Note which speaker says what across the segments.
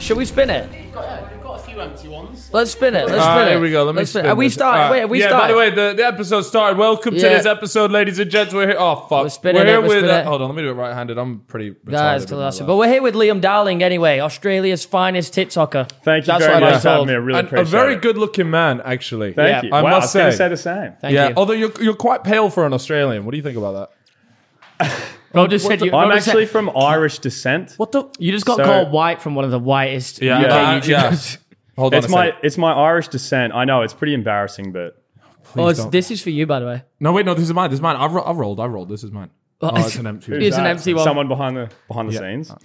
Speaker 1: Should we spin it?
Speaker 2: got, we've got a few empty ones.
Speaker 1: Let's spin it. Let's
Speaker 3: Ah,
Speaker 1: spin it.
Speaker 3: there we go. Let me
Speaker 1: Let's
Speaker 3: spin
Speaker 1: Are we
Speaker 3: this.
Speaker 1: starting?
Speaker 3: Alright.
Speaker 1: Wait, are we
Speaker 3: yeah,
Speaker 1: started?
Speaker 3: by the way, the, the episode started. Welcome to
Speaker 1: Yeah.
Speaker 3: this episode, ladies and gents. We're here. Oh, fuck.
Speaker 1: We're spinning it,
Speaker 3: here
Speaker 1: we're
Speaker 3: with. uh,
Speaker 1: spinning it.
Speaker 3: hold on, let me do it right handed. I'm pretty. Retarded
Speaker 1: Nah, it's
Speaker 3: with my
Speaker 1: classic.
Speaker 3: left.
Speaker 1: But we're here with Liam Darling anyway, Australia's finest TikToker.
Speaker 4: Thank you
Speaker 1: That's
Speaker 4: very
Speaker 1: what I
Speaker 4: much for having
Speaker 1: told.
Speaker 4: me. I really
Speaker 3: And
Speaker 4: appreciate
Speaker 3: a very
Speaker 4: it.
Speaker 3: good looking man, actually.
Speaker 4: Thank
Speaker 1: Yeah.
Speaker 4: you.
Speaker 3: I
Speaker 4: wow,
Speaker 3: must
Speaker 4: I was going
Speaker 3: say.
Speaker 4: to say the same.
Speaker 1: Thank
Speaker 3: yeah,
Speaker 1: you.
Speaker 3: although you're, you're quite pale for an Australian. What do you think about that?
Speaker 1: Rob just said you.
Speaker 4: I'm
Speaker 1: Rob just said-
Speaker 4: actually from Irish descent.
Speaker 3: What the?
Speaker 1: You just got
Speaker 4: So-
Speaker 1: called white from one of the whitest.
Speaker 3: Yeah,
Speaker 1: UK
Speaker 3: I- yeah.
Speaker 1: YouTubers.
Speaker 3: Hold on.
Speaker 4: It's
Speaker 3: a
Speaker 4: my
Speaker 3: second.
Speaker 4: it's my Irish descent. I know it's pretty embarrassing, but
Speaker 1: Oh, it's-
Speaker 3: don't.
Speaker 1: this is for you, by the way.
Speaker 3: No, wait, no, this is mine. This is mine. I've, ro- I've rolled. I've rolled. This is mine. Oh, it's an empty
Speaker 1: Here's an
Speaker 4: That-
Speaker 1: empty one. Oh.
Speaker 4: Someone behind the behind the scenes.
Speaker 3: Here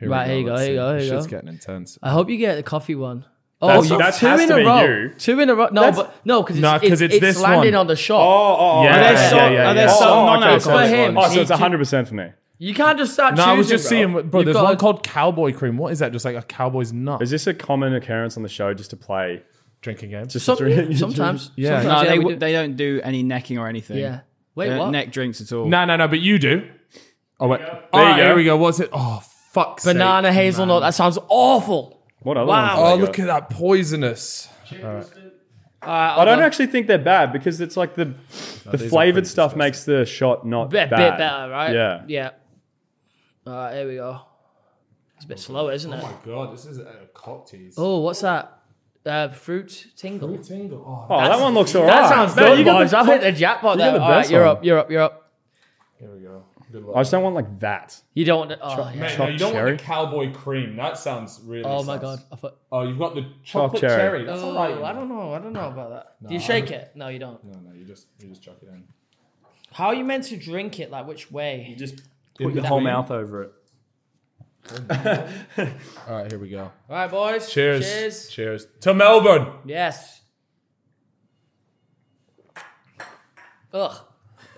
Speaker 3: we
Speaker 1: Right, here you go,
Speaker 3: let's
Speaker 1: here you
Speaker 3: see.
Speaker 1: go, here
Speaker 3: This
Speaker 1: you
Speaker 3: Shit's
Speaker 1: go.
Speaker 3: getting intense.
Speaker 1: I hope you get the coffee one. Oh,
Speaker 4: That's-
Speaker 1: you-
Speaker 4: that
Speaker 1: two
Speaker 4: has
Speaker 1: in
Speaker 4: to
Speaker 1: a
Speaker 4: be
Speaker 1: row.
Speaker 4: you.
Speaker 1: Two in a row. No,
Speaker 4: That's-
Speaker 1: but no, because it's,
Speaker 3: Nah, 'cause
Speaker 1: it's,
Speaker 3: it's
Speaker 1: it's,
Speaker 3: this
Speaker 1: landing
Speaker 3: one.
Speaker 1: on the shot.
Speaker 4: Oh, oh, oh,
Speaker 3: Yeah,
Speaker 4: okay,
Speaker 3: Are there
Speaker 1: so- are there
Speaker 4: Oh,
Speaker 1: so
Speaker 4: oh, okay,
Speaker 1: non-alcoholic?
Speaker 4: so it's
Speaker 1: For
Speaker 4: one.
Speaker 1: him,
Speaker 4: Oh, so
Speaker 1: he
Speaker 4: it's
Speaker 1: can-
Speaker 4: 100 percent for me.
Speaker 1: You can't just start.
Speaker 3: No, I was
Speaker 1: choosing,
Speaker 3: just
Speaker 1: bro.
Speaker 3: seeing, what- bro.
Speaker 1: You've
Speaker 3: There's
Speaker 1: got
Speaker 3: one
Speaker 1: a-
Speaker 3: called Cowboy Cream. What is that? Just like a cowboy's nut
Speaker 4: Is this a common occurrence on the show just to play?
Speaker 3: drinking game.
Speaker 4: Just
Speaker 1: Some-
Speaker 4: to drink-
Speaker 1: sometimes.
Speaker 3: Yeah.
Speaker 1: sometimes,
Speaker 3: No,
Speaker 5: No, they,
Speaker 1: we
Speaker 5: w-
Speaker 1: do-
Speaker 5: they don't do any necking or anything.
Speaker 1: yeah.
Speaker 5: They
Speaker 1: Wait,
Speaker 5: don't
Speaker 1: what?
Speaker 5: neck drinks at all.
Speaker 3: No, no, no. But you do. Oh wait. All right,
Speaker 4: go.
Speaker 3: Here we go. What's it? Oh fuck.
Speaker 1: Banana hazelnut. That sounds awful.
Speaker 4: What other
Speaker 1: Wow.
Speaker 4: ones? have
Speaker 3: Oh
Speaker 4: they
Speaker 3: look
Speaker 4: got?
Speaker 3: at that poisonous.
Speaker 4: I don't actually think they're bad because it's like the the
Speaker 3: are
Speaker 4: flavored
Speaker 3: pretty
Speaker 4: stuff makes the shot not
Speaker 1: Bit,
Speaker 4: bad.
Speaker 1: bit better, right?
Speaker 4: Yeah.
Speaker 1: Yeah. All right, here we go. It's a bit slow, isn't it?
Speaker 3: Oh, God, this is a cocktail.
Speaker 1: Oh, what's that? Uh, fruit tingle.
Speaker 3: Oh,
Speaker 4: Oh, that one looks alright.
Speaker 1: That sounds
Speaker 4: No,
Speaker 1: good,
Speaker 4: you got
Speaker 1: boys.
Speaker 4: the-
Speaker 1: I've hit the jackpot
Speaker 4: you got
Speaker 1: there.
Speaker 4: the
Speaker 1: All right,
Speaker 4: best
Speaker 1: you're
Speaker 4: one.
Speaker 1: up, you're up, you're up.
Speaker 3: Here we go. Good
Speaker 4: I
Speaker 3: luck.
Speaker 4: just don't want like that.
Speaker 1: You don't want to. Oh, yeah.
Speaker 3: Mate, no, you don't
Speaker 4: cherry.
Speaker 3: want the cowboy cream. That sounds really.
Speaker 1: oh my
Speaker 3: sus.
Speaker 1: god. I thought,
Speaker 3: Oh, you've got the chocolate
Speaker 4: cherry.
Speaker 3: cherry. That's
Speaker 1: oh,
Speaker 3: alright.
Speaker 1: I don't know. I don't know about that. Do you shake it? No, you don't.
Speaker 3: No, no, you just you just chuck it in.
Speaker 1: How are you meant to drink it? Like, which way?
Speaker 4: Just
Speaker 3: In
Speaker 4: put your whole mouth over it.
Speaker 3: All right, here we go.
Speaker 1: All right, boys.
Speaker 3: Cheers.
Speaker 1: Cheers.
Speaker 3: Cheers to Melbourne.
Speaker 1: Yes. Ugh.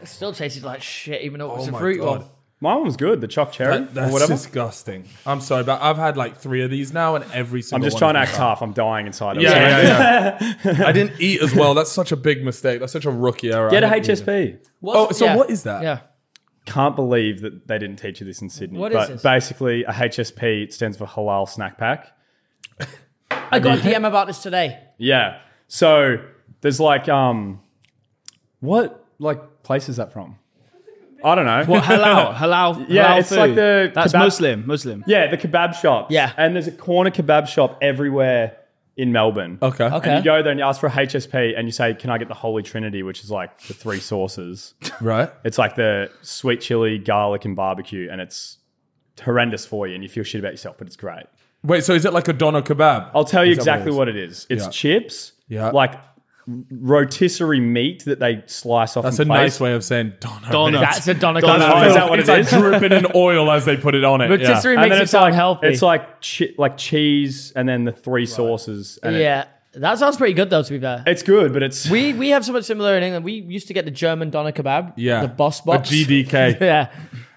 Speaker 1: It still tasted like shit, even though it was a fruit one.
Speaker 4: My one was good. The choc cherry
Speaker 3: That- that's
Speaker 4: or whatever.
Speaker 3: disgusting. I'm sorry, but I've had like three of these now, and every single
Speaker 4: I'm just
Speaker 3: one
Speaker 4: trying to
Speaker 3: has
Speaker 4: act tough. I'm dying inside.
Speaker 3: been- Yeah, yeah, yeah. I didn't eat as well. That's such a big mistake. That's such a rookie error.
Speaker 4: Get a
Speaker 3: I didn't eat it.
Speaker 4: HSP.
Speaker 3: Oh, so what is that?
Speaker 1: Yeah.
Speaker 4: Can't believe that they didn't teach you this in Sydney.
Speaker 1: What is
Speaker 4: but
Speaker 1: this?
Speaker 4: basically, a HSP stands for halal snack pack.
Speaker 1: I got a DM about this today.
Speaker 4: Yeah. So there's like um, what like place is that from? I don't know.
Speaker 5: Well, halal, halal,
Speaker 4: Yeah,
Speaker 5: halal
Speaker 4: it's
Speaker 5: food.
Speaker 4: like the
Speaker 5: that's
Speaker 4: kebab-
Speaker 5: Muslim, Muslim.
Speaker 4: Yeah, the kebab shop.
Speaker 1: Yeah.
Speaker 4: And there's a corner kebab shop everywhere in Melbourne.
Speaker 3: Okay.
Speaker 1: Okay.
Speaker 4: You go there and you ask for a HSP and you say, Can I get the Holy Trinity, which is like the three sauces?
Speaker 3: Right.
Speaker 4: It's like the sweet chili, garlic, and barbecue, and it's horrendous for you, and you feel shit about yourself, but it's great.
Speaker 3: Wait. So is it like a doner kebab?
Speaker 4: I'll tell you
Speaker 3: Is that
Speaker 4: exactly what it is. It's
Speaker 3: Yeah.
Speaker 4: chips,
Speaker 3: Yeah.
Speaker 4: like rotisserie meat that they slice off.
Speaker 3: That's a
Speaker 4: and
Speaker 3: nice
Speaker 4: place.
Speaker 3: way of saying doner.
Speaker 5: Doner.
Speaker 3: It's-
Speaker 1: That's a doner
Speaker 4: Oh,
Speaker 3: it's
Speaker 4: is
Speaker 1: kebab.
Speaker 4: that what
Speaker 3: it's
Speaker 4: it
Speaker 3: like
Speaker 4: is?
Speaker 3: dripping in oil as they put it on it. yeah.
Speaker 1: Rotisserie
Speaker 4: And
Speaker 1: makes
Speaker 4: then
Speaker 1: it
Speaker 4: it's like
Speaker 1: sound healthy.
Speaker 4: It's like chi- like cheese, and then the three sauces. And it-
Speaker 1: yeah. That sounds pretty good, though, to be fair.
Speaker 4: it's good, but it's
Speaker 1: We we have something similar in England. We used to get the German doner kebab.
Speaker 3: Yeah.
Speaker 1: The boss box.
Speaker 3: A GDK.
Speaker 1: Yeah.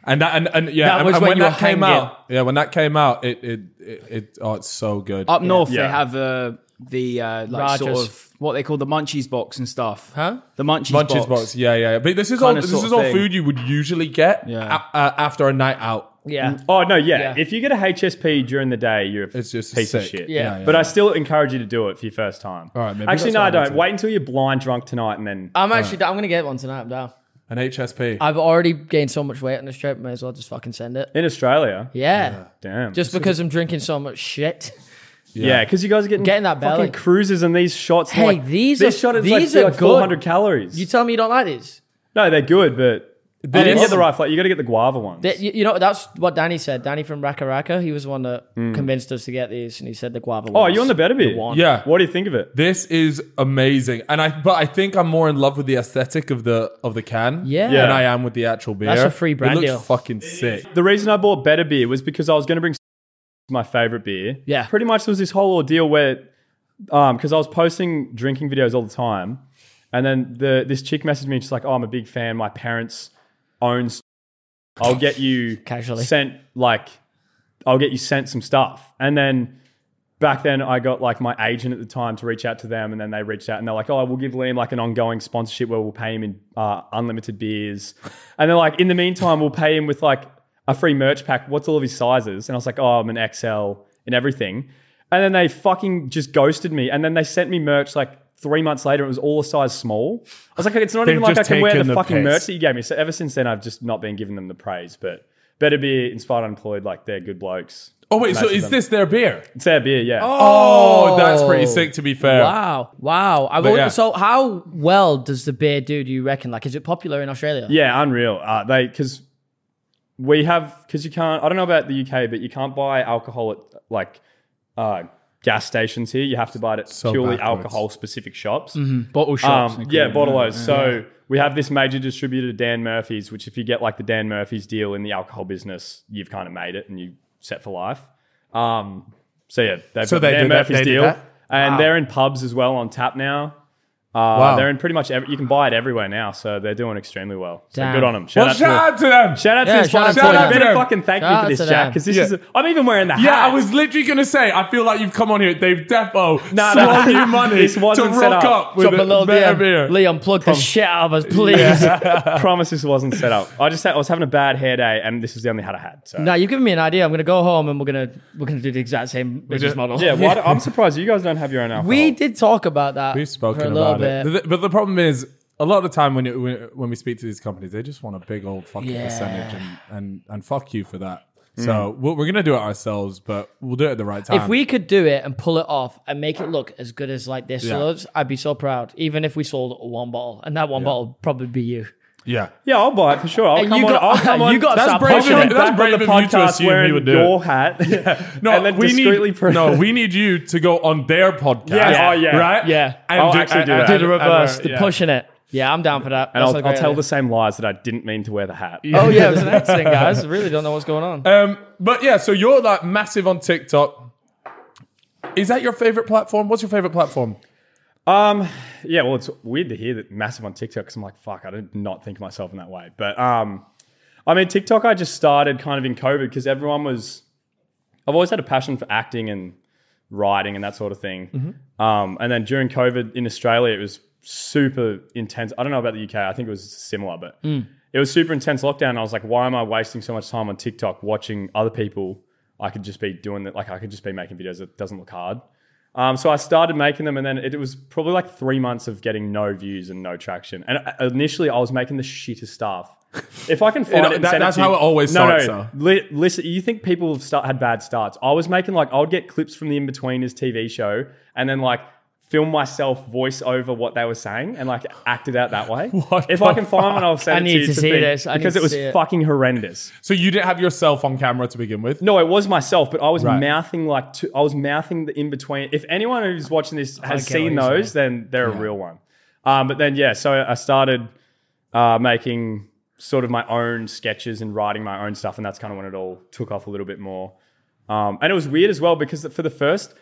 Speaker 3: And that and, and yeah,
Speaker 1: That
Speaker 3: and,
Speaker 1: was
Speaker 3: and
Speaker 1: when
Speaker 3: when
Speaker 1: you
Speaker 3: that
Speaker 1: were
Speaker 3: came
Speaker 1: hanging.
Speaker 3: out, yeah, when that came out, it it it, it oh, it's so good.
Speaker 5: Up north,
Speaker 4: Yeah.
Speaker 5: they have uh, the uh, like sort
Speaker 1: Rajas.
Speaker 5: of what they call the munchies box and stuff.
Speaker 1: Huh?
Speaker 5: The munchies,
Speaker 3: Munchies box.
Speaker 5: box.
Speaker 3: yeah, yeah. But this is all
Speaker 5: Kinda
Speaker 3: this
Speaker 5: sort
Speaker 3: is
Speaker 5: of
Speaker 3: all
Speaker 5: thing.
Speaker 3: food you would usually get
Speaker 5: Yeah.
Speaker 3: a- uh, after a night out.
Speaker 1: Yeah.
Speaker 4: Oh no, yeah.
Speaker 1: Yeah.
Speaker 4: If you get a HSP during the day, you're a
Speaker 3: It's just
Speaker 4: piece of
Speaker 3: sick.
Speaker 4: shit.
Speaker 1: Yeah.
Speaker 4: But I still encourage you to do it for your first time.
Speaker 3: All right, maybe that's
Speaker 4: Actually, no,
Speaker 3: what
Speaker 4: I
Speaker 3: I need
Speaker 4: don't.
Speaker 3: to-
Speaker 4: Wait until you're blind drunk tonight, and then
Speaker 1: I'm actually. down I'm gonna get one tonight. I'm down.
Speaker 3: an HSP.
Speaker 1: I've already gained so much weight on this trip. May as well just fucking send it.
Speaker 4: in Australia.
Speaker 1: Yeah.
Speaker 4: Damn.
Speaker 1: Just because I'm drinking so much shit.
Speaker 4: yeah, because you guys are getting,
Speaker 1: Getting that belly.
Speaker 4: fucking cruises and these shots.
Speaker 1: Hey,
Speaker 4: are like,
Speaker 1: these
Speaker 4: this
Speaker 1: are-
Speaker 4: shot is
Speaker 1: these
Speaker 4: like,
Speaker 1: are
Speaker 4: like
Speaker 1: good.
Speaker 4: 400 calories.
Speaker 1: You tell me you don't like these.
Speaker 4: no, they're good, but you didn't
Speaker 3: is-
Speaker 4: get the right flavor. You got to get the guava ones.
Speaker 1: That- You, you know that's what Danny said. Danny from Raka Raka. He was the one that
Speaker 3: Hmm.
Speaker 1: convinced us to get these, and he said the guava.
Speaker 4: oh,
Speaker 1: ones.
Speaker 4: you're on the better bit.
Speaker 3: Yeah.
Speaker 4: What do you think of it?
Speaker 3: this is amazing, and I but I think I'm more in love with the aesthetic of the of the can,
Speaker 1: Yeah.
Speaker 3: than
Speaker 4: Yeah.
Speaker 3: I am with the actual beer.
Speaker 1: a free brand
Speaker 3: it looks
Speaker 1: deal.
Speaker 3: Fucking sick.
Speaker 4: The reason I bought better beer was because I was going to bring my favorite beer.
Speaker 1: Yeah.
Speaker 4: Pretty much there was this whole ordeal where, um, because I was posting drinking videos all the time, and then the this chick messaged me she's like, "Oh, I'm a big fan. My parents own. St- I'll get you
Speaker 1: Casually.
Speaker 4: sent like, I'll get you sent some stuff." And then back then I got like my agent at the time to reach out to them, and then they reached out and they're like, "Oh, we'll give Liam like an ongoing sponsorship where we'll pay him in uh, unlimited beers," and they're like, "In the meantime, we'll pay him with like a free merch pack. What's all of his sizes?" And I was like, "Oh, I'm an XL and everything." And then they fucking just ghosted me. And then they sent me merch like three months later. It was all a size small. I was like, it's not
Speaker 6: They've
Speaker 4: even like I
Speaker 6: just
Speaker 4: can wear the,
Speaker 6: taken the
Speaker 4: fucking
Speaker 6: piss.
Speaker 4: merch that you gave me. So ever since then, I've just not been giving them the praise. But better be inspired unemployed. Like they're good blokes.
Speaker 3: Oh wait, so
Speaker 4: Most of
Speaker 3: is
Speaker 4: them.
Speaker 3: this their beer?
Speaker 4: It's their beer, yeah.
Speaker 3: Oh, that's pretty sick. To be fair,
Speaker 1: Wow, wow. I
Speaker 3: yeah.
Speaker 1: wonder So, how well does the beer do? Do you reckon? Like, is it popular in Australia?
Speaker 4: Yeah, unreal. Uh, they because we have because you can't. I don't know about the UK, but you can't buy alcohol at like uh, gas stations here. You have to buy it at purely
Speaker 3: backwards.
Speaker 4: alcohol specific shops.
Speaker 5: Bottle shops.
Speaker 4: Um,
Speaker 5: and
Speaker 4: yeah,
Speaker 5: equipment.
Speaker 4: Bottle-O's. So we have this major distributor, Dan Murphy's, which if you get like the Dan Murphy's deal in the alcohol business, you've kind of made it and you set for life. Um, so yeah, they've
Speaker 6: So
Speaker 4: got
Speaker 6: they
Speaker 4: Dan
Speaker 6: do that-
Speaker 4: Murphy's
Speaker 6: they do
Speaker 4: deal,
Speaker 6: that?
Speaker 4: and they're in pubs as well on tap now. Uh,
Speaker 3: Wow.
Speaker 4: They're in pretty much every, you can buy it everywhere now, so they're doing extremely well. So
Speaker 1: Damn.
Speaker 4: good on them. Shout
Speaker 3: Well,
Speaker 4: out to
Speaker 3: shout out to them.
Speaker 4: shout out
Speaker 1: Yeah,
Speaker 4: to this
Speaker 1: shout out
Speaker 4: one.
Speaker 1: to them.
Speaker 4: employee. You better
Speaker 3: Shout out
Speaker 4: fucking thank
Speaker 1: to
Speaker 4: me for
Speaker 1: them.
Speaker 4: this, Jack, because this
Speaker 3: Yeah.
Speaker 4: is. A, I'm even wearing the hat.
Speaker 3: Yeah, I was literally gonna say. I feel like you've come on here. They've defo
Speaker 4: No, no.
Speaker 3: swung you money
Speaker 4: This
Speaker 3: to rock
Speaker 4: wasn't set up.
Speaker 3: up with
Speaker 1: Drop a little
Speaker 3: better
Speaker 1: DM.
Speaker 3: beer.
Speaker 1: Leon, plug the shit out of us, please.
Speaker 4: promise this wasn't set up. I just had, I was having a bad hair day, and this was the only hat I had. So.
Speaker 1: No, you've given me an idea. I'm gonna go home and we're gonna we're gonna do the exact same business
Speaker 3: just-
Speaker 1: model.
Speaker 4: Yeah, why do- I'm surprised you guys don't have your own alcohol.
Speaker 1: we did talk about that.
Speaker 3: We've spoken
Speaker 1: for a little
Speaker 3: about
Speaker 1: bit.
Speaker 3: it, But the- but the problem is, a lot of the time when you, when when we speak to these companies, they just want a big old fucking
Speaker 1: Yeah.
Speaker 3: percentage, and, and and fuck you for that. So we're, we're gonna do it ourselves, but we'll do it at the right time.
Speaker 1: If we could do it and pull it off and make it look as good as like this
Speaker 3: Yeah.
Speaker 1: looks, I'd be so proud. Even if we sold one bottle, and that one bottle would probably be you.
Speaker 3: yeah,
Speaker 4: Yeah, I'll buy it for sure. I'll
Speaker 1: And
Speaker 4: come
Speaker 1: you
Speaker 4: on.
Speaker 1: got-
Speaker 4: I'll come on.
Speaker 1: you got That's stop brave
Speaker 4: I'll come
Speaker 1: of you-
Speaker 3: that's
Speaker 4: back
Speaker 3: brave
Speaker 4: on the
Speaker 3: of you to
Speaker 4: podcast
Speaker 3: assume he
Speaker 4: wearing
Speaker 3: would do
Speaker 4: your hat. Yeah.
Speaker 3: No,
Speaker 4: and then
Speaker 3: we
Speaker 4: discreetly
Speaker 3: need
Speaker 4: pre-
Speaker 3: no, we need you to go on their podcast.
Speaker 4: Yeah. Oh, yeah.
Speaker 3: right,
Speaker 1: Yeah.
Speaker 3: And
Speaker 4: I'll actually do that.
Speaker 1: Do the reverse,
Speaker 3: and-
Speaker 1: the pushing it. Yeah, I'm down for that.
Speaker 4: And
Speaker 1: That's
Speaker 4: I'll,
Speaker 1: a
Speaker 4: I'll
Speaker 1: great
Speaker 4: tell
Speaker 1: idea.
Speaker 4: the same lies that I didn't mean to wear the hat.
Speaker 1: Oh yeah, it was an accident, guys. Really don't know what's going on.
Speaker 3: Um, but yeah, so you're like massive on TikTok. Is that your favorite platform? What's your favorite platform?
Speaker 4: Um, yeah. Well, it's weird to hear that massive on TikTok because I'm like, fuck, I did not think of myself in that way. But um, I mean, TikTok, I just started kind of in COVID because everyone was. I've always had a passion for acting and writing and that sort of thing.
Speaker 3: Mm-hmm.
Speaker 4: Um, and then during COVID in Australia, it was super intense. I don't know about the UK. I think it was similar, but
Speaker 3: Mm.
Speaker 4: it was super intense lockdown. And I was like, why am I wasting so much time on TikTok watching other people? I could just be doing that. Like I could just be making videos that doesn't look hard. Um, so I started making them, and then it, it was probably like three months of getting no views and no traction. And uh, initially, I was making the shittest stuff. If I can find
Speaker 3: know,
Speaker 4: it, and
Speaker 3: that-
Speaker 4: send
Speaker 3: that's
Speaker 4: it to you-
Speaker 3: how it always
Speaker 4: no,
Speaker 3: starts,
Speaker 4: No,
Speaker 3: though.
Speaker 4: Li- listen, you think people have start, had bad starts? I was making like I would get clips from the In Betweeners TV show, and then like film myself voice over what they were saying, and like act it out that way.
Speaker 3: What
Speaker 4: if
Speaker 3: the
Speaker 4: I can find one, I'll send
Speaker 1: I
Speaker 4: it
Speaker 1: need
Speaker 4: to you.
Speaker 1: to
Speaker 4: It's a
Speaker 1: see
Speaker 4: thing,
Speaker 1: this. I need
Speaker 4: because
Speaker 1: to
Speaker 4: it was
Speaker 1: see it.
Speaker 4: fucking horrendous.
Speaker 3: So you didn't have yourself on camera to begin with.
Speaker 4: No, it was myself, but I was
Speaker 3: Right.
Speaker 4: mouthing like to, I was mouthing the in between. If anyone who's watching this has
Speaker 1: get what
Speaker 4: seen
Speaker 1: you're
Speaker 4: those, then they're a real one. Um, but then yeah, so I started uh, making sort of my own sketches and writing my own stuff, and that's kind of when it all took off a little bit more. Um, and it was weird as well because for the first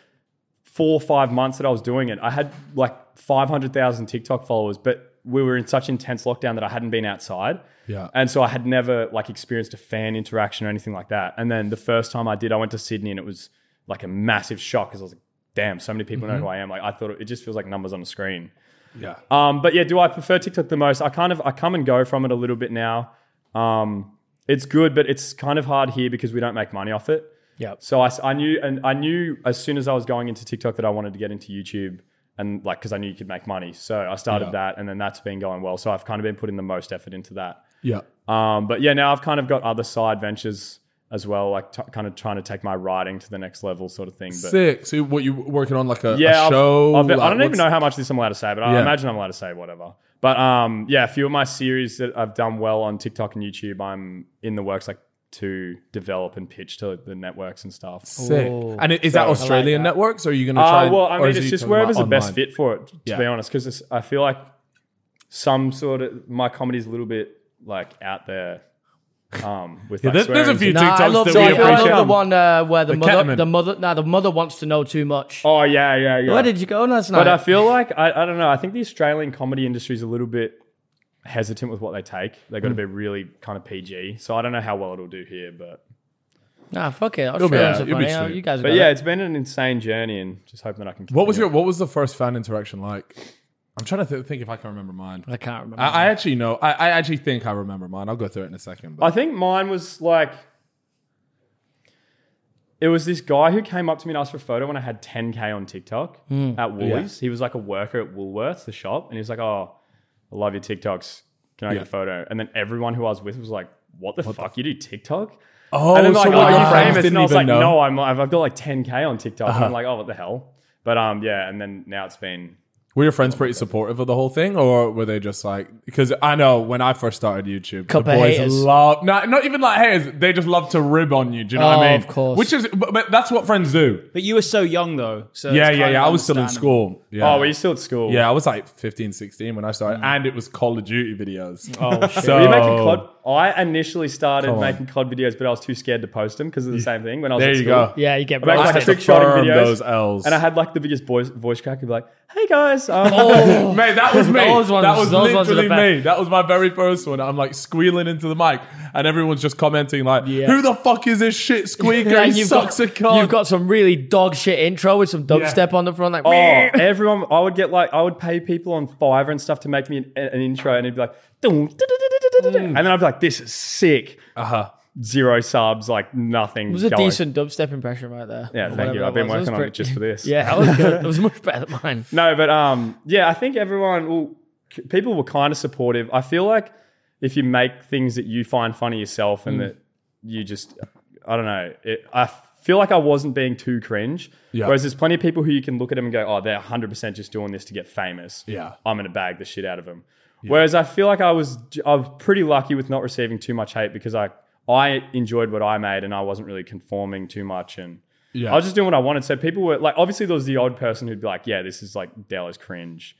Speaker 4: four or five months that I was doing it, I had like five hundred thousand TikTok followers, but we were in such intense lockdown that I hadn't been outside.
Speaker 3: Yeah.
Speaker 4: And so I had never like experienced a fan interaction or anything like that. And then the first time I did, I went to Sydney and it was like a massive shock because I was like, damn, so many people know who I am. Like I thought it, it just feels like numbers on a screen.
Speaker 3: Yeah.
Speaker 4: Um, but yeah, do I prefer TikTok the most? I kind of I come and go from it a little bit now. Um, it's good, but it's kind of hard here because we don't make money off it.
Speaker 1: Yep.
Speaker 4: So I, s- I knew and I knew as soon as I was going into TikTok that I wanted to get into YouTube and like because I knew you could make money. So I started
Speaker 3: Yeah.
Speaker 4: that, and then that's been going well. So I've kind of been putting the most effort into that.
Speaker 3: Yeah.
Speaker 4: Um, but yeah, now I've kind of got other side ventures as well, like t- kind of trying to take my writing to the next level, sort of thing. But
Speaker 3: Sick. So what you working on like a,
Speaker 4: yeah,
Speaker 3: a
Speaker 4: I've-
Speaker 3: show?
Speaker 4: I've been- I
Speaker 3: Like,
Speaker 4: don't even
Speaker 3: what's-
Speaker 4: know how much this I'm allowed to say, but I
Speaker 3: Yeah.
Speaker 4: imagine I'm allowed to say whatever. But um, yeah, a few of my series that I've done well on TikTok and YouTube, I'm in the works like to develop and pitch to the networks and stuff.
Speaker 3: Sick.
Speaker 1: Ooh.
Speaker 3: And is that Australian networks? Or are you gonna try?
Speaker 4: Uh, well, I
Speaker 3: or
Speaker 4: mean,
Speaker 3: is
Speaker 4: it's
Speaker 3: he
Speaker 4: just
Speaker 3: talking about
Speaker 4: wherever's the best
Speaker 3: online?
Speaker 4: fit for it, to
Speaker 3: Yeah.
Speaker 4: be honest. Because I feel like some sort of my comedy's a little bit like out there. Um, with like,
Speaker 3: there's- there's a
Speaker 4: swearing and-
Speaker 3: few-
Speaker 1: Nah, I
Speaker 3: TikToks
Speaker 1: love,
Speaker 3: that
Speaker 1: the,
Speaker 3: we
Speaker 1: I love
Speaker 4: appreciate.
Speaker 1: the one uh, where the, mother,
Speaker 3: Ketamine.
Speaker 1: the mother, nah, the mother wants to know too much.
Speaker 4: Oh yeah, yeah, yeah.
Speaker 1: Where did you go last night?
Speaker 4: But uh, I feel like I, I don't know. I think the Australian comedy industry is a little bit hesitant with what they take. They've got to be really kind of PG. So I don't know how well it'll do here, but
Speaker 1: nah, fuck it.
Speaker 3: be
Speaker 1: Australians
Speaker 3: all
Speaker 1: are
Speaker 3: right. You'll be
Speaker 1: funny. Oh,
Speaker 3: sweet.
Speaker 1: You guys,
Speaker 4: but
Speaker 1: got
Speaker 4: yeah,
Speaker 1: it.
Speaker 4: it's been an insane journey, and just hoping that I can.
Speaker 3: What was your
Speaker 4: continue
Speaker 3: What was the first fan interaction like? I'm trying to th- think if I can remember mine.
Speaker 1: I can't remember.
Speaker 3: I, I actually know. I, I actually think I remember mine. I'll go through it in a second.
Speaker 4: it. I
Speaker 3: But
Speaker 4: think mine was like. It was this guy who came up to me and asked for a photo when I had 10K on TikTok at Woolies. He was like a worker at Woolworths, the shop. And he was like, Oh, I love your TikToks. Can I get a photo? And then everyone who I was with was like, What the fuck? you do TikTok?
Speaker 3: Oh,
Speaker 4: and then like,
Speaker 3: so
Speaker 4: oh,
Speaker 3: what your
Speaker 4: you're
Speaker 3: friends
Speaker 4: famous.
Speaker 3: didn't
Speaker 4: And I was
Speaker 3: even
Speaker 4: like,
Speaker 3: know. Uh-huh.
Speaker 4: no, I'm, I've I've got like 10K on TikTok. And I'm like, oh, what the hell? But um, yeah. And then now it's been,
Speaker 3: Were your friends pretty supportive of the whole thing, or were they just like? Because I know when I first started YouTube,
Speaker 1: Couple
Speaker 3: the boys
Speaker 1: haters.
Speaker 3: love not not even like haters. They just love to rib on you. Do you know what
Speaker 1: Oh,
Speaker 3: I mean?
Speaker 1: of course.
Speaker 3: Which is, but, but that's what friends do.
Speaker 5: But you were so young though. So
Speaker 3: yeah,
Speaker 5: it's
Speaker 3: yeah,
Speaker 5: kind
Speaker 3: yeah.
Speaker 5: of
Speaker 3: I was still in
Speaker 5: understandable.
Speaker 3: school. Yeah.
Speaker 4: oh, were you still at school?
Speaker 3: yeah, I was like 15, 16 when I started, and it was Call of Duty videos.
Speaker 4: Oh, shit.
Speaker 3: So-
Speaker 4: Were you making COD? I initially started
Speaker 3: on.
Speaker 4: making COD videos, but I was too scared to post them because of the same thing. When I was
Speaker 3: there
Speaker 4: at
Speaker 3: you
Speaker 4: school.
Speaker 3: go.
Speaker 1: Yeah, you get
Speaker 4: Back like
Speaker 1: roasted.
Speaker 4: a trick shotting
Speaker 3: Confirm
Speaker 4: videos.
Speaker 3: those L's.
Speaker 4: And I had like the biggest voice, voice crack. You'd be like, hey guys. Um,
Speaker 3: Oh. Mate, that was me.
Speaker 1: Those ones-
Speaker 3: that was
Speaker 1: those ones are the
Speaker 3: literally
Speaker 1: best.
Speaker 3: me. That was my very first one. I'm like squealing into the mic, and everyone's just commenting like,
Speaker 1: Yeah.
Speaker 3: "Who the fuck is this shit squeaker?
Speaker 1: Like,
Speaker 3: he
Speaker 1: you've
Speaker 3: sucks
Speaker 1: got,
Speaker 3: a cock."
Speaker 1: You've got some really dog shit intro with some dubstep on the front, like
Speaker 4: Oh,
Speaker 1: "Meow."
Speaker 4: everyone! I would get like I would pay people on Fiverr and stuff to make me an, an intro, and it'd be like, "Dun, da, da, da, da, da, da," and then I'd be like, "This is sick." Uh
Speaker 3: Mm. Uh-huh.
Speaker 4: Zero subs, like nothing.
Speaker 1: It was a
Speaker 4: going.
Speaker 1: decent dubstep impression right there.
Speaker 4: Yeah,
Speaker 1: Or
Speaker 4: thank you.
Speaker 1: whatever
Speaker 4: I've been
Speaker 1: that was.
Speaker 4: working on
Speaker 1: was
Speaker 4: it just for this.
Speaker 1: Yeah, that was good. It was much better than mine.
Speaker 4: No, but um, yeah, I think everyone, well, c- people were kind of supportive. I feel like if you make things that you find funny yourself
Speaker 3: Mm.
Speaker 4: and that you just, I don't know, it, I feel like I wasn't being too cringe.
Speaker 3: Yeah.
Speaker 4: Whereas there's plenty of people who you can look at them and go, oh, they're 100% just doing this to get famous.
Speaker 3: Yeah.
Speaker 4: I'm going to bag the shit out of them. Whereas I feel like I was, j- I was pretty lucky with not receiving too much hate because I, I enjoyed what I made and I wasn't really conforming too much and
Speaker 3: yeah.
Speaker 4: I was just doing what I wanted. So people were like, obviously, there was the old person who'd be like, yeah, this is like Dell is cringe.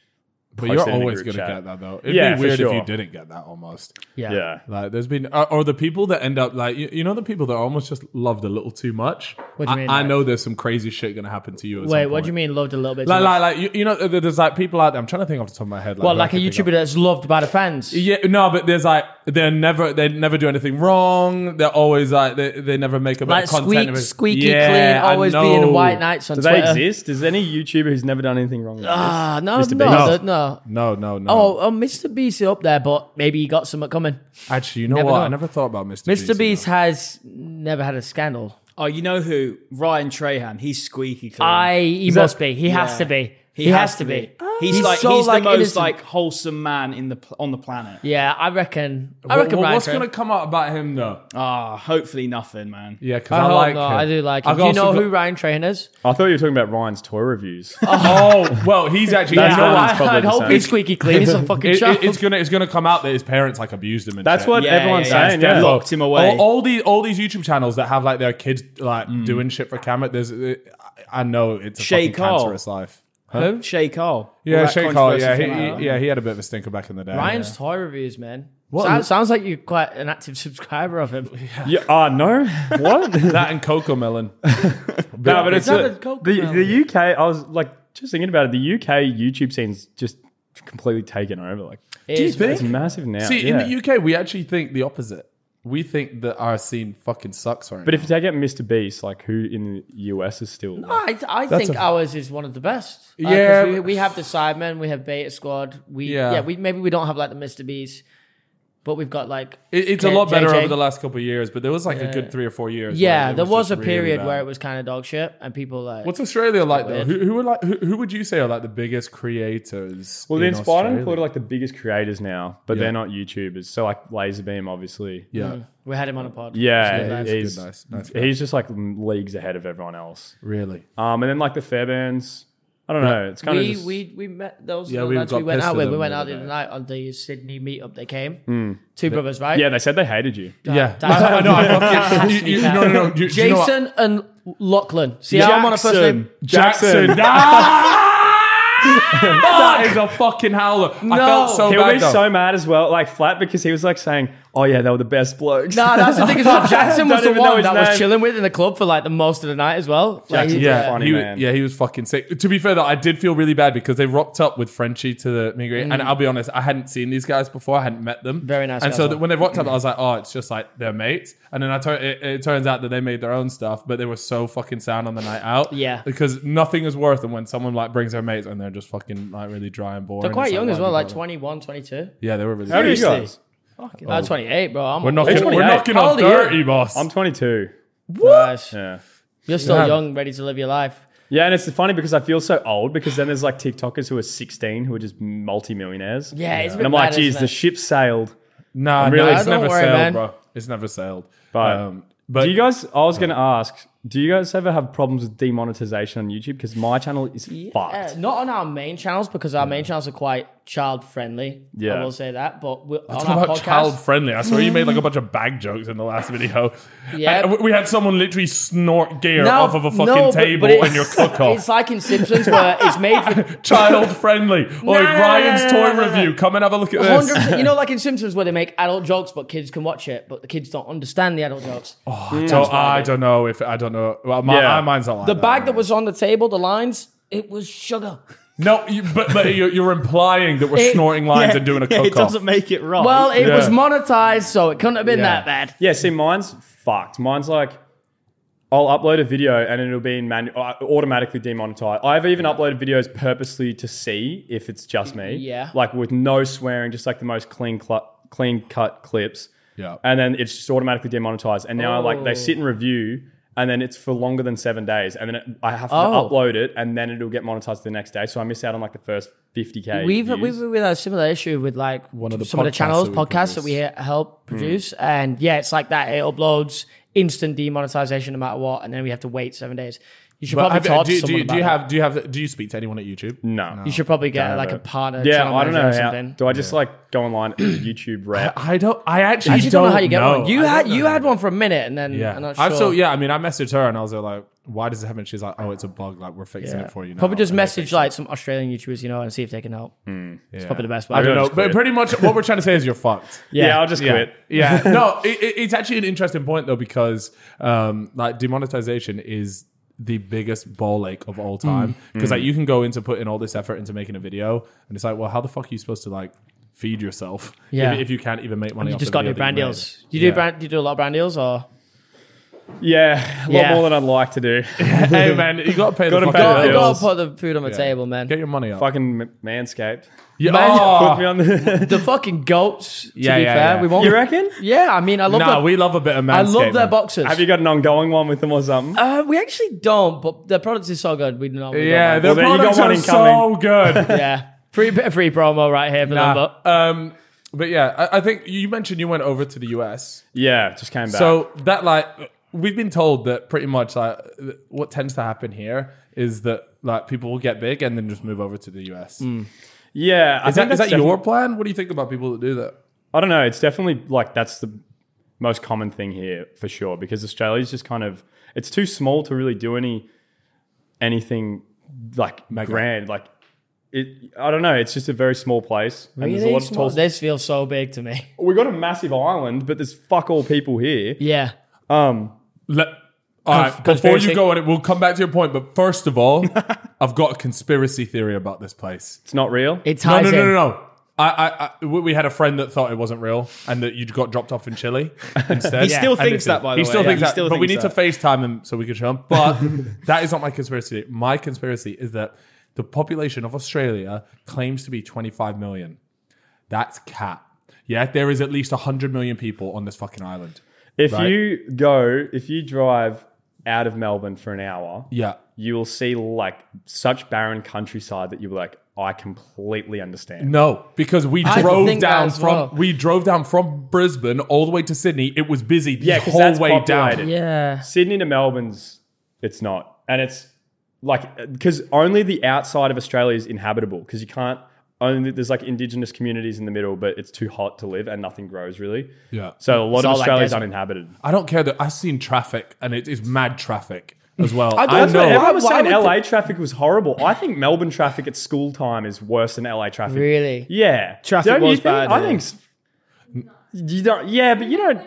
Speaker 3: but
Speaker 4: posted
Speaker 3: you're
Speaker 4: in a
Speaker 3: always
Speaker 4: group
Speaker 3: gonna get
Speaker 4: chat.
Speaker 3: that though. It'd
Speaker 4: Yeah,
Speaker 3: be
Speaker 4: for
Speaker 3: weird if
Speaker 4: sure.
Speaker 3: you didn't get that almost.
Speaker 1: Yeah.
Speaker 4: Yeah.
Speaker 3: Like there's been uh, or, or the people that end up like you, you know the people that are almost just loved a little too much.
Speaker 1: What do you
Speaker 3: I,
Speaker 1: mean,
Speaker 3: I
Speaker 1: like-
Speaker 3: know there's some crazy shit gonna happen to you. At
Speaker 1: Wait,
Speaker 3: some
Speaker 1: what do you
Speaker 3: point.
Speaker 1: mean loved a little bit?
Speaker 3: Like,
Speaker 1: too
Speaker 3: like,
Speaker 1: much?
Speaker 3: like you, you know, there- there's like people out there. I'm trying to think off the top of my head.
Speaker 1: well,
Speaker 3: who I
Speaker 1: like a
Speaker 3: can think of.
Speaker 1: YouTuber that's loved by the fans.
Speaker 3: Yeah, no, but there's like they're never they never do anything wrong. They're always like they, they never make a bit
Speaker 1: like
Speaker 3: of content.
Speaker 1: squeak,
Speaker 3: of it.
Speaker 1: squeaky
Speaker 3: Yeah,
Speaker 1: clean,
Speaker 3: I
Speaker 1: always being
Speaker 3: know.
Speaker 1: white knights on
Speaker 4: Do they
Speaker 1: Twitter.
Speaker 4: exist? Is there any YouTuber who's never done anything wrong? Like this?
Speaker 1: Ah, no, no,
Speaker 4: Mr.
Speaker 1: no,
Speaker 3: Beast.
Speaker 1: no.
Speaker 3: No, no, no.
Speaker 1: Oh, oh, Mr. Beast is up there, but maybe he got something coming.
Speaker 3: actually, you know
Speaker 1: never
Speaker 3: what?
Speaker 1: know.
Speaker 3: I never thought about Mr. Beast. you
Speaker 1: Mr.
Speaker 3: know.
Speaker 1: Beast has never had a scandal.
Speaker 5: Oh, you know who? Ryan Trahan. He's squeaky clean.
Speaker 1: I he
Speaker 4: that-
Speaker 1: must be. He has to be. He, has, to be. Ah.
Speaker 5: He's, like
Speaker 1: so,
Speaker 5: he's
Speaker 1: like,
Speaker 5: the most
Speaker 1: innocent.
Speaker 5: like wholesome man in the pl- on the planet.
Speaker 1: Yeah, I reckon. I
Speaker 3: What-
Speaker 1: reckon
Speaker 3: what-
Speaker 1: Ryan
Speaker 3: what's
Speaker 1: Trahan-
Speaker 3: gonna come out about him though?
Speaker 5: Ah, hopefully nothing, man.
Speaker 3: Yeah, because
Speaker 1: I,
Speaker 3: I,
Speaker 1: hope
Speaker 3: like.
Speaker 1: not.
Speaker 3: him.
Speaker 1: I do like
Speaker 3: I've
Speaker 1: him. Do you
Speaker 3: also
Speaker 1: know
Speaker 3: got-
Speaker 1: who Ryan Trahan is?
Speaker 4: I thought you were talking about Ryan's toy reviews.
Speaker 3: Oh well, he's actually.
Speaker 4: That's
Speaker 3: you know
Speaker 4: the
Speaker 3: what?
Speaker 4: one. probably
Speaker 1: I, I'd
Speaker 4: the
Speaker 1: hope
Speaker 4: same.
Speaker 1: he's squeaky clean. He's a fucking
Speaker 3: It-
Speaker 1: child.
Speaker 3: it- it's gonna it's gonna come out that his parents like abused him. And
Speaker 4: That's
Speaker 3: shit.
Speaker 4: what
Speaker 5: Yeah,
Speaker 4: everyone's
Speaker 5: yeah, yeah.
Speaker 4: saying.
Speaker 5: That's
Speaker 4: Yeah.
Speaker 5: definitely- Locked him away.
Speaker 3: All, all these all these YouTube channels that have like their kids like
Speaker 1: Mm.
Speaker 3: doing shit for camera. There's, I I know it's a
Speaker 5: Shay
Speaker 3: fucking
Speaker 5: Cole.
Speaker 3: cancerous life.
Speaker 5: Who? Shay Carl.
Speaker 3: Yeah, Shay Cole. Yeah, he, he, yeah, he had a bit of a stinker back in the day.
Speaker 1: Ryan's toy reviews, man.
Speaker 3: What-
Speaker 1: Sounds, sounds like you're quite an active subscriber of him.
Speaker 4: Yeah. Ah, no. What? no,
Speaker 3: that and Coco Melon.
Speaker 4: but it's
Speaker 1: that
Speaker 4: a-
Speaker 1: a Coke
Speaker 4: the,
Speaker 1: Melon?
Speaker 4: the UK. I was like just thinking about it. The UK YouTube scene's just completely taken over. Like
Speaker 1: It is, man.
Speaker 4: it's massive now.
Speaker 3: See,
Speaker 4: yeah.
Speaker 3: in the UK, we actually think the opposite. We think that our scene fucking sucks right
Speaker 4: But if you take out Mr. Beast, like who in the US is still?
Speaker 1: I, I think
Speaker 3: a-
Speaker 1: ours is one of the best. Uh, 'cause
Speaker 3: Yeah.
Speaker 1: we, we have the Sidemen, we have Beta Squad. We
Speaker 3: Yeah.
Speaker 1: yeah, we maybe we don't have like the Mr. Bees, but we've got like
Speaker 3: It- it's a
Speaker 1: J-
Speaker 3: lot better
Speaker 1: JJ.
Speaker 3: over the last couple of years, but there was like a good three or four years.
Speaker 1: Yeah,
Speaker 3: where it
Speaker 1: there was,
Speaker 3: just
Speaker 1: a
Speaker 3: really
Speaker 1: period
Speaker 3: bad.
Speaker 1: where it was kind of dog shit, and people like
Speaker 3: What's Australia like though?
Speaker 1: weird.
Speaker 3: Who, who are like who, who would you say are like the biggest creators?
Speaker 4: Well, the
Speaker 3: in
Speaker 4: Inspired and
Speaker 3: Australia?
Speaker 4: Employed are like the biggest creators now, but
Speaker 3: Yeah.
Speaker 4: they're not YouTubers. So like Laserbeam, obviously.
Speaker 3: Yeah,
Speaker 1: hmm, we had him on a pod.
Speaker 3: Yeah,
Speaker 4: Yeah,
Speaker 3: he's a
Speaker 4: he's
Speaker 3: good, nice- nice guy.
Speaker 4: he's just like leagues ahead of everyone else.
Speaker 3: really.
Speaker 4: Um, and then like the Fairbairns, I don't know. It's kind
Speaker 1: we,
Speaker 4: of just,
Speaker 1: we we met those yeah,
Speaker 3: Yeah, we
Speaker 1: we, lads we
Speaker 3: got
Speaker 1: went
Speaker 3: pissed
Speaker 1: out
Speaker 3: at
Speaker 1: with. We
Speaker 3: them
Speaker 1: went
Speaker 3: the
Speaker 1: out
Speaker 3: other
Speaker 1: the other
Speaker 3: day.
Speaker 1: night on the Sydney meetup. They came, two brothers, right?
Speaker 4: yeah. They said they hated you.
Speaker 3: Yeah,
Speaker 1: Damn.
Speaker 3: I, I know. I fucking, you, you, no, no, no. You, you know what?
Speaker 1: Jason and Lachlan. See, I'm on a first
Speaker 4: Jackson.
Speaker 1: name.
Speaker 3: Jackson.
Speaker 4: Jackson.
Speaker 3: that is a fucking howler. I felt so
Speaker 4: He
Speaker 3: bad.
Speaker 4: would be
Speaker 3: though.
Speaker 4: so mad as well, like flat, because he was like saying, "Oh yeah, they were the best blokes."
Speaker 1: Nah, that's the thing as well. Jackson was
Speaker 4: Don't
Speaker 1: the
Speaker 4: even know
Speaker 1: one
Speaker 4: his
Speaker 1: that
Speaker 4: name.
Speaker 1: was chilling with in the club for like the most of the night as well. Like,
Speaker 4: Jackson's
Speaker 1: he-
Speaker 4: a
Speaker 3: yeah,
Speaker 4: funny
Speaker 3: he,
Speaker 4: man.
Speaker 3: yeah, he was fucking sick. To be fair, though, I did feel really bad because they rocked up with Frenchie to the Migri, and I'll be honest, I hadn't seen these guys before. I hadn't met them.
Speaker 1: Mm. Very nice
Speaker 3: And
Speaker 1: guys,
Speaker 3: so
Speaker 1: though.
Speaker 3: that when they rocked up, I was like, oh, it's just like they're mates. And then I tur- it, it turns out that they made their own stuff, but they were so fucking sound on the night out.
Speaker 1: Yeah.
Speaker 3: because nothing is worse than when someone like brings their mates and they're just fucking like really dry and boring.
Speaker 1: They're quite
Speaker 3: It's
Speaker 1: young
Speaker 3: why
Speaker 1: as
Speaker 3: do
Speaker 1: well,
Speaker 3: you
Speaker 1: like
Speaker 3: bother?
Speaker 1: 21, 22.
Speaker 3: Yeah, they were really.
Speaker 4: How do you
Speaker 3: Seriously.
Speaker 4: guys?
Speaker 1: I'm 28, bro. I'm
Speaker 3: We're knocking,
Speaker 4: They're
Speaker 3: we're
Speaker 4: 28.
Speaker 3: knocking
Speaker 1: How
Speaker 3: on
Speaker 1: old are you?
Speaker 3: dirty, boss.
Speaker 4: I'm 22.
Speaker 1: What?
Speaker 4: Yeah.
Speaker 1: You're still
Speaker 3: Yeah.
Speaker 1: young, ready to live your life.
Speaker 4: Yeah, and it's funny because I feel so old because then there's like TikTokers who are 16 who are just multimillionaires.
Speaker 1: Yeah, it's a bit
Speaker 4: And I'm like,
Speaker 1: mad,
Speaker 4: geez,
Speaker 1: isn't
Speaker 4: the
Speaker 1: it?
Speaker 4: ship sailed.
Speaker 3: Nah,
Speaker 4: really-
Speaker 3: no, it's
Speaker 1: Don't
Speaker 3: never
Speaker 1: worry,
Speaker 3: sailed,
Speaker 1: man.
Speaker 3: bro. It's never sailed. Um,
Speaker 4: But-
Speaker 3: but
Speaker 4: Do you guys, I was going to ask, do you guys ever have problems with demonetization on YouTube? Because my channel is
Speaker 1: Uh,
Speaker 4: fucked.
Speaker 1: not on our main channels because our main channels are quite child friendly.
Speaker 4: Yeah.
Speaker 1: I will say that. But we're, on
Speaker 3: Talk
Speaker 1: our
Speaker 3: about
Speaker 1: podcast,
Speaker 3: child friendly. I saw you made like a bunch of bag jokes in the last video.
Speaker 1: Yeah.
Speaker 3: And we- we had someone literally snort gear
Speaker 1: No,
Speaker 3: off of a fucking
Speaker 1: no, but- but
Speaker 3: table
Speaker 1: it's-
Speaker 3: in your cook
Speaker 1: It's
Speaker 3: off.
Speaker 1: like in Simpsons where it's made for
Speaker 3: child friendly.
Speaker 1: no,
Speaker 3: Oi,
Speaker 1: no, no,
Speaker 3: Ryan's
Speaker 1: no, no,
Speaker 3: toy
Speaker 1: no, no.
Speaker 3: review. Come and have a look at this.
Speaker 1: 100%, you know, like in Simpsons where they make adult jokes, but kids can watch it, but the kids don't understand the adult jokes.
Speaker 3: Oh, So I don't know if I don't know. Well, my,
Speaker 4: Yeah.
Speaker 3: my mine's not like
Speaker 1: the
Speaker 3: that.
Speaker 1: bag that was on the table, the lines, it was sugar.
Speaker 3: No, you, but but you're, you're implying that we're
Speaker 1: It-
Speaker 3: snorting lines
Speaker 5: Yeah,
Speaker 3: and doing a
Speaker 5: yeah,
Speaker 3: cook
Speaker 5: It
Speaker 3: off.
Speaker 5: doesn't make it right.
Speaker 1: Well, it
Speaker 3: Yeah.
Speaker 1: was monetized, so it couldn't have been
Speaker 3: Yeah.
Speaker 1: that bad.
Speaker 4: Yeah, see, mine's fucked. Mine's like, I'll upload a video and it'll be in manu- uh, automatically demonetized. I've even uploaded videos purposely to see if it's just me.
Speaker 1: Yeah.
Speaker 4: Like with no swearing, just like the most clean, cl- clean cut clips.
Speaker 3: Yeah.
Speaker 4: And then it's just automatically demonetized. And now like they sit and review and then it's for longer than seven days. And then it, I have to
Speaker 1: Oh.
Speaker 4: upload it and then it'll get monetized the next day. So I miss out on like the first 50K.
Speaker 1: We've
Speaker 4: views.
Speaker 1: we've we've had a similar issue with like
Speaker 3: One of the
Speaker 1: some of the
Speaker 3: podcasts
Speaker 1: channels,
Speaker 3: that we Hmm.
Speaker 1: podcasts that we help produce, and yeah, it's like that. It uploads instant demonetization no matter what, and then we have to wait seven days. You should
Speaker 3: But
Speaker 1: probably
Speaker 3: have,
Speaker 1: talk
Speaker 3: do,
Speaker 1: to
Speaker 3: you- do
Speaker 1: someone
Speaker 3: you, do you
Speaker 1: about that.
Speaker 3: have do you have do you speak to anyone at YouTube?
Speaker 4: no.
Speaker 1: You should probably get like a
Speaker 4: it.
Speaker 1: partner.
Speaker 4: Yeah,
Speaker 1: channel
Speaker 4: I don't know.
Speaker 1: manager or
Speaker 4: How,
Speaker 1: something.
Speaker 4: do I just like go online and YouTube rap?
Speaker 3: I don't. I actually,
Speaker 1: I actually don't, know how you get one. You had you had one for a minute, and then
Speaker 3: Yeah.
Speaker 1: I'm not sure.
Speaker 3: I've so yeah. I mean, I messaged her and I was like, "Why does it happen?" She's like, "Oh, it's a bug. Like we're fixing
Speaker 1: Yeah.
Speaker 3: it for you." Now.
Speaker 1: Probably just
Speaker 3: And they
Speaker 1: message
Speaker 3: fixed
Speaker 1: like some Australian YouTubers you know and see if they can help.
Speaker 3: it. Yeah.
Speaker 1: Probably the best way.
Speaker 3: I don't know,
Speaker 4: Just
Speaker 3: but
Speaker 4: quit.
Speaker 3: pretty much what we're trying to say is you're fucked.
Speaker 4: yeah. I'll just
Speaker 3: Yeah.
Speaker 4: quit.
Speaker 3: Yeah, no, it, it- it's actually an interesting point though because um, like demonetization is the biggest ball ache of
Speaker 1: Hmm.
Speaker 3: all time because like you can go into putting all this effort into making a video and it's like, well, how the fuck are you supposed to like feed yourself
Speaker 1: Yeah.
Speaker 3: if, if you can't even make money?
Speaker 1: You
Speaker 3: off
Speaker 1: just
Speaker 3: the
Speaker 1: got
Speaker 3: video
Speaker 1: new
Speaker 3: that
Speaker 1: brand
Speaker 3: you made?
Speaker 1: deals. Do you do
Speaker 3: Yeah.
Speaker 1: brand? Do you do a lot of brand deals or?
Speaker 4: Yeah, a lot
Speaker 1: Yeah.
Speaker 4: more than I'd like to do.
Speaker 3: hey man, you got to pay the
Speaker 4: Gotta
Speaker 3: fucking
Speaker 4: pay the
Speaker 1: I
Speaker 4: Yeah.
Speaker 3: bills.
Speaker 1: gotta Oh, put the food on the table, man.
Speaker 3: Get your money up.
Speaker 4: Fucking M- Manscaped.
Speaker 3: Yeah.
Speaker 1: Man,
Speaker 3: Oh.
Speaker 4: Put me on the-
Speaker 1: The fucking goats. To
Speaker 3: Yeah,
Speaker 1: be
Speaker 3: yeah,
Speaker 1: fair,
Speaker 3: yeah.
Speaker 1: we won't.
Speaker 4: you reckon?
Speaker 1: Yeah, I mean, I love.
Speaker 3: Nah,
Speaker 1: their,
Speaker 3: we love a bit of manscaping.
Speaker 1: I love their boxes.
Speaker 4: Have you got an ongoing one with them or something?
Speaker 1: uh, we actually don't, but their product is so good. We know. We
Speaker 3: Yeah,
Speaker 1: don't
Speaker 3: their
Speaker 4: Well, there you got
Speaker 3: products
Speaker 4: one
Speaker 3: are so
Speaker 4: incoming.
Speaker 3: good.
Speaker 1: mind. yeah. Free bit of free promo right here for them.
Speaker 3: Nah,
Speaker 1: But
Speaker 3: um, but yeah, I, I think you mentioned you went over to the US.
Speaker 4: Yeah, just came back.
Speaker 3: So that like we've been told that pretty much like what tends to happen here is that like people will get big and then just move over to the US.
Speaker 4: yeah, I
Speaker 3: Is that,
Speaker 4: think
Speaker 3: is
Speaker 4: that's
Speaker 3: that
Speaker 4: defi-
Speaker 3: your plan? What do you think about people that do that?
Speaker 4: I don't know. It's definitely like that's the most common thing here for sure because Australia's just kind of it's too small to really do any anything like grand. Like it, I don't know. It's just a very small place, and there's a lot of tall.
Speaker 1: this feels so big to me.
Speaker 4: We got a massive island, but there's fuck all people here.
Speaker 1: Yeah.
Speaker 4: Um,
Speaker 3: Let, all right, before
Speaker 1: conspiracy.
Speaker 3: you go on it, we'll come back to your point. But first of all, I've got a conspiracy theory about this place.
Speaker 4: it's not real.
Speaker 1: It
Speaker 3: No,
Speaker 1: ties
Speaker 3: no, no,
Speaker 1: in.
Speaker 3: no, no. I, I, I, we we had a friend that thought it wasn't real and that you got dropped off in Chile instead.
Speaker 5: He still
Speaker 3: And it's-
Speaker 5: thinks that, by the
Speaker 3: he
Speaker 5: way.
Speaker 3: Still
Speaker 5: Yeah,
Speaker 3: thinks
Speaker 5: he
Speaker 3: that,
Speaker 5: still
Speaker 3: but we need
Speaker 5: thinks
Speaker 3: to FaceTime him so we can show him. But that is not my conspiracy. My conspiracy is that the population of Australia claims to be 25 million. That's cat. Yeah, there is at least 100 million people on this fucking island.
Speaker 4: If
Speaker 3: Right.
Speaker 4: you go, if you drive out of Melbourne for an hour,
Speaker 3: Yeah.
Speaker 4: you will see like such barren countryside that you're like, I completely understand.
Speaker 3: No, because we
Speaker 1: I
Speaker 3: drove
Speaker 1: think that
Speaker 3: down
Speaker 1: as
Speaker 3: from
Speaker 1: well.
Speaker 3: we drove down from Brisbane all the way to Sydney. It was busy the
Speaker 4: Yeah, 'cause
Speaker 3: whole
Speaker 4: that's
Speaker 3: way down.
Speaker 4: populated.
Speaker 1: Yeah.
Speaker 4: Sydney to Melbourne's, it's not, and it's like because only the outside of Australia is inhabitable because you can't. Only there's like indigenous communities in the middle, but it's too hot to live and nothing grows really.
Speaker 3: Yeah.
Speaker 4: So a lot
Speaker 1: all
Speaker 4: of
Speaker 1: like
Speaker 4: Australia's
Speaker 1: desert.
Speaker 4: uninhabited.
Speaker 3: I don't care that I've seen traffic and it is mad traffic as well. I,
Speaker 4: That's what
Speaker 3: know.
Speaker 4: everyone was
Speaker 1: Why- why
Speaker 4: saying
Speaker 1: would
Speaker 4: LA traffic was horrible. I think Melbourne traffic at school time is worse than LA traffic.
Speaker 1: Really.
Speaker 4: Yeah,
Speaker 5: Traffic
Speaker 4: Don't you
Speaker 5: was
Speaker 4: think-
Speaker 5: bad,
Speaker 4: I
Speaker 5: yeah.
Speaker 4: think s- you don't. Yeah, but you don't.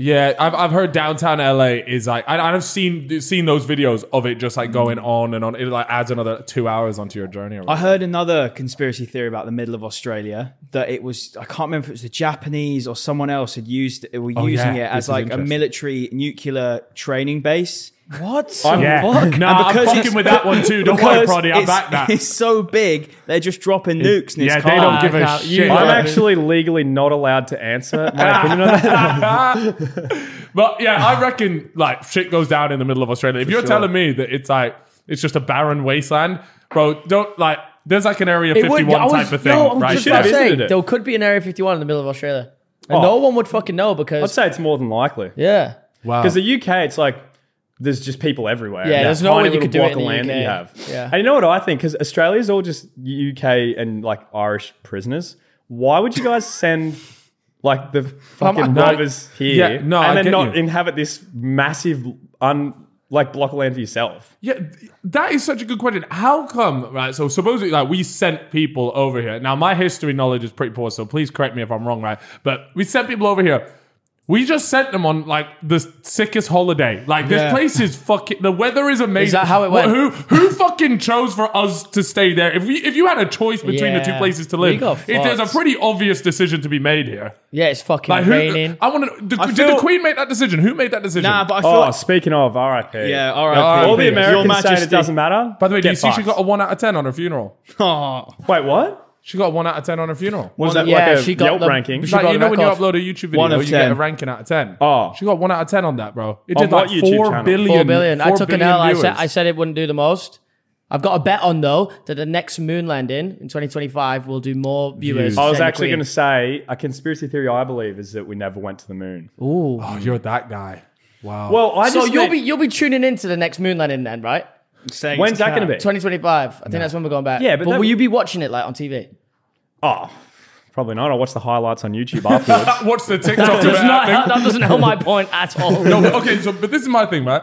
Speaker 3: yeah, I've, I've heard downtown LA is like I, I've seen seen those videos of it just like going on and on. It like adds another two hours onto your journey. Or
Speaker 5: Mm. I heard another conspiracy theory about the middle of Australia that it was I can't remember if it was the Japanese or someone else had used it were using
Speaker 3: Oh, yeah.
Speaker 5: it
Speaker 3: This
Speaker 5: as
Speaker 3: is
Speaker 5: like a
Speaker 3: interesting.
Speaker 5: military nuclear training base.
Speaker 1: What?
Speaker 3: yeah, Nah,
Speaker 5: Fuck. And
Speaker 3: I'm
Speaker 5: because
Speaker 3: fucking
Speaker 5: it's-
Speaker 3: with that one too. Don't worry,
Speaker 5: Because
Speaker 3: Proddy. I
Speaker 5: it's-
Speaker 3: back that.
Speaker 5: It's so big, they're just dropping nukes. And
Speaker 3: Yeah,
Speaker 5: it's
Speaker 3: they
Speaker 5: calm.
Speaker 3: don't give a
Speaker 1: Nah, you-
Speaker 3: shit.
Speaker 4: I'm
Speaker 1: Yeah.
Speaker 4: actually legally not allowed to answer my opinion on that.
Speaker 3: but But yeah, I reckon like shit goes down in the middle of Australia. If you're
Speaker 5: sure.
Speaker 3: telling me that it's like it's just a barren wasteland, bro, don't like. There's like an Area
Speaker 1: It would-
Speaker 3: 51
Speaker 1: I was-
Speaker 3: type of thing,
Speaker 1: No, I'm
Speaker 3: right?
Speaker 1: just
Speaker 4: Should have
Speaker 1: about to say,
Speaker 4: visited it.
Speaker 1: there could be an Area 51 in the middle of Australia. And
Speaker 4: Oh.
Speaker 1: no one would fucking know
Speaker 4: I'd
Speaker 1: because,
Speaker 4: say it's more than likely.
Speaker 1: yeah.
Speaker 3: Wow.
Speaker 4: Because the UK, it's like there's just people everywhere.
Speaker 1: Yeah,
Speaker 4: That
Speaker 1: there's no
Speaker 4: tiny
Speaker 1: way you
Speaker 4: little
Speaker 1: could do
Speaker 4: block
Speaker 1: it
Speaker 4: of
Speaker 1: in the
Speaker 4: land that
Speaker 1: UK.
Speaker 4: you have.
Speaker 1: Yeah.
Speaker 4: And you know what I think? Because Australia's all just UK and like Irish prisoners. Why would you guys send like the fucking
Speaker 3: No,
Speaker 4: robbers here
Speaker 3: yeah, no, I
Speaker 4: and then
Speaker 3: get
Speaker 4: not
Speaker 3: you.
Speaker 4: inhabit this massive un like block of land for yourself?
Speaker 3: Yeah, th- that is such a good question. How come, right? So supposedly, like we sent people over here. Now my history knowledge is pretty poor, so please correct me if I'm wrong, right? But we sent people over here. We just sent them on like the sickest holiday. Like this
Speaker 5: Yeah.
Speaker 3: place is fucking. The weather is amazing.
Speaker 1: that how it
Speaker 3: Wha-
Speaker 1: went?
Speaker 3: Who who fucking chose for us to stay there? If we if you had a choice between the two
Speaker 1: Yeah.
Speaker 3: places to
Speaker 1: We
Speaker 3: live,
Speaker 1: got
Speaker 3: if there's a
Speaker 1: fucked.
Speaker 3: pretty obvious decision to be made here,
Speaker 1: Yeah, it's fucking
Speaker 3: like who?
Speaker 1: raining.
Speaker 3: I want to. Did
Speaker 5: feel-
Speaker 3: the Queen make that decision? Who made that decision?
Speaker 5: Nah, Ah, but I feel
Speaker 4: Oh,
Speaker 5: like,
Speaker 4: speaking of RIP.
Speaker 5: yeah, all
Speaker 3: Yeah,
Speaker 5: right.
Speaker 4: All the
Speaker 3: Your
Speaker 4: Americans saying
Speaker 5: Majesty.
Speaker 4: it doesn't matter.
Speaker 3: By the way, do
Speaker 4: Get
Speaker 3: you see she
Speaker 4: fucked.
Speaker 3: got a one out of ten on her funeral?
Speaker 5: oh,
Speaker 4: Wait, what?
Speaker 3: She got a one out of ten on her funeral.
Speaker 4: Was that
Speaker 1: yeah,
Speaker 4: like a
Speaker 1: she got
Speaker 4: Yelp
Speaker 1: the-
Speaker 4: ranking?
Speaker 1: she-
Speaker 3: like
Speaker 1: got
Speaker 3: you
Speaker 1: a
Speaker 3: know when you
Speaker 1: record.
Speaker 3: upload a YouTube video,
Speaker 5: One of
Speaker 3: you get a
Speaker 5: 10.
Speaker 3: ranking out of ten.
Speaker 4: Oh.
Speaker 3: she got one out of ten on that, bro. It
Speaker 4: On
Speaker 3: did
Speaker 4: what
Speaker 3: like
Speaker 4: YouTube
Speaker 3: four
Speaker 4: channel?
Speaker 3: billion.
Speaker 1: Four billion. I
Speaker 3: four
Speaker 1: took an
Speaker 3: billion
Speaker 1: L. I said,
Speaker 3: viewers.
Speaker 1: I said it wouldn't do the most. I've got a bet on though that the next moon landing in 2025 will do more viewers.
Speaker 3: Views.
Speaker 1: than
Speaker 4: I was
Speaker 1: the
Speaker 4: actually
Speaker 1: Queen.
Speaker 4: going to say a conspiracy theory I believe is that we never went to the moon.
Speaker 1: Ooh.
Speaker 3: oh, you're that guy. Wow.
Speaker 4: Well, I
Speaker 1: So
Speaker 4: just
Speaker 1: you'll
Speaker 4: meant-
Speaker 1: be you'll be tuning into the next moon landing then, right?
Speaker 4: When's that going to be?
Speaker 1: 2025. I think that's when we're going back.
Speaker 4: Yeah, but that-
Speaker 1: will you be watching it like on TV?
Speaker 4: Oh, probably not. I'll watch the highlights on YouTube afterwards.
Speaker 3: watch the TikTok.
Speaker 1: Does
Speaker 3: about
Speaker 1: not,
Speaker 3: that
Speaker 1: that doesn't help my point at all.
Speaker 3: thing. no, but, okay, so but this is my thing, right?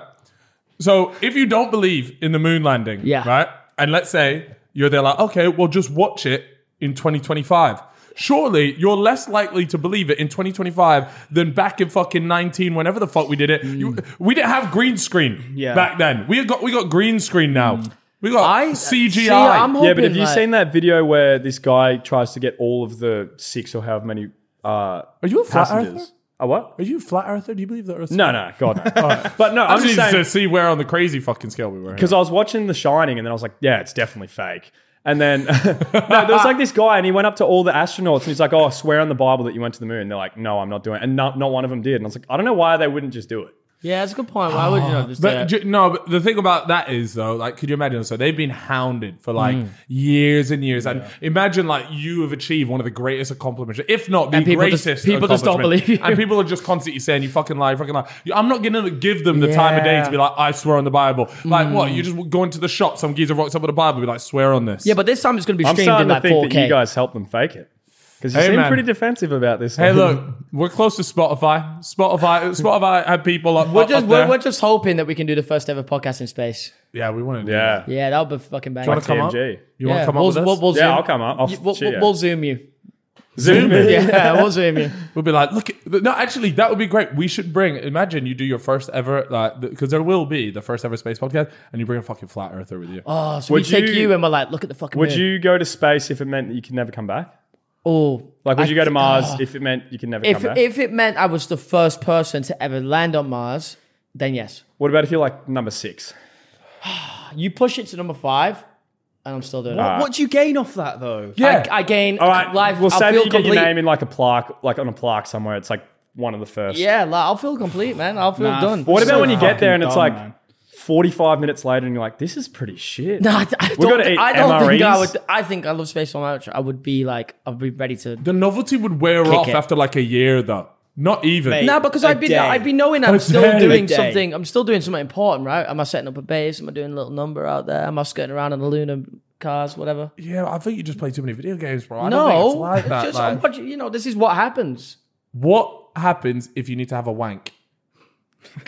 Speaker 3: So if you don't believe in the moon landing,
Speaker 1: Yeah.
Speaker 3: right, and let's say you're there, like, okay, well, just watch it in 2025. Surely you're less likely to believe it in 2025 than back in fucking 19, whenever the fuck we did it. You,
Speaker 1: Mm.
Speaker 3: we didn't have green screen
Speaker 5: Yeah.
Speaker 3: back then. We got we got green screen now. We got
Speaker 1: Mm. I-
Speaker 3: CGI.
Speaker 1: see, I'm
Speaker 4: yeah, but have
Speaker 1: hoping,
Speaker 4: you
Speaker 1: like-
Speaker 4: seen that video where this guy tries to get all of the six or however many uh,
Speaker 3: Are you a flat earther?
Speaker 4: passengers? Oh, what?
Speaker 3: Are you a flat earther? Do you believe the Earth?
Speaker 4: No, no, God no. But no,
Speaker 3: I
Speaker 4: I'm
Speaker 3: just
Speaker 4: just
Speaker 3: need
Speaker 4: saying
Speaker 3: to see where on the crazy fucking scale we were.
Speaker 4: because I was watching The Shining and then I was like, yeah, it's definitely fake. And then no, there was like this guy, and he went up to all the astronauts, and he's like, "Oh, swear on the Bible that you went to the moon." They're like, "No, I'm not doing it," and not, not one of them did. And I was like, "I don't know why they wouldn't just do it."
Speaker 1: Yeah, that's a good point. Why would you not just do
Speaker 3: But
Speaker 1: that?
Speaker 3: ju- no, but the thing about that is though, like, could you imagine? So they've been hounded for like
Speaker 1: Mm.
Speaker 3: years and years, and imagine like you have achieved one of the greatest accomplishments, if not the
Speaker 1: And people
Speaker 3: greatest.
Speaker 1: just- people just don't
Speaker 3: accomplishment.
Speaker 1: believe you.
Speaker 3: and people are just constantly saying, "You fucking lie, you fucking lie." You- I'm not gonna give them the time of day
Speaker 1: Yeah. Mm.
Speaker 3: to be like, "I swear on the Bible." Like what? You just go into the shop, some geezer rocks up with a Bible, be like, "Swear on this."
Speaker 1: yeah, but this time it's going to be
Speaker 4: I'm
Speaker 1: streamed in
Speaker 4: starting
Speaker 1: like
Speaker 4: to think
Speaker 1: 4K.
Speaker 4: that you guys helped them fake it because you
Speaker 3: Hey,
Speaker 4: seem
Speaker 3: man.
Speaker 4: pretty defensive about this.
Speaker 3: Hey, look, we're close to Spotify. Spotify, Spotify had people up.
Speaker 1: we're
Speaker 3: up-
Speaker 1: just
Speaker 3: up
Speaker 1: we're,
Speaker 3: there.
Speaker 1: we're just hoping that we can do the first ever podcast in space.
Speaker 3: yeah, we want to.
Speaker 4: yeah,
Speaker 1: Yeah, that would be fucking bang.
Speaker 3: wanna come up?
Speaker 4: TMG.
Speaker 3: You want
Speaker 1: yeah,
Speaker 3: to come
Speaker 1: we'll,
Speaker 3: up with us?
Speaker 1: We'll, we'll
Speaker 4: yeah,
Speaker 1: zoom.
Speaker 4: I'll come up. I'll
Speaker 1: You- we'll,
Speaker 4: cheer.
Speaker 1: we'll, we'll zoom you.
Speaker 4: Zoom in.
Speaker 1: Yeah, we'll zoom you.
Speaker 3: We'll be like, look, at, no, actually, that would be great. We should bring. Imagine you do your first ever, like, because there will be the first ever space podcast, and you bring a fucking flat earther with you.
Speaker 1: Oh, so
Speaker 4: Would
Speaker 1: we take
Speaker 4: you-
Speaker 1: you and we're like, look at the fucking.
Speaker 4: Would
Speaker 1: moon.
Speaker 4: you go to space if it meant that you could never come back?
Speaker 1: Oh,
Speaker 4: Like, would
Speaker 1: I
Speaker 4: you go to
Speaker 1: th-
Speaker 4: Mars
Speaker 1: oh.
Speaker 4: if it meant you could never
Speaker 1: if
Speaker 4: come back?
Speaker 1: if it meant I was the first person to ever land on Mars, then yes.
Speaker 4: what about if you're like number six?
Speaker 1: You push it to number five, and I'm still doing it.
Speaker 5: What do you gain off that though?
Speaker 3: yeah,
Speaker 1: I, I gain
Speaker 4: All right,
Speaker 1: life.
Speaker 4: We'll
Speaker 1: I'll
Speaker 4: say that
Speaker 1: feel
Speaker 4: you
Speaker 1: complete.
Speaker 4: get your name in like a plaque, like on a plaque somewhere. It's like one of the first.
Speaker 1: Yeah, like, I'll feel complete, man. I'll feel
Speaker 5: Nah,
Speaker 1: done.
Speaker 5: f-
Speaker 4: What about
Speaker 5: So
Speaker 4: when you get there
Speaker 5: fucking
Speaker 4: and it's
Speaker 5: dumb,
Speaker 4: like
Speaker 5: man.
Speaker 4: 45 minutes later and you're like, this is pretty shit.
Speaker 1: No, I, I
Speaker 4: We're gonna
Speaker 1: don't, thi-
Speaker 4: eat
Speaker 1: I don't think I
Speaker 4: MREs.
Speaker 1: would. I think I love space so much. I would be like, I'd be ready to.
Speaker 3: the novelty would wear off
Speaker 1: it.
Speaker 3: after like a year, though. Not even.
Speaker 5: Mate.
Speaker 1: No, because
Speaker 5: a
Speaker 1: I'd be
Speaker 5: day.
Speaker 1: I'd be knowing I'm
Speaker 3: A
Speaker 1: still
Speaker 3: day.
Speaker 1: doing
Speaker 5: A day.
Speaker 1: something. I'm still doing something important, right? Am I setting up a base? Am I doing a little number out there? Am I skirting around in the lunar cars, whatever?
Speaker 3: Yeah, I think you just play too many video games, bro. I no, don't think
Speaker 1: no,
Speaker 3: it's like that.
Speaker 1: just
Speaker 3: like-
Speaker 1: I'm watching- you know, this is what happens.
Speaker 3: what happens if you need to have a wank?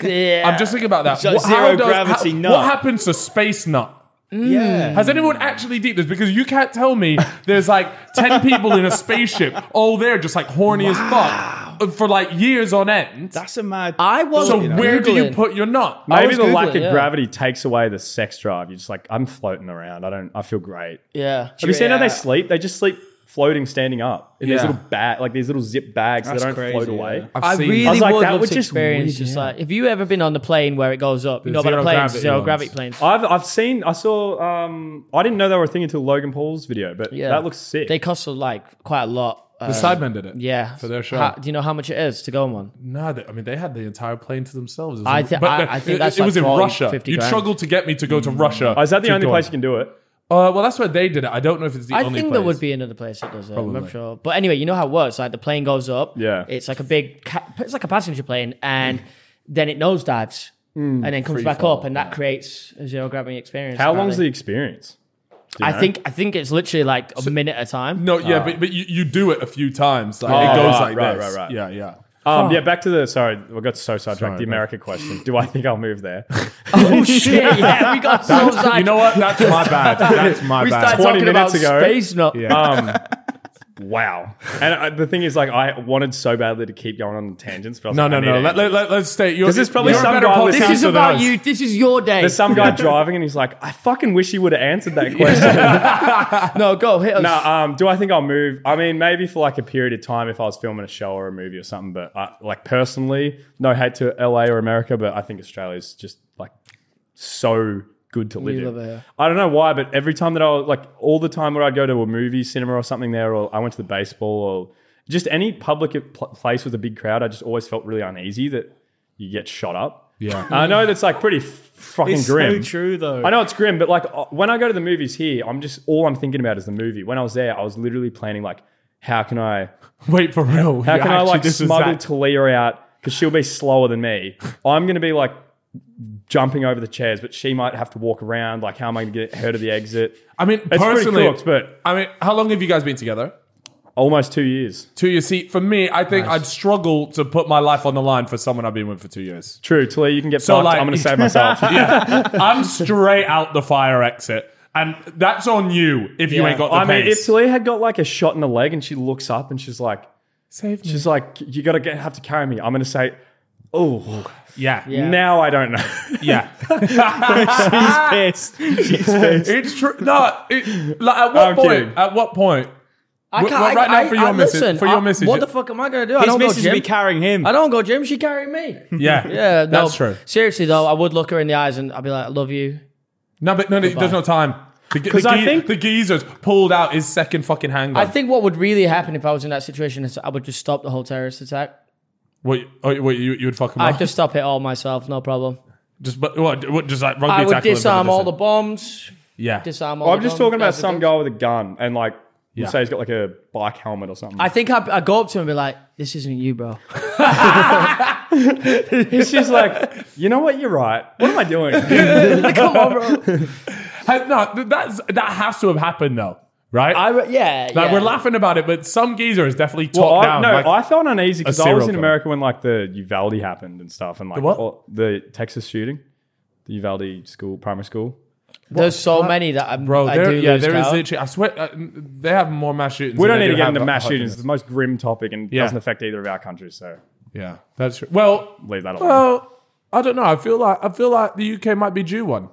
Speaker 1: Yeah.
Speaker 3: I'm just thinking about that.
Speaker 5: So
Speaker 3: What-
Speaker 5: zero
Speaker 3: how does-
Speaker 5: gravity
Speaker 3: how-
Speaker 5: nut.
Speaker 3: What happens to space nut?
Speaker 1: Hmm.
Speaker 5: Yeah.
Speaker 3: Has anyone actually deep this? Because you can't tell me there's like 10 people in a spaceship, all there just like horny as fuck uh, for like years on end.
Speaker 5: That's a mad.
Speaker 1: I was
Speaker 3: so where do you
Speaker 1: Googling.
Speaker 3: put your nut?
Speaker 4: Maybe
Speaker 1: was
Speaker 4: the lack
Speaker 1: Googling,
Speaker 4: of
Speaker 1: yeah.
Speaker 4: gravity takes away the sex drive. You're just like, I'm floating around. I don't, I feel great.
Speaker 1: Yeah.
Speaker 4: Have you seen how
Speaker 5: Yeah.
Speaker 4: they sleep? They just sleep floating, standing up in these
Speaker 3: Yeah.
Speaker 4: little bag, like these little zip bags
Speaker 5: That's
Speaker 4: that don't
Speaker 5: crazy,
Speaker 4: float
Speaker 5: yeah.
Speaker 4: away.
Speaker 1: I
Speaker 3: seen
Speaker 1: really
Speaker 3: that.
Speaker 4: was like,
Speaker 1: would
Speaker 4: that
Speaker 1: love
Speaker 4: was
Speaker 1: to
Speaker 4: just
Speaker 1: experience
Speaker 4: weird,
Speaker 1: just
Speaker 4: yeah.
Speaker 1: like if you ever been on the plane where it goes up, you know about
Speaker 3: zero
Speaker 1: the planes,
Speaker 3: gravity
Speaker 1: zero
Speaker 3: ones.
Speaker 1: gravity planes.
Speaker 4: I've, I've seen, I saw, um, I didn't know they were a thing until Logan Paul's video, but
Speaker 1: Yeah.
Speaker 4: that looks sick.
Speaker 1: They cost like quite a lot uh,
Speaker 3: The Sidemen did it.
Speaker 1: Yeah.
Speaker 3: For their show.
Speaker 1: How- do you know how much it is to go on one?
Speaker 3: No, they, I mean they had the entire plane to themselves. It was
Speaker 1: I
Speaker 3: in-
Speaker 1: thi-
Speaker 3: but
Speaker 1: I-
Speaker 3: the-
Speaker 1: I think
Speaker 3: it-
Speaker 1: that's
Speaker 3: it was
Speaker 1: like
Speaker 3: in
Speaker 1: 40,
Speaker 3: Russia.
Speaker 1: 50
Speaker 3: you
Speaker 1: grand.
Speaker 3: struggled to get me to go to Russia.
Speaker 4: Oh, is that the
Speaker 3: to
Speaker 4: only
Speaker 3: go
Speaker 4: place you
Speaker 3: on.
Speaker 4: can do it?
Speaker 3: Uh, well, that's where they did it. I don't know if it's the
Speaker 1: I
Speaker 3: only.
Speaker 1: think
Speaker 3: place.
Speaker 1: there would be another place that does it. I'm
Speaker 3: Probably.
Speaker 1: sure. But anyway, you know how it works. Like the plane goes up.
Speaker 4: Yeah.
Speaker 1: It's like a big. Ca- it's like a passenger plane, and then it nosedives, and then comes back
Speaker 3: fall,
Speaker 1: up, and that creates a zero gravity experience.
Speaker 4: How long's the
Speaker 1: apparently.
Speaker 4: experience?
Speaker 1: I think I think it's literally like a minute at a time.
Speaker 3: No, yeah, but but you, you do it a few times. Like
Speaker 4: Oh,
Speaker 3: it goes
Speaker 4: Ah. right,
Speaker 3: like
Speaker 4: right,
Speaker 3: this.
Speaker 4: right, right.
Speaker 3: Yeah, yeah.
Speaker 4: Um, yeah, back to the sorry, we got so sidetracked.
Speaker 3: Sorry,
Speaker 4: the
Speaker 3: man.
Speaker 4: America question. Do I think I'll move there?
Speaker 1: Oh shit! Yeah, we got so
Speaker 3: You
Speaker 1: sad.
Speaker 3: know what? That's my bad. That's my
Speaker 1: we
Speaker 3: bad.
Speaker 1: started
Speaker 4: 20
Speaker 1: talking about
Speaker 4: minutes ago.
Speaker 1: space. No,
Speaker 4: Um, wow. And uh, the thing is, like, I wanted so badly to keep going on tangents, but I was
Speaker 3: No,
Speaker 4: like,
Speaker 3: no,
Speaker 4: I need
Speaker 3: no.
Speaker 4: to
Speaker 3: Let,
Speaker 4: end it.
Speaker 3: let, let, us stay. You're,
Speaker 4: This is probably
Speaker 3: you're a
Speaker 4: some
Speaker 3: better
Speaker 4: guy
Speaker 3: podcast
Speaker 1: this is
Speaker 4: Cancel
Speaker 3: than
Speaker 1: about
Speaker 3: us.
Speaker 1: you. This is your day.
Speaker 4: There's some guy driving and he's like, I fucking wish he would have answered that question.
Speaker 1: no, go hit us.
Speaker 4: no, um, do I think I'll move? I mean, maybe for like a period of time if I was filming a show or a movie or something, but I, like personally, no hate to LA or America, but I think Australia's just like so good to live
Speaker 1: You
Speaker 4: in.
Speaker 1: love it, yeah.
Speaker 4: I don't know why, but every time that I was like, all the time where I'd go to a movie, cinema or something there, or I went to the baseball or just any public pl- place with a big crowd, I just always felt really uneasy that you get shot up.
Speaker 3: Yeah.
Speaker 4: I know that's like pretty f- fucking grim.
Speaker 5: true though.
Speaker 4: I know it's grim, but like uh, when I go to the movies here, I'm just all I'm thinking about is the movie. When I was there, I was literally planning like, how can I,
Speaker 3: Wait for real.
Speaker 4: how
Speaker 3: Yeah,
Speaker 4: can I
Speaker 3: actually,
Speaker 4: like
Speaker 3: this is
Speaker 4: smuggle
Speaker 3: that.
Speaker 4: Talia out because she'll be slower than me. I'm gonna be like jumping over the chairs, but she might have to walk around. Like, how am I gonna get her to the exit?
Speaker 3: I mean,
Speaker 4: It's
Speaker 3: personally,
Speaker 4: pretty cooked, but
Speaker 3: I mean, how long have you guys been together?
Speaker 4: almost two years.
Speaker 3: Two years. See, for me, I think I'd struggle to put my life on the line for someone I've been with for two years.
Speaker 4: True, Talia, you can get
Speaker 3: So,
Speaker 4: fucked.
Speaker 3: like-
Speaker 4: I'm gonna save myself.
Speaker 3: I'm straight out the fire exit, and that's on you if you
Speaker 1: Yeah.
Speaker 3: ain't got the
Speaker 4: I mean,
Speaker 3: pace.
Speaker 4: if Talia had got like a shot in the leg and she looks up and she's like,
Speaker 3: Save me.
Speaker 4: she's like, you gotta get, have to carry me. I'm gonna say, oh,
Speaker 3: Yeah, yeah.
Speaker 4: now I don't know.
Speaker 5: Pissed.
Speaker 3: it's true. No, it, like at what
Speaker 4: I'm
Speaker 3: point?
Speaker 4: kidding.
Speaker 3: At what point?
Speaker 1: I
Speaker 3: Well,
Speaker 1: can't.
Speaker 3: well, right
Speaker 1: I,
Speaker 3: now for
Speaker 1: I,
Speaker 3: your
Speaker 1: I,
Speaker 3: missus-
Speaker 1: listen,
Speaker 3: for your
Speaker 1: I-
Speaker 3: missus,
Speaker 1: What
Speaker 3: you-
Speaker 1: the fuck am I gonna do? I
Speaker 5: His
Speaker 1: don't go
Speaker 5: missus will be
Speaker 1: gym.
Speaker 5: carrying him.
Speaker 1: I don't go gym. She carried me.
Speaker 3: Yeah,
Speaker 1: Yeah, no,
Speaker 3: that's true.
Speaker 1: Seriously though, I would look her in the eyes and I'd be like, "I love you."
Speaker 3: No, but no, no there's no time. The, ge-
Speaker 4: 'Cause
Speaker 3: the,
Speaker 4: I
Speaker 3: ge-
Speaker 4: think-
Speaker 3: the geezer's pulled out his second fucking handgun.
Speaker 1: I think what would really happen if I was in that situation is I would just stop the whole terrorist attack.
Speaker 3: What, oh, what you, you would fuck him
Speaker 1: I'd
Speaker 3: up?
Speaker 1: just stop it all myself, no problem.
Speaker 3: just, but, what, what, just like rugby
Speaker 1: I would
Speaker 3: tackle him from a
Speaker 1: disarm all the
Speaker 3: distance?
Speaker 1: bombs.
Speaker 3: Yeah.
Speaker 1: Disarm all.
Speaker 4: Well, I'm
Speaker 1: the
Speaker 4: just
Speaker 1: bombs,
Speaker 4: talking about
Speaker 1: guys,
Speaker 4: some
Speaker 1: guys.
Speaker 4: guy with a gun and like you
Speaker 3: Yeah.
Speaker 4: say he's got like a bike helmet or something.
Speaker 1: I think I I go up to him and be like, "This isn't you, bro."
Speaker 4: it's just like, you know what? You're right. What am I doing?
Speaker 1: Come on, bro.
Speaker 3: Hey, no, th- that's, that has to have happened though, right?
Speaker 1: I, would- yeah,
Speaker 3: like
Speaker 1: yeah.
Speaker 3: we're laughing about it, but some geezer is definitely top
Speaker 4: well, I,
Speaker 3: down.
Speaker 4: no,
Speaker 3: like,
Speaker 4: I felt uneasy because I
Speaker 3: serial
Speaker 4: was in
Speaker 3: killer.
Speaker 4: America when like the Uvalde happened and stuff, and like
Speaker 3: what?
Speaker 4: all- the Texas shooting, the Uvalde school, primary school.
Speaker 1: There's so many that I'm.
Speaker 3: bro,
Speaker 1: I
Speaker 3: there,
Speaker 1: do
Speaker 3: yeah,
Speaker 1: lose
Speaker 3: there is
Speaker 1: count.
Speaker 3: literally. I swear, uh, they have more mass shootings.
Speaker 4: We
Speaker 3: than
Speaker 4: don't
Speaker 3: they
Speaker 4: need to
Speaker 3: do
Speaker 4: get
Speaker 3: have
Speaker 4: into
Speaker 3: hu-
Speaker 4: mass shootings. It's
Speaker 3: husbands.
Speaker 4: the most grim topic and
Speaker 3: Yeah.
Speaker 4: doesn't affect either of our countries. So
Speaker 3: Yeah, that's true. Well,
Speaker 4: leave that alone.
Speaker 3: well, I don't know. I feel like I feel like the UK might be due one.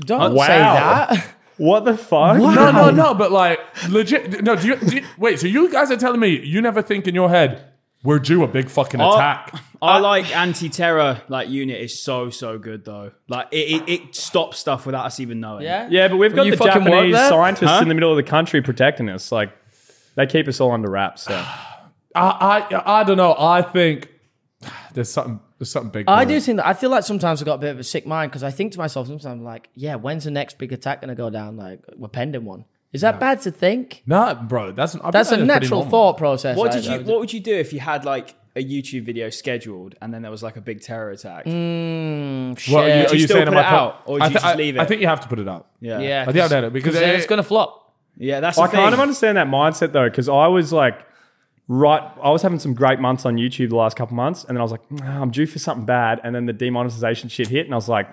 Speaker 1: Don't
Speaker 4: Wow.
Speaker 1: say that.
Speaker 4: what the fuck?
Speaker 3: No, no, no. But like, legit. No, do you, do you- wait? So you guys are telling me you never think in your head we're due a big fucking
Speaker 4: Uh,
Speaker 3: attack?
Speaker 5: I like anti-terror like unit is so so good though. Like it it, it stops stuff without us even knowing.
Speaker 1: Yeah.
Speaker 4: Yeah, but we've got
Speaker 1: You
Speaker 4: the
Speaker 1: fucking work
Speaker 4: Japanese
Speaker 1: there?
Speaker 4: scientists
Speaker 5: Huh?
Speaker 4: in the middle of the country protecting us. Like they keep us all under wraps. So.
Speaker 3: I, I, I don't know. I think there's something. There's something big.
Speaker 1: I
Speaker 3: brewing.
Speaker 1: do think that. I feel like sometimes I've got a bit of a sick mind because I think to myself sometimes, I'm like, yeah, when's the next big attack going to go down? Like, we're pending one. Is that bad to think?
Speaker 3: Nah, bro. That's I
Speaker 1: That's
Speaker 3: think
Speaker 1: a
Speaker 3: pretty
Speaker 1: natural
Speaker 3: normal.
Speaker 1: thought process.
Speaker 5: What
Speaker 1: I-
Speaker 5: did
Speaker 1: I
Speaker 5: you
Speaker 1: would-
Speaker 5: What would you do if you had like a YouTube video scheduled and then there was like a big terror attack?
Speaker 3: What, are you,
Speaker 1: Shit.
Speaker 3: are you
Speaker 5: still
Speaker 3: saying
Speaker 5: put
Speaker 3: am I
Speaker 5: it
Speaker 3: put-
Speaker 5: out, or do
Speaker 3: I
Speaker 5: you
Speaker 3: thi-
Speaker 5: just
Speaker 3: I-
Speaker 5: leave
Speaker 3: I
Speaker 5: it?
Speaker 3: think you have to put it out.
Speaker 5: Yeah,
Speaker 1: Yeah,
Speaker 3: I think I've done it because
Speaker 1: then
Speaker 3: it-
Speaker 1: it's gonna flop.
Speaker 5: yeah. That's
Speaker 4: I
Speaker 5: the thing.
Speaker 4: kind of understand that mindset though, because I was like, right, I was having some great months on YouTube the last couple months, and then I was like, "Nah, I'm due for something bad, and then the demonetization shit hit, and I was like,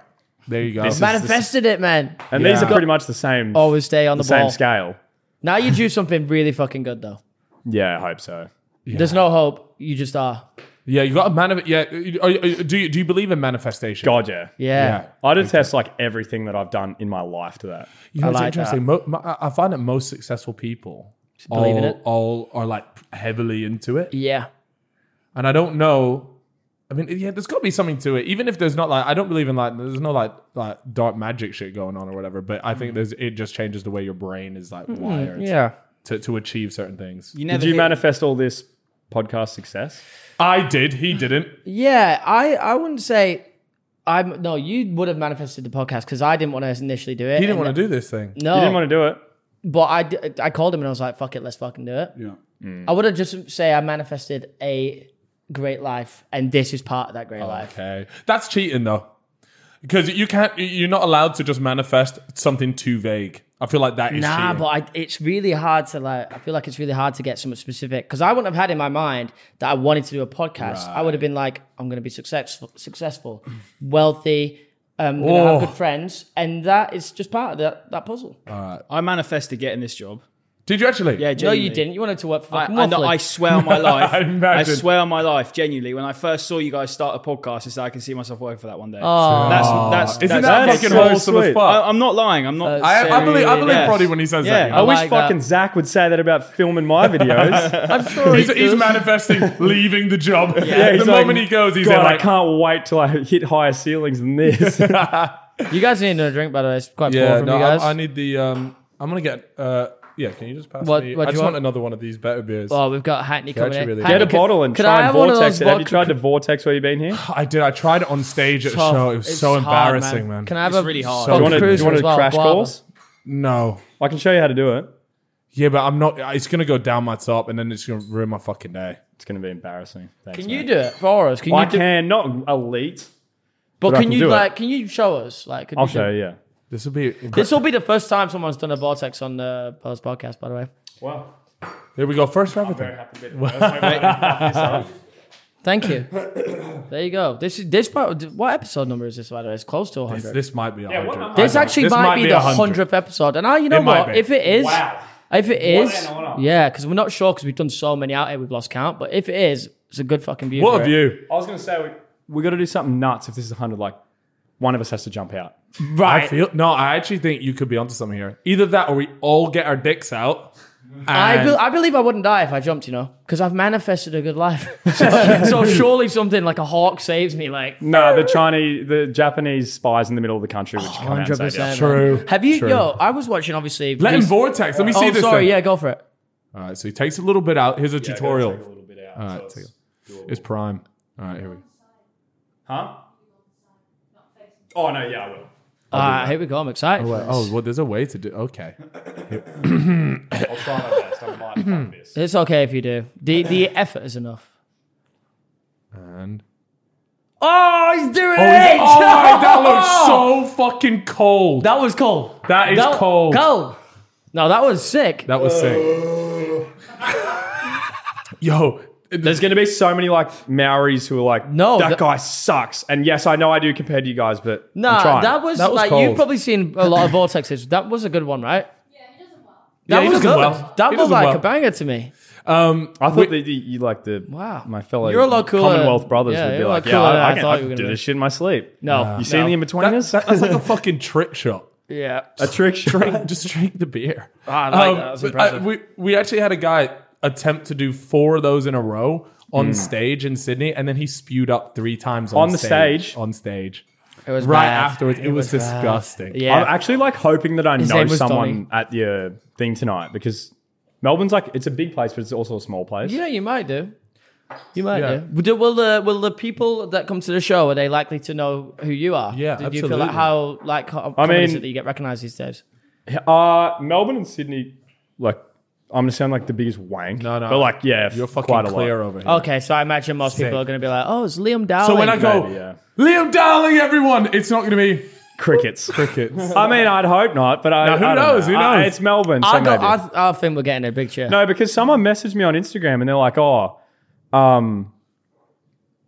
Speaker 3: There you go.
Speaker 4: This is-
Speaker 1: Manifested it, man.
Speaker 4: and these
Speaker 3: Yeah.
Speaker 4: are pretty much the same,
Speaker 1: Always stay on
Speaker 4: the
Speaker 1: the,
Speaker 4: same
Speaker 1: ball.
Speaker 4: scale.
Speaker 1: Now you do something really fucking good though.
Speaker 4: Yeah, I hope so.
Speaker 1: There's no hope. You just are.
Speaker 3: yeah, you got to manifest. Yeah, are you- are you- do you do you believe in manifestation?
Speaker 4: God, yeah.
Speaker 1: Yeah.
Speaker 4: I'd attest like everything that I've done in my life to that.
Speaker 3: You know, it's
Speaker 1: like
Speaker 3: interesting. Mo- mo- I I find that most successful people
Speaker 1: believe
Speaker 3: all,
Speaker 1: in it.
Speaker 3: all are like heavily into it,
Speaker 1: Yeah.
Speaker 3: and I don't know. I mean, yeah, there's got to be something to it, even if there's not like I don't believe in like there's no like like dark magic shit going on or whatever. But I think there's it just changes the way your brain is like wired.
Speaker 1: Yeah.
Speaker 3: to, to achieve certain things.
Speaker 5: You never
Speaker 4: Did you
Speaker 5: hit-
Speaker 4: manifest all this podcast success?
Speaker 3: I did. He didn't.
Speaker 1: Yeah, I, I wouldn't say I'm no, you would have manifested the podcast because I didn't want to initially do it.
Speaker 3: He didn't want to do this thing.
Speaker 1: No,
Speaker 4: You didn't want to do it.
Speaker 1: but I, d- I called him and I was like, fuck it, let's fucking do it.
Speaker 6: Yeah.
Speaker 1: I would have just say I manifested a great life and this is part of that
Speaker 4: Oh.
Speaker 1: great life.
Speaker 3: Okay, that's cheating though, because you can't. You're not allowed to just manifest something too vague. I feel like that is
Speaker 1: Nah,
Speaker 3: cheating.
Speaker 1: but I, it's really hard to like. I feel like it's really hard to get something specific because I wouldn't have had in my mind that I wanted to do a podcast. I would have been like, I'm going to be successful, successful, wealthy, um, going to
Speaker 3: Oh.
Speaker 1: have good friends, and that is just part of that, that puzzle.
Speaker 5: I manifested getting this job.
Speaker 3: did you actually?
Speaker 5: Yeah,
Speaker 1: no, you
Speaker 5: genuinely.
Speaker 1: didn't. You wanted to work for
Speaker 5: I,
Speaker 1: fucking
Speaker 5: I, know,
Speaker 1: Waffle.
Speaker 5: I swear on my life.
Speaker 3: I
Speaker 5: I
Speaker 3: imagine.
Speaker 5: swear on my life, genuinely. When I first saw you guys start a podcast, it's like I can see myself working for that one day.
Speaker 1: Oh.
Speaker 5: That's that's
Speaker 3: Isn't
Speaker 5: that's,
Speaker 3: that
Speaker 4: that's
Speaker 3: fucking
Speaker 4: so
Speaker 3: wholesome as
Speaker 4: sweet.
Speaker 5: I,
Speaker 3: fuck?
Speaker 5: I'm not lying. I'm not.
Speaker 3: I, I believe. I believe
Speaker 5: Yes.
Speaker 3: Brody when he says
Speaker 5: Yeah.
Speaker 3: that.
Speaker 4: I,
Speaker 3: you know?
Speaker 4: wish
Speaker 1: like that.
Speaker 4: fucking Zach would say that about filming my videos.
Speaker 1: I'm sure
Speaker 3: He's,
Speaker 1: it
Speaker 3: he's
Speaker 1: does.
Speaker 3: manifesting leaving the job.
Speaker 4: Yeah,
Speaker 3: the
Speaker 4: he's
Speaker 3: moment he
Speaker 4: like,
Speaker 3: goes, he's
Speaker 4: God,
Speaker 3: there
Speaker 4: I
Speaker 3: like,
Speaker 4: can't wait till I hit higher ceilings than this.
Speaker 1: You guys need another drink, by the way. It's quite poor
Speaker 3: yeah,
Speaker 1: from
Speaker 3: no,
Speaker 1: you guys.
Speaker 3: I, I need the. Um, I'm gonna get. Uh, yeah, can you just pass
Speaker 1: What-
Speaker 3: me?
Speaker 1: what do
Speaker 3: I just
Speaker 1: you
Speaker 3: want?
Speaker 1: want?
Speaker 3: another one of these better beers.
Speaker 1: well, Oh, we've got Hackney coming
Speaker 3: actually
Speaker 1: in.
Speaker 3: really
Speaker 1: Hackney,
Speaker 4: Get a
Speaker 1: could-
Speaker 4: bottle and
Speaker 1: could I
Speaker 4: try and
Speaker 1: have one of
Speaker 4: vortex
Speaker 1: those
Speaker 4: it. Have you
Speaker 1: vodka- Oh,
Speaker 4: tried to vortex while you've been here?
Speaker 3: I did. I tried it on stage at
Speaker 1: tough.
Speaker 3: a show. It was
Speaker 1: It's
Speaker 3: so
Speaker 1: hard,
Speaker 3: embarrassing, man.
Speaker 1: Can I have
Speaker 5: It's
Speaker 1: a
Speaker 5: really
Speaker 1: Bob
Speaker 5: hard.
Speaker 4: Do you want to,
Speaker 1: Cruiser
Speaker 4: do you want
Speaker 1: as
Speaker 4: to
Speaker 1: well,
Speaker 4: crash
Speaker 1: Guava.
Speaker 4: course?
Speaker 3: No.
Speaker 4: I can show you how to do it.
Speaker 3: Yeah, but I'm not. It's gonna go down my top, and then it's gonna ruin my fucking day.
Speaker 4: It's going to be embarrassing. Thanks,
Speaker 1: Can
Speaker 4: mate.
Speaker 1: you do it for us? Can
Speaker 4: I
Speaker 1: you do,
Speaker 4: can, not elite.
Speaker 1: but
Speaker 4: but
Speaker 1: can
Speaker 4: I can
Speaker 1: you
Speaker 4: do it.
Speaker 1: like? Can you show us? Like, could
Speaker 4: I'll
Speaker 1: do-
Speaker 4: show you, yeah.
Speaker 3: This will be.
Speaker 1: This will be the first time someone's done a vortex on the post podcast. By the way,
Speaker 4: Wow.
Speaker 3: Here we go. First for everything.
Speaker 4: happy
Speaker 1: thank you. there you go. This is this part. What episode number is this? By the way, it's close to
Speaker 3: This,
Speaker 1: 100. This,
Speaker 3: this might be. 100.
Speaker 4: what number?
Speaker 3: I don't know.
Speaker 1: actually
Speaker 3: This
Speaker 1: might, be, the
Speaker 3: 100.
Speaker 1: hundredth episode. And I, you know
Speaker 3: It might
Speaker 1: what?
Speaker 3: be.
Speaker 1: If it is, if it
Speaker 4: What
Speaker 1: is,
Speaker 4: an honor.
Speaker 1: yeah, because we're not sure because we've done so many out here, we've lost count. But if it is, it's a good fucking view.
Speaker 3: What
Speaker 1: for
Speaker 3: have
Speaker 1: it.
Speaker 3: you?
Speaker 4: I was going to say, we, we got to do something nuts if this is 100. Like, one of us has to jump out.
Speaker 3: I feel no. I actually think you could be onto something here. Either that, or we all get our dicks out.
Speaker 1: I,
Speaker 3: and-
Speaker 1: be- I believe I wouldn't die if I jumped, you know, because I've manifested a good life. so, so surely something like a hawk saves me. Like
Speaker 4: No, the Chinese, the Japanese spies in the middle of the country, which
Speaker 3: Oh,
Speaker 4: come out and
Speaker 1: 100%.
Speaker 4: say, yeah.
Speaker 3: True.
Speaker 1: Have you?
Speaker 3: True.
Speaker 1: Yo, I was watching obviously.
Speaker 3: Let him
Speaker 1: these-
Speaker 3: vortex. Let me see
Speaker 1: Oh,
Speaker 3: this.
Speaker 1: sorry.
Speaker 3: thing.
Speaker 1: Yeah, go for it.
Speaker 3: All right. So he takes a little bit out. Here's a
Speaker 4: Yeah, I gotta
Speaker 3: tutorial.
Speaker 4: take a little bit out,
Speaker 3: All
Speaker 4: so
Speaker 3: right.
Speaker 4: it's
Speaker 3: take
Speaker 4: doable.
Speaker 3: it. It's prime. All right. Here we. go.
Speaker 4: Huh? Oh, no, yeah, I will.
Speaker 1: All right, here we go. I'm excited. for this.
Speaker 3: Oh, well, there's a way to do. Okay.
Speaker 4: I'll try my best. I might fuck this.
Speaker 1: It's okay if you do. The the effort is enough.
Speaker 3: And
Speaker 1: Oh, he's doing
Speaker 3: oh,
Speaker 1: it!
Speaker 3: that looks so fucking cold. That,
Speaker 1: That was cold.
Speaker 3: that is
Speaker 1: That-
Speaker 3: cold.
Speaker 1: Cold. No, that was sick.
Speaker 3: That was sick.
Speaker 4: Uh.
Speaker 3: Yo,
Speaker 4: There's going to be so many like Maoris who are like,
Speaker 1: No,
Speaker 4: that
Speaker 1: th-
Speaker 4: guy sucks. And yes, I know I do compared to you guys, but
Speaker 1: No,
Speaker 4: I'm trying.
Speaker 1: Ah, that was,
Speaker 3: That was
Speaker 1: like you've
Speaker 3: cold.
Speaker 1: probably seen a lot of vortexes. That was a good one, right?
Speaker 7: Yeah, he doesn't well.
Speaker 1: That
Speaker 3: he
Speaker 1: was
Speaker 3: does
Speaker 1: good.
Speaker 3: well.
Speaker 1: That
Speaker 3: He
Speaker 1: was
Speaker 3: does
Speaker 1: like
Speaker 3: well.
Speaker 1: a banger to me.
Speaker 3: um,
Speaker 4: I thought that you, you like the
Speaker 1: Wow.
Speaker 4: my fellow
Speaker 1: You're a lot cooler.
Speaker 4: Commonwealth brothers
Speaker 1: Yeah,
Speaker 4: would be
Speaker 1: you're a lot
Speaker 4: like, yeah,
Speaker 1: cooler
Speaker 4: I,
Speaker 1: than
Speaker 4: I
Speaker 1: I
Speaker 4: can,
Speaker 1: thought
Speaker 4: I
Speaker 1: you were gonna
Speaker 4: can do
Speaker 1: be."
Speaker 4: this shit in my sleep.
Speaker 1: No,
Speaker 4: you seen
Speaker 1: no.
Speaker 4: the in between
Speaker 3: that,
Speaker 4: us?
Speaker 3: that- that's like a fucking trick shot.
Speaker 1: Yeah,
Speaker 4: a trick shot.
Speaker 3: Drink, just drink the beer. Um,
Speaker 1: Ah, I like that. That was
Speaker 3: but
Speaker 1: impressive.
Speaker 3: we we actually had a guy attempt to do four of those in a row on stage in Sydney, and then he spewed up three times on,
Speaker 4: On the stage?
Speaker 3: On stage.
Speaker 1: it was
Speaker 3: Right
Speaker 1: bad.
Speaker 3: afterwards, it, was,
Speaker 1: bad.
Speaker 3: disgusting.
Speaker 1: Yeah,
Speaker 4: I'm actually like hoping that I know
Speaker 1: name was
Speaker 4: someone at your thing tonight because Melbourne's like it's a big place, but it's also a small place.
Speaker 1: Yeah, you might do. You might
Speaker 3: Yeah.
Speaker 1: do. Will, the- will the will the people that come to the show are they likely to know who you are?
Speaker 3: Yeah,
Speaker 1: Did you feel like
Speaker 3: absolutely.
Speaker 1: how like how,
Speaker 4: I
Speaker 1: I mean,
Speaker 4: mean-
Speaker 1: that you get recognised these days?
Speaker 4: Uh, Melbourne and Sydney, like I'm gonna sound like the biggest wank.
Speaker 3: No, no.
Speaker 4: but like yeah,
Speaker 3: You're fucking
Speaker 4: quite a
Speaker 3: clear
Speaker 4: lot.
Speaker 3: over here.
Speaker 1: Okay, so I imagine most people are going to be like, "Oh, it's Liam Dowling."
Speaker 3: So when I go,
Speaker 4: Maybe, yeah.
Speaker 3: Liam Darling, everyone, it's not going to be
Speaker 4: Crickets.
Speaker 3: crickets.
Speaker 4: I mean, I'd hope not, but I,
Speaker 3: who
Speaker 4: I don't
Speaker 3: knows?
Speaker 4: know.
Speaker 3: Who
Speaker 4: I-
Speaker 3: knows?
Speaker 4: it's Melbourne. So
Speaker 1: I, go
Speaker 4: maybe.
Speaker 1: I, I think we're getting a big cheer.
Speaker 4: No, because someone messaged me on Instagram and they're like, oh, um,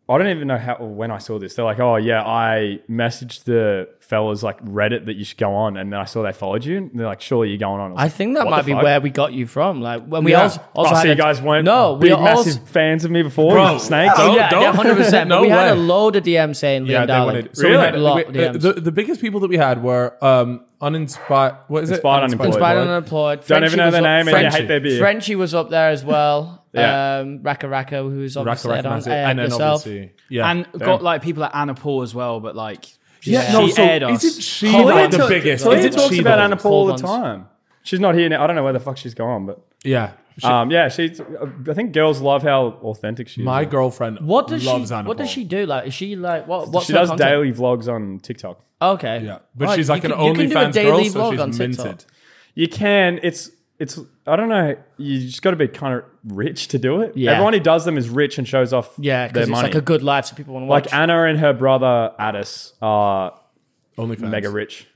Speaker 4: I don't even know how or when I saw this. They're like, oh yeah, I messaged the fellas like Reddit that you should go on, and then I saw they followed you, and they're like, surely you're going on. was
Speaker 1: I
Speaker 4: like,
Speaker 1: think that
Speaker 4: "What
Speaker 1: might
Speaker 4: the
Speaker 1: be
Speaker 4: fuck?"
Speaker 1: where we got you from. Like Uh, when we
Speaker 3: Yeah.
Speaker 1: also, also
Speaker 4: oh,
Speaker 1: had
Speaker 4: so you
Speaker 1: a-
Speaker 4: guys weren't
Speaker 1: no,
Speaker 4: big
Speaker 1: we also,
Speaker 4: massive fans of me before,
Speaker 3: Bro,
Speaker 4: you snake.
Speaker 1: Oh
Speaker 3: Don't-
Speaker 1: yeah,
Speaker 3: don't.
Speaker 1: hundred percent. But
Speaker 3: No
Speaker 1: we had a
Speaker 3: way.
Speaker 1: load of DMs saying Liam
Speaker 3: Yeah, they
Speaker 1: Darling.
Speaker 3: wanted.
Speaker 1: So we had
Speaker 3: had-
Speaker 1: a lot of
Speaker 3: we- uh,
Speaker 1: DMs.
Speaker 3: the, the biggest people that we had were um, uninspired. What is it?
Speaker 4: Inspired,
Speaker 1: Inspired
Speaker 4: unemployed.
Speaker 1: and unemployed.
Speaker 4: Don't
Speaker 1: Frenchie
Speaker 4: even know
Speaker 1: was
Speaker 4: their
Speaker 1: up-
Speaker 4: name, and
Speaker 1: Frenchie.
Speaker 4: they hate their beer.
Speaker 1: Frenchie was up there as well.
Speaker 4: Yeah.
Speaker 1: Um, Raka Raka, who's
Speaker 3: Raka
Speaker 1: obviously
Speaker 3: Raka
Speaker 1: on
Speaker 3: Massive,
Speaker 1: uh,
Speaker 3: and then
Speaker 1: yourself.
Speaker 3: obviously, yeah,
Speaker 5: and got like people at Anna Paul as well, but like
Speaker 3: yeah. No,
Speaker 5: she
Speaker 3: so
Speaker 5: aired us.
Speaker 3: isn't she
Speaker 1: Toya
Speaker 3: like the
Speaker 1: took-
Speaker 3: biggest?
Speaker 1: Toya
Speaker 4: Toya
Speaker 3: Isn't
Speaker 4: talks
Speaker 3: she
Speaker 4: about
Speaker 3: the
Speaker 4: Anna
Speaker 3: biggest?
Speaker 4: Paul all
Speaker 1: Cold
Speaker 4: the
Speaker 1: ones.
Speaker 4: time. She's not here now. I don't know where the fuck she's gone, but
Speaker 3: Yeah. She-
Speaker 4: um, yeah, she's. I think girls love how authentic she is.
Speaker 3: my girlfriend
Speaker 1: What does
Speaker 3: loves
Speaker 1: she?
Speaker 3: animals.
Speaker 1: What does she do? Like, is she like what? What's
Speaker 4: she
Speaker 1: her
Speaker 4: does
Speaker 1: content?
Speaker 4: daily vlogs on TikTok.
Speaker 1: Okay.
Speaker 3: Yeah, but
Speaker 1: Right,
Speaker 3: she's like
Speaker 1: you
Speaker 3: an
Speaker 1: can- you can do a
Speaker 3: OnlyFans girl,
Speaker 1: daily
Speaker 3: so
Speaker 1: vlog
Speaker 3: she's
Speaker 1: on TikTok.
Speaker 3: minted.
Speaker 4: You can. It's it's. I don't know. You just got to be kind of rich to do it.
Speaker 1: Yeah.
Speaker 4: Everyone who does them is rich and shows off.
Speaker 1: Yeah,
Speaker 4: their
Speaker 1: because it's
Speaker 4: money.
Speaker 1: like a good life, so people want to watch.
Speaker 4: like Anna and her brother Addis are
Speaker 3: OnlyFans.
Speaker 4: mega rich,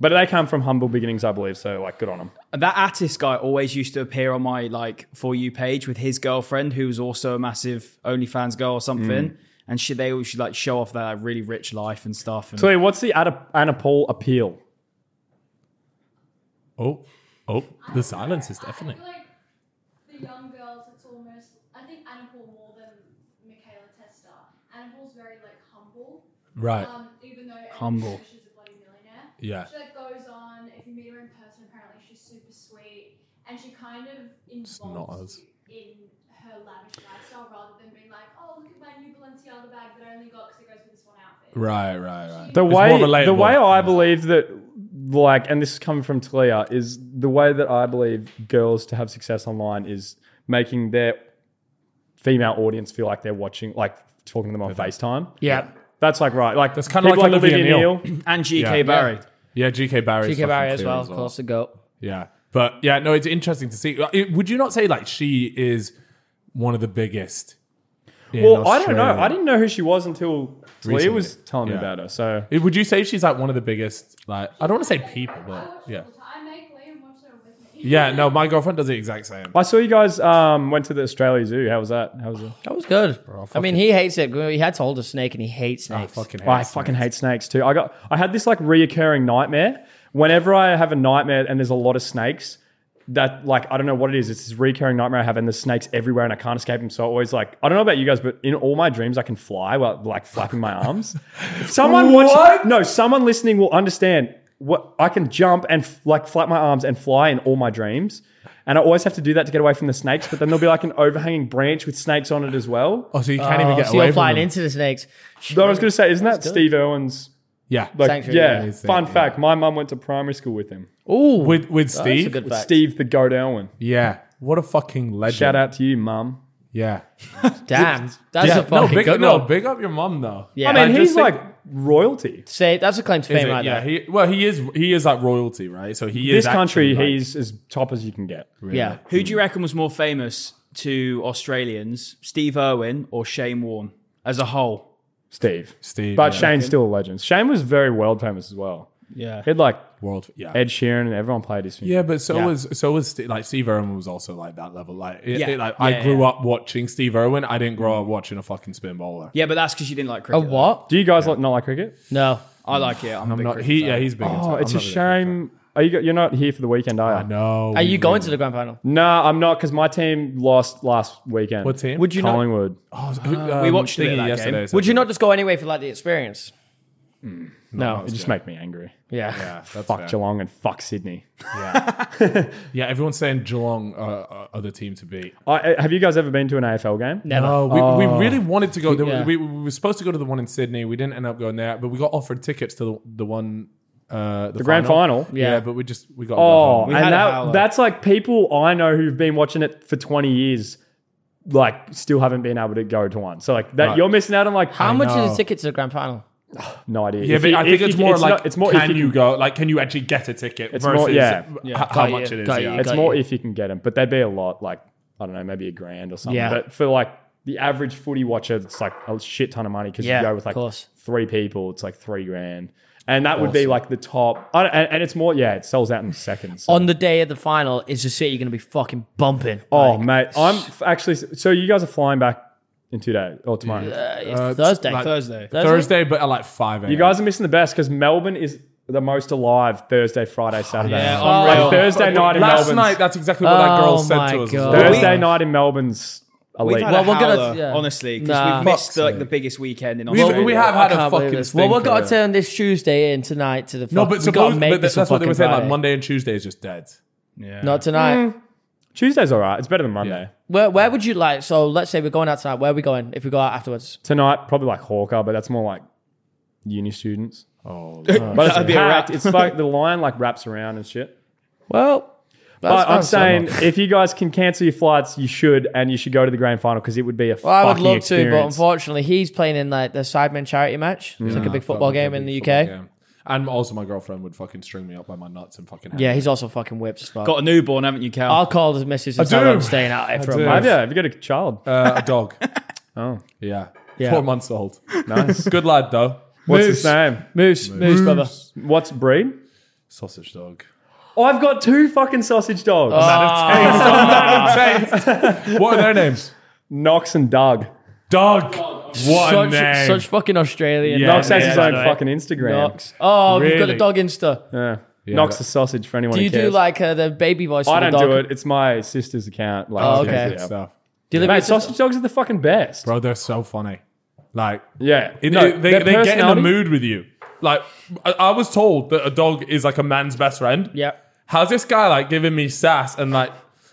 Speaker 4: but they come from humble beginnings, I believe. So like, good on them.
Speaker 5: That Attis guy always used to appear on my like for you page with his girlfriend, who was also a massive OnlyFans girl or
Speaker 1: Mm.
Speaker 5: something. And she, they always should like show off their like, really rich life and stuff. And
Speaker 4: So what's the Ada, Anna Paul appeal?
Speaker 3: Oh, oh, the silence is deafening.
Speaker 6: I feel like the young girls, it's almost. I think Anna Paul more than Michaela Testa. Anna Paul's very like humble.
Speaker 3: Right.
Speaker 6: Um, even though everyone
Speaker 5: Humble.
Speaker 6: knows she's a bloody millionaire.
Speaker 3: Yeah.
Speaker 6: She like goes on. If you meet her in person, apparently she's super sweet, and she kind of
Speaker 3: not
Speaker 6: involves
Speaker 3: us.
Speaker 6: you in her lavish lifestyle rather than being like, oh look at my new Balenciaga bag that I only got because it goes with this one outfit.
Speaker 3: Right, right, right.
Speaker 4: The
Speaker 3: It's
Speaker 4: way
Speaker 3: more relatable.
Speaker 4: the way I
Speaker 3: Yeah.
Speaker 4: believe that, like, and this is coming from Talia, is the way that I believe girls to have success online is making their female audience feel like they're watching, like talking to them on FaceTime.
Speaker 1: yeah.
Speaker 4: That's like right, like
Speaker 3: That's kinda
Speaker 4: people
Speaker 3: like Olivia Neal.
Speaker 5: and GK
Speaker 3: Yeah.
Speaker 5: Barry,
Speaker 3: Yeah, GK Barry.
Speaker 1: TK Barry as well, of course, the goat.
Speaker 3: Yeah, but yeah, no, it's interesting to see. Uh, It- would you not say like she is one of the biggest? in
Speaker 4: well, I don't know.
Speaker 3: Australia?
Speaker 4: I didn't know who she was until Talia
Speaker 3: Recently.
Speaker 4: was telling
Speaker 3: Yeah.
Speaker 4: me about her. So
Speaker 3: It- Would you say she's like one of the biggest? Like, I don't want to say people,
Speaker 6: I
Speaker 3: but
Speaker 6: watch
Speaker 3: yeah,
Speaker 6: them all the time. I make Liam watch them with me.
Speaker 3: yeah. No, my girlfriend does the exact same.
Speaker 4: I saw you guys um, went to the Australia Zoo. How was that? How was it?
Speaker 1: That was good. I
Speaker 3: fuck
Speaker 1: mean,
Speaker 3: it.
Speaker 1: he hates it. He had to hold a snake, and he hates
Speaker 3: I
Speaker 1: snakes.
Speaker 3: Ah, fucking hate.
Speaker 4: I fucking hate snakes too. I got I had this like reoccurring nightmare. Whenever I have a nightmare and there's a lot of snakes, that like I don't know what it is. It's this recurring nightmare I have, and there's snakes everywhere, and I can't escape them. So I always like I don't know about you guys, but in all my dreams I can fly while like flapping my arms. If someone
Speaker 3: What?
Speaker 4: watching, no, someone listening will understand what I can jump and f- like flap my arms and fly in all my dreams. And I always have to do that to get away from the snakes, but then there'll be like an overhanging branch with snakes on it as well.
Speaker 3: Oh, so you can't even
Speaker 1: Oh,
Speaker 3: get
Speaker 1: so
Speaker 3: away
Speaker 1: you're
Speaker 3: from
Speaker 1: flying
Speaker 3: them.
Speaker 1: into the snakes.
Speaker 4: Though I was going to say, isn't that Steve Irwin's
Speaker 3: Yeah,
Speaker 4: like,
Speaker 1: Sanctuary,
Speaker 4: yeah,
Speaker 3: yeah.
Speaker 4: fun
Speaker 3: Yeah.
Speaker 4: fact. My mum went to primary school with him.
Speaker 1: Ooh,
Speaker 3: with with
Speaker 1: that's a
Speaker 3: Steve.
Speaker 1: good fact.
Speaker 4: Steve the Goat Elwin.
Speaker 3: Yeah, what a fucking legend.
Speaker 4: Shout out to you, mum.
Speaker 3: Yeah,
Speaker 1: Damn, that's
Speaker 3: yeah.
Speaker 1: a fucking
Speaker 3: no, big,
Speaker 1: good
Speaker 3: no,
Speaker 1: one.
Speaker 3: big up your mom though.
Speaker 1: Yeah.
Speaker 4: I mean,
Speaker 1: I
Speaker 3: just
Speaker 4: he's
Speaker 3: think-
Speaker 4: like royalty.
Speaker 1: Say that's a claim to
Speaker 3: Is
Speaker 1: fame,
Speaker 3: it?
Speaker 1: right
Speaker 3: yeah,
Speaker 1: there.
Speaker 3: he, well, he is he is like royalty, right? So he is
Speaker 4: this country,
Speaker 3: actually, like,
Speaker 4: he's as top as you can get.
Speaker 3: really-
Speaker 1: yeah.
Speaker 5: who do you reckon was more famous to Australians, Steve Irwin or Shane Warne as a whole?
Speaker 4: Steve.
Speaker 3: Steve,
Speaker 4: But
Speaker 3: yeah.
Speaker 4: Shane's still a legend. Shane was very world famous as well.
Speaker 5: Yeah,
Speaker 4: He had like
Speaker 3: world, yeah,
Speaker 4: Ed Sheeran and everyone played his music.
Speaker 3: yeah. But so
Speaker 1: Yeah.
Speaker 3: was so was Steve, like Steve Irwin was also like that level. Like, it,
Speaker 5: Yeah.
Speaker 3: it- like
Speaker 5: Yeah,
Speaker 3: I grew
Speaker 5: yeah.
Speaker 3: up watching Steve Irwin. I didn't grow up watching a fucking spin bowler.
Speaker 5: yeah, but that's because you didn't like
Speaker 1: A
Speaker 5: cricket. though.
Speaker 1: what?
Speaker 4: Do you guys like not like cricket?
Speaker 1: No.
Speaker 5: I like it. I'm, a
Speaker 3: I'm
Speaker 5: big
Speaker 3: not.
Speaker 5: cricket
Speaker 3: He
Speaker 5: fan.
Speaker 3: yeah, he's big.
Speaker 4: Oh, it's
Speaker 3: a
Speaker 4: a shame. Are you? go- You're not here for the weekend, are you?
Speaker 3: No,
Speaker 1: Are you going to the grand final?
Speaker 4: No, I'm not because my team lost last weekend.
Speaker 3: What team?
Speaker 1: Would you not?
Speaker 4: Collingwood.
Speaker 3: Oh, who-
Speaker 5: we
Speaker 3: um,
Speaker 5: watched a bit of
Speaker 3: thingy
Speaker 5: that
Speaker 3: yesterday.
Speaker 5: game.
Speaker 3: so-
Speaker 1: Would you not just go anyway for like the experience?
Speaker 4: No,
Speaker 1: No.
Speaker 4: it just make me angry.
Speaker 1: Yeah.
Speaker 3: Yeah, that's
Speaker 4: fuck
Speaker 3: fair.
Speaker 4: Geelong and fuck Sydney.
Speaker 3: Yeah. yeah, everyone's saying Geelong are, are, are the team to beat.
Speaker 4: I, have you guys ever been to an AFL game?
Speaker 1: Never.
Speaker 3: No, we, we
Speaker 4: Oh,
Speaker 3: really wanted to go. There,
Speaker 1: Yeah.
Speaker 3: we, we were supposed to go to the one in Sydney. We didn't end up going there, but we got offered tickets to the the one, uh, the,
Speaker 4: grand final?
Speaker 3: Yeah.
Speaker 1: Yeah.
Speaker 3: but we just we got. Oh,
Speaker 4: Oh,
Speaker 1: had
Speaker 4: and
Speaker 1: a
Speaker 4: that,
Speaker 1: howler.
Speaker 4: that's like people I know who've been watching it for 20 years, like still haven't been able to go to one. So like that,
Speaker 3: Right.
Speaker 4: you're missing out on like
Speaker 1: How much
Speaker 3: know.
Speaker 1: is the ticket to the grand final?
Speaker 4: no idea.
Speaker 3: yeah,
Speaker 4: If
Speaker 3: but
Speaker 4: you-
Speaker 3: I
Speaker 4: if
Speaker 3: think
Speaker 4: you-
Speaker 3: it's more like
Speaker 4: not- it's more
Speaker 3: can
Speaker 4: if
Speaker 3: you,
Speaker 4: you,
Speaker 3: go like can you actually get a ticket
Speaker 4: It's more-
Speaker 3: versus
Speaker 4: yeah.
Speaker 3: h-
Speaker 1: Yeah.
Speaker 3: how
Speaker 1: Got
Speaker 3: much
Speaker 1: you,
Speaker 3: it is.
Speaker 1: got
Speaker 3: yeah.
Speaker 1: you,
Speaker 4: It's
Speaker 1: got
Speaker 4: more
Speaker 1: you.
Speaker 4: if you can get them, but they'd be a lot. Like I don't know, maybe a grand or something.
Speaker 1: Yeah.
Speaker 4: But for like the average footy watcher, it's like a shit ton of money because
Speaker 1: Yeah,
Speaker 4: you go with
Speaker 1: of
Speaker 4: like
Speaker 1: course.
Speaker 4: three people, it's like three grand, and that would be like the top. I don't, and, and it's more, yeah, it sells out in seconds. so-
Speaker 1: On the day of the final, is the city going to be fucking bumping?
Speaker 4: Oh, mate, I'm f- actually. So you guys are flying back in two days or tomorrow.
Speaker 1: It's
Speaker 3: Uh, it's
Speaker 1: Thursday.
Speaker 3: like-
Speaker 5: Thursday.
Speaker 3: Thursday, but at like five.
Speaker 4: You guys are missing the best because Melbourne is the most alive Thursday, Friday, Saturday.
Speaker 5: Yeah,
Speaker 4: Like,
Speaker 5: unreal.
Speaker 4: Thursday night in
Speaker 3: last
Speaker 4: Melbourne's
Speaker 3: night. That's exactly what that
Speaker 1: Oh
Speaker 3: girl said
Speaker 1: my
Speaker 3: to us.
Speaker 1: God.
Speaker 3: As well.
Speaker 4: Thursday night in Melbourne's elite.
Speaker 5: We've had
Speaker 1: Well,
Speaker 5: a
Speaker 1: we're gonna-
Speaker 5: howler,
Speaker 1: yeah.
Speaker 5: honestly, because
Speaker 1: Nah.
Speaker 5: we've missed
Speaker 3: Fuck's
Speaker 5: the, like
Speaker 3: sake.
Speaker 5: the biggest weekend in
Speaker 3: We-
Speaker 5: Australia.
Speaker 3: we have
Speaker 1: I
Speaker 3: had a
Speaker 1: can't believe
Speaker 3: fucking
Speaker 1: this. Well, we've got to
Speaker 3: stinker.
Speaker 1: turn this Tuesday in tonight to the.
Speaker 3: No,
Speaker 1: fuck-
Speaker 3: but
Speaker 1: we've
Speaker 3: suppose
Speaker 1: gotta make
Speaker 3: but
Speaker 1: this
Speaker 3: that's
Speaker 1: on
Speaker 3: what they were
Speaker 1: fucking
Speaker 3: saying. Like
Speaker 1: Friday.
Speaker 3: Monday and Tuesday is just dead.
Speaker 5: yeah.
Speaker 1: Not tonight.
Speaker 4: Tuesday's all right. It's better than Monday.
Speaker 1: Where Where would you like? So let's say we're going out tonight. Where are we going if we go out afterwards?
Speaker 4: Tonight, probably like Hawker, but that's more like uni students.
Speaker 3: Oh,
Speaker 4: But
Speaker 5: That'd
Speaker 4: it's
Speaker 5: be a wrap.
Speaker 4: packed. It's like the line like wraps around and shit.
Speaker 1: Well, That's-
Speaker 4: But I'm
Speaker 1: that's so
Speaker 4: saying
Speaker 1: much.
Speaker 4: if you guys can cancel your flights, you should, and you should go to the grand final because it would be a
Speaker 1: Well, I would
Speaker 4: fucking
Speaker 1: love to, but
Speaker 4: experience.
Speaker 1: unfortunately, he's playing in like the Sidemen charity match. It's like a big football game in the UK.
Speaker 3: Yeah. And also, my girlfriend would fucking string me up by my nuts and fucking.
Speaker 1: Yeah, he's also fucking whipped as fuck.
Speaker 5: Got a newborn, haven't you, Cal?
Speaker 1: I'll call his missus and
Speaker 3: I
Speaker 1: tell her
Speaker 3: do.
Speaker 1: I'm staying out here for a
Speaker 3: do.
Speaker 1: month.
Speaker 4: Have you? Have you got a child?
Speaker 3: Uh, a dog.
Speaker 4: Oh.
Speaker 3: Yeah.
Speaker 1: Yeah.
Speaker 3: Four months old.
Speaker 4: Nice.
Speaker 3: Good lad though. Moose.
Speaker 4: What's his name?
Speaker 1: Moose, Moose, brother.
Speaker 4: What's breed?
Speaker 3: Sausage dog.
Speaker 4: Oh, I've got two fucking sausage dogs.
Speaker 1: Uh,
Speaker 3: What are their names?
Speaker 4: Knox and Doug.
Speaker 3: Dog. What
Speaker 1: such,
Speaker 3: a name.
Speaker 1: such fucking Australian.
Speaker 3: Yeah.
Speaker 4: Knox has
Speaker 3: yeah,
Speaker 4: his
Speaker 3: yeah,
Speaker 4: own
Speaker 3: yeah.
Speaker 4: fucking Instagram.
Speaker 1: Knox. Oh, you've got a
Speaker 3: Really?
Speaker 1: dog Insta.
Speaker 4: Yeah. Knox
Speaker 3: but-
Speaker 4: the sausage for anyone
Speaker 1: Do you
Speaker 4: who cares.
Speaker 1: do like uh, the baby voice?
Speaker 4: I
Speaker 1: for the
Speaker 4: don't
Speaker 1: dog?
Speaker 4: do it. It's my sister's account. Like,
Speaker 1: Oh,
Speaker 4: she
Speaker 1: okay.
Speaker 4: does it,
Speaker 3: Good
Speaker 4: yeah.
Speaker 3: stuff.
Speaker 1: Do you live
Speaker 4: Mate,
Speaker 1: with your-
Speaker 4: sausage dogs are the fucking best.
Speaker 3: Bro, they're so funny. Like
Speaker 4: Yeah.
Speaker 3: it-
Speaker 4: No,
Speaker 3: they,
Speaker 4: their
Speaker 3: they get in the
Speaker 4: personality-
Speaker 3: mood with you. Like I, I was told that a dog is like a man's best friend.
Speaker 1: Yeah.
Speaker 3: How's this guy like giving me sass and like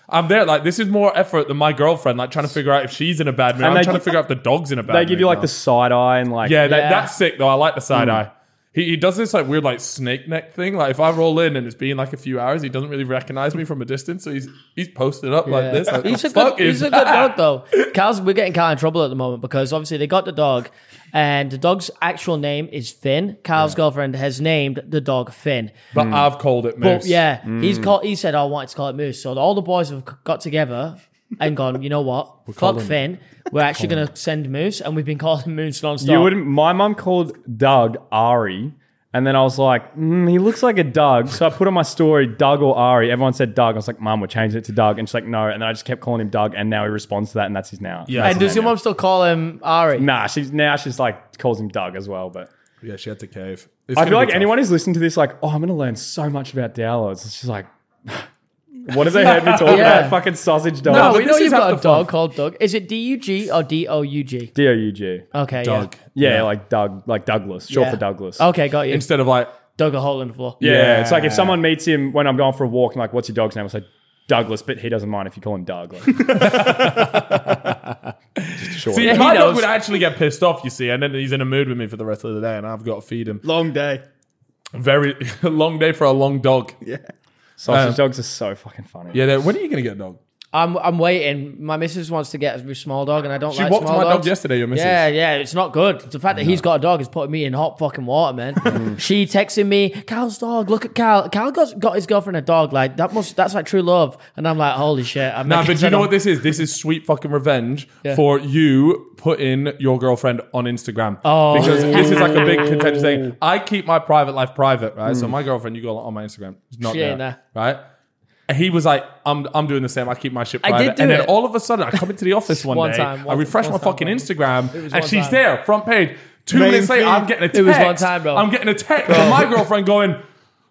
Speaker 3: I'm there like this is more effort than my girlfriend like trying to figure out if she's in a bad mood. I'm
Speaker 4: they
Speaker 3: trying
Speaker 4: gi-
Speaker 3: to figure out if the dog's in a bad
Speaker 4: They
Speaker 3: mood.
Speaker 4: give you like
Speaker 3: now.
Speaker 4: the Mm. side eye and like.
Speaker 3: Yeah, that,
Speaker 1: Yeah.
Speaker 3: that's sick though. I like the side eye. He, he does this like weird like snake neck thing. Like if I roll in and it's been like a few hours, he doesn't really recognize me from a distance. So he's he's posted up like
Speaker 1: Yeah.
Speaker 3: this. Like,
Speaker 1: he's
Speaker 3: the
Speaker 1: a good,
Speaker 3: fuck is
Speaker 1: he's a good
Speaker 3: that?
Speaker 1: dog though. Cal's, we're getting Cal in trouble at the moment because obviously they got the dog, and the dog's actual name is Finn. Cal's girlfriend has named the dog Finn.
Speaker 3: But
Speaker 4: Mm.
Speaker 3: I've called it
Speaker 1: But
Speaker 3: moose.
Speaker 1: yeah, he's called. He said, "Oh, "I wanted to call it Moose." So all the boys have got together and gone. You know what? Fuck
Speaker 3: calling-
Speaker 1: Finn. We're actually going to send Moose, and we've been calling him Moose nonstop.
Speaker 4: You wouldn't. My mum called Doug Ari, and then I was like, mm, he looks like a Doug. So I put on my story, Doug or Ari. Everyone said Doug. I was like, Mum, we're changing it to Doug, and she's like, No. And then I just kept calling him Doug, and now he responds to that, and that's his now.
Speaker 3: Yeah.
Speaker 1: and does your mom still call him Ari?
Speaker 4: Nah, she's now she's like calls him Doug as well, but.
Speaker 3: yeah, she had to cave.
Speaker 4: I feel like anyone who's listening to this, like, oh, I'm going to learn so much about Dowlers. It's just like, what have they heard me talk
Speaker 1: Yeah.
Speaker 4: about? Fucking sausage
Speaker 1: Oh,
Speaker 4: dog.
Speaker 1: we
Speaker 3: but
Speaker 1: know
Speaker 3: this is
Speaker 1: you've got a dog
Speaker 3: half the fun.
Speaker 1: called Doug. Is it D U G or D O U G?
Speaker 4: D O U G.
Speaker 1: Okay,
Speaker 3: dog
Speaker 4: Yeah, like Doug, like Douglas, short
Speaker 1: Uh, Yeah.
Speaker 4: for Douglas.
Speaker 1: yeah. Okay, got you.
Speaker 3: instead of like
Speaker 1: Dug a hole in the floor.
Speaker 4: yeah,
Speaker 3: yeah.
Speaker 4: It's like if someone meets him when I'm going for a walk and like, what's your dog's name? I say Douglas, but he doesn't mind if you call him Doug. Like,
Speaker 1: Um,
Speaker 4: just short.
Speaker 3: see
Speaker 1: he
Speaker 3: my dog
Speaker 1: knows.
Speaker 3: would actually get pissed off. You see, and then he's in a mood with me for the rest of the day, and I've got to feed him.
Speaker 5: Long day.
Speaker 3: Very long day for a long dog. Yeah,
Speaker 4: sausage
Speaker 3: Uh,
Speaker 4: dogs are so fucking funny.
Speaker 3: they're- when are you gonna get a dog?
Speaker 1: I'm I'm waiting. My missus wants to get a small dog, and I don't
Speaker 3: She
Speaker 1: like
Speaker 3: walked
Speaker 1: small
Speaker 3: my
Speaker 1: dogs.
Speaker 3: dog yesterday. Your missus.
Speaker 1: Yeah, yeah, it's not good. The fact that he's got a dog is putting me in hot fucking water,
Speaker 3: Mm-hmm.
Speaker 1: man. she texting me, Cal's dog. Look at Cal. Cal got, got his girlfriend a dog. Like that must that's like true love. And I'm like, holy shit. I'm
Speaker 3: Nah,
Speaker 1: making
Speaker 3: but you know
Speaker 1: sense.
Speaker 3: what this is? This is sweet fucking revenge for you putting your girlfriend on Instagram.
Speaker 1: Oh.
Speaker 3: Because this is like a big contentious thing. I keep my private life private, right? So my girlfriend, you go on my Instagram. She's not
Speaker 1: Mm. She
Speaker 3: there,
Speaker 1: ain't there.
Speaker 3: Right? And He was like, I'm, I'm doing the same. I keep my shit
Speaker 1: I
Speaker 3: private.
Speaker 1: did do
Speaker 3: and then
Speaker 1: it.
Speaker 3: all of a sudden, I come into the office one,
Speaker 1: One
Speaker 3: day.
Speaker 1: time,
Speaker 3: I
Speaker 1: one-
Speaker 3: refresh my
Speaker 1: one time,
Speaker 3: fucking
Speaker 1: one- It
Speaker 3: Instagram,
Speaker 1: was
Speaker 3: and
Speaker 1: one
Speaker 3: she's
Speaker 1: time.
Speaker 3: there, front page. Two
Speaker 5: Main
Speaker 3: minutes later,
Speaker 5: feed.
Speaker 3: I'm getting a text.
Speaker 1: It was one time, bro.
Speaker 3: I'm getting a text from my girlfriend going,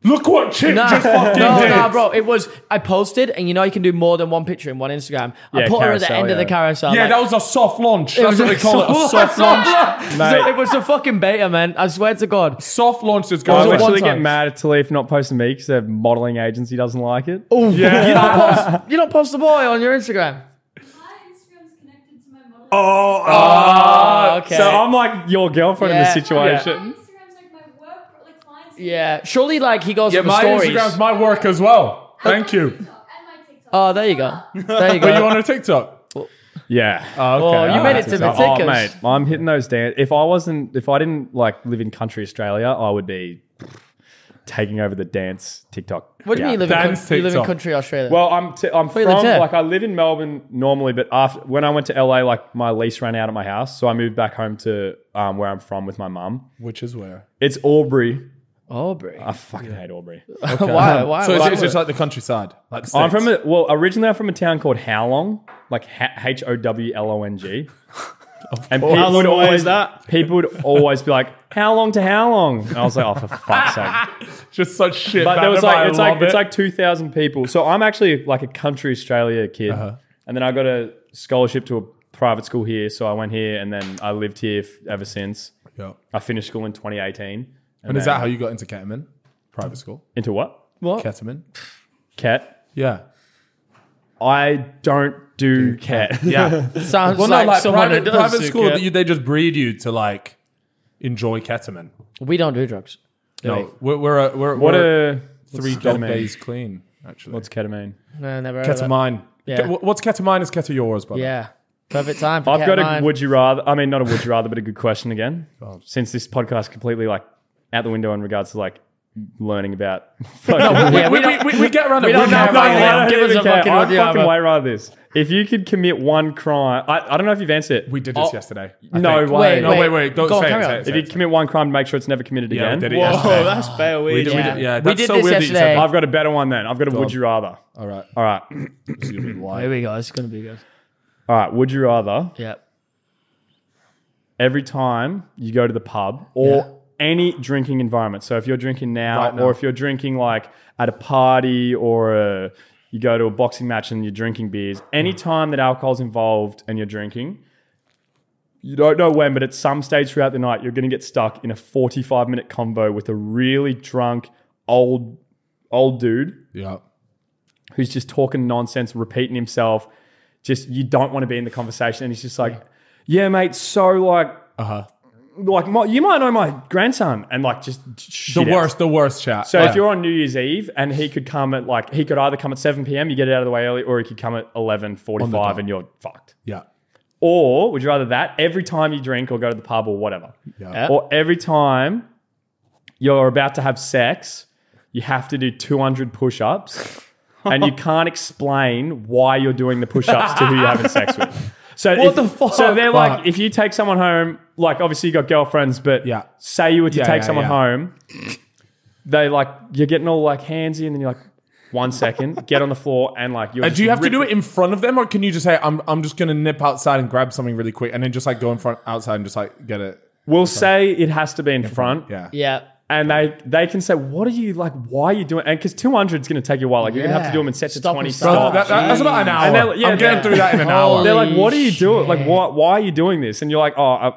Speaker 3: Look what chick just fucking
Speaker 1: no,
Speaker 3: did.
Speaker 1: no, bro. It was I posted, and you know you can do more than one picture in one Instagram. I
Speaker 4: Yeah,
Speaker 1: put her at the
Speaker 4: carousel,
Speaker 1: end of the
Speaker 4: yeah.
Speaker 1: carousel.
Speaker 3: Yeah,
Speaker 1: like,
Speaker 3: that was a soft launch.
Speaker 1: it
Speaker 3: That's what they call it. A soft launch.
Speaker 1: So it was a fucking beta, man. I swear to God.
Speaker 3: soft launch this
Speaker 4: I
Speaker 3: guy.
Speaker 1: Was it
Speaker 3: Like,
Speaker 1: one
Speaker 4: actually get
Speaker 1: time?
Speaker 4: mad at Talif for not posting me because their modeling agency doesn't like it.
Speaker 1: Oh, You don't post. You don't post the boy on your Instagram.
Speaker 6: My Instagram's connected to my model.
Speaker 3: Ah,
Speaker 1: Oh, okay.
Speaker 4: So I'm like your girlfriend in
Speaker 1: Yeah.
Speaker 4: this
Speaker 6: My
Speaker 4: situation.
Speaker 6: Instagram's like my work, like clients.
Speaker 1: yeah, surely like he goes
Speaker 3: yeah,
Speaker 1: on the
Speaker 3: my
Speaker 1: stories.
Speaker 3: Instagram's my work as well.
Speaker 6: And my
Speaker 3: Thank you.
Speaker 6: TikTok, and my TikTok.
Speaker 1: oh, there you go. There you go.
Speaker 3: But you on a TikTok?
Speaker 4: Yeah.
Speaker 1: Oh, you made it to the
Speaker 4: Oh,
Speaker 1: tickers.
Speaker 4: mate, I'm hitting those dance. If I wasn't, if I didn't like live in country Australia, I would be taking over the dance TikTok.
Speaker 1: What do you
Speaker 4: Yeah.
Speaker 1: mean you live, in,
Speaker 3: Dan's
Speaker 1: coun- you live in
Speaker 3: TikTok.
Speaker 1: country Australia?
Speaker 4: Well, I'm t- I'm
Speaker 1: Where
Speaker 4: from
Speaker 1: you live there?
Speaker 4: like I live in Melbourne normally, but after when I went to LA, like my lease ran out at my house, so I moved back home to um, where I'm from with my mum.
Speaker 3: Which is where?
Speaker 4: It's Aubrey.
Speaker 1: Aubrey.
Speaker 4: I fucking hate Aubrey.
Speaker 1: Oh, Why? Why?
Speaker 3: So
Speaker 1: why
Speaker 3: it's, it's
Speaker 1: would-
Speaker 3: just like the countryside. Like the
Speaker 4: I'm from
Speaker 3: States.
Speaker 4: a, well, originally I'm from a town called Howlong, like H O W L O N G. And
Speaker 1: Oh,
Speaker 4: people would
Speaker 5: away
Speaker 4: always
Speaker 5: is that?
Speaker 4: people would always be like, "How long to how long?" And I was like, "Oh, for fuck's sake!"
Speaker 3: just such shit.
Speaker 4: But there was like it's like
Speaker 3: it.
Speaker 4: it's like two thousand people. So I'm actually like a country Australia kid, and then I got a scholarship to a private school here, so I went here, and then I lived here f- ever since.
Speaker 3: Yeah.
Speaker 4: I finished school in 2018.
Speaker 3: And is
Speaker 4: then-
Speaker 3: that how you got into Ketamine? Private school.
Speaker 4: into what
Speaker 1: what?
Speaker 3: Ketamine.
Speaker 4: cat?
Speaker 3: Yeah.
Speaker 4: I don't do cat.
Speaker 3: Yeah.
Speaker 1: Sounds
Speaker 3: well, no,
Speaker 1: like,
Speaker 3: like
Speaker 1: someone
Speaker 3: private,
Speaker 1: who does
Speaker 3: private
Speaker 1: do
Speaker 3: school,
Speaker 1: coke.
Speaker 3: you, they just breed you to like enjoy ketamine.
Speaker 1: we don't do drugs.
Speaker 3: No, we're we're a, we're,
Speaker 4: What
Speaker 3: we're
Speaker 4: a
Speaker 3: three
Speaker 4: what's that
Speaker 3: dog
Speaker 4: mean?
Speaker 3: days clean. actually.
Speaker 4: What's ketamine?
Speaker 1: No, never. Heard of that.
Speaker 3: ketamine?
Speaker 1: Yeah.
Speaker 3: Ke- wh- What's ketamine is ketamine yours, brother.
Speaker 1: Yeah, perfect time. For
Speaker 4: I've got
Speaker 1: ketamine.
Speaker 4: a would you rather. I mean, not a would you rather, but a good question again. Since this podcast completely like out the window in regards to like learning about. fucking-
Speaker 1: Yeah, we
Speaker 3: We,
Speaker 1: don't-
Speaker 3: we, we, we get around it.
Speaker 1: don't
Speaker 3: We
Speaker 1: have
Speaker 3: get
Speaker 1: that
Speaker 3: around it.
Speaker 1: one. Give us a
Speaker 4: care.
Speaker 1: fucking
Speaker 4: I'd
Speaker 1: would you
Speaker 4: fucking
Speaker 1: rather.
Speaker 4: way rather this. If you could commit one crime, I, I don't know if you've answered it.
Speaker 3: We did this
Speaker 4: Oh,
Speaker 3: yesterday. I
Speaker 4: No
Speaker 3: think.
Speaker 4: way.
Speaker 3: No, wait, wait. Don't
Speaker 1: Go on,
Speaker 3: say it.
Speaker 1: carry
Speaker 3: Say
Speaker 1: on.
Speaker 3: it, say
Speaker 4: If you
Speaker 3: it.
Speaker 4: commit one crime, make sure it's never committed
Speaker 3: Yeah, we
Speaker 4: again.
Speaker 3: did it yesterday.
Speaker 5: Oh, that's bare
Speaker 3: We
Speaker 5: weird.
Speaker 3: did,
Speaker 1: Yeah.
Speaker 3: we did, yeah,
Speaker 1: We
Speaker 3: that's
Speaker 1: did
Speaker 3: so
Speaker 1: this
Speaker 3: weird That
Speaker 1: yesterday.
Speaker 3: you said that.
Speaker 4: I've got a better one then. I've got a would you rather.
Speaker 3: All right.
Speaker 4: All right.
Speaker 3: This is gonna be
Speaker 1: Here
Speaker 3: live.
Speaker 1: we go. It's gonna be good.
Speaker 4: All right. Would you rather
Speaker 1: Yeah.
Speaker 4: every time you go to the pub or any drinking environment. So if you're drinking now,
Speaker 3: Right now.
Speaker 4: or if you're drinking like at a party or a, you go to a boxing match and you're drinking beers, any
Speaker 3: Mm.
Speaker 4: time that alcohol's involved and you're drinking, you don't know when, but at some stage throughout the night, you're going to get stuck in a 45 minute convo with a really drunk old old dude
Speaker 3: Yeah.
Speaker 4: who's just talking nonsense, repeating himself. Just you don't want to be in the conversation, and he's just like, "Yeah, mate, so like,
Speaker 3: Uh huh.
Speaker 4: like my, you might know my grandson," and like just
Speaker 3: The
Speaker 4: shit out.
Speaker 3: worst. The worst chat.
Speaker 4: So
Speaker 3: Yeah.
Speaker 4: if you're on New Year's Eve and he could come at like he could either come at seven p.m. you get it out of the way early, or he could come at eleven forty-five
Speaker 3: dot.
Speaker 4: and you're fucked.
Speaker 3: yeah.
Speaker 4: Or would you rather that every time you drink or go to the pub or whatever,
Speaker 3: Yeah.
Speaker 4: or every time you're about to have sex, you have to do two hundred push-ups, and you can't explain why you're doing the push-ups to who you're having sex with. So what
Speaker 3: the fuck?
Speaker 4: So they're
Speaker 3: Fuck.
Speaker 4: like, if you take someone home, like obviously you got girlfriends, but
Speaker 3: Yeah.
Speaker 4: say you were to
Speaker 3: Yeah,
Speaker 4: take
Speaker 3: yeah,
Speaker 4: someone
Speaker 3: yeah.
Speaker 4: home, they like you're getting all like handsy, and then you're like, one second, get on the floor, and like you're.
Speaker 3: And Uh,
Speaker 4: just
Speaker 3: do you have to
Speaker 4: rip-
Speaker 3: do it in front of them, or can you just say, "I'm I'm just gonna nip outside and grab something really quick," and then just like go in front outside and just like get it?
Speaker 4: We'll say it has to be in front.
Speaker 3: Yeah.
Speaker 1: Yeah.
Speaker 4: and they they can say, "What are you like? Why are you doing?" And because two hundred is going to take you a while. Like you're going to have to do them in sets
Speaker 1: Stop
Speaker 4: of twenty.
Speaker 1: and start.
Speaker 3: Bro,
Speaker 4: stars.
Speaker 3: that, that, that's about an
Speaker 4: And
Speaker 3: hour.
Speaker 4: they're- yeah,
Speaker 3: I'm getting
Speaker 4: they're-
Speaker 3: through that in an hour.
Speaker 4: They're like, "What are you
Speaker 1: Holy
Speaker 4: doing? Like,
Speaker 1: shit.
Speaker 4: why why are you doing this?" And you're like, "Oh, I,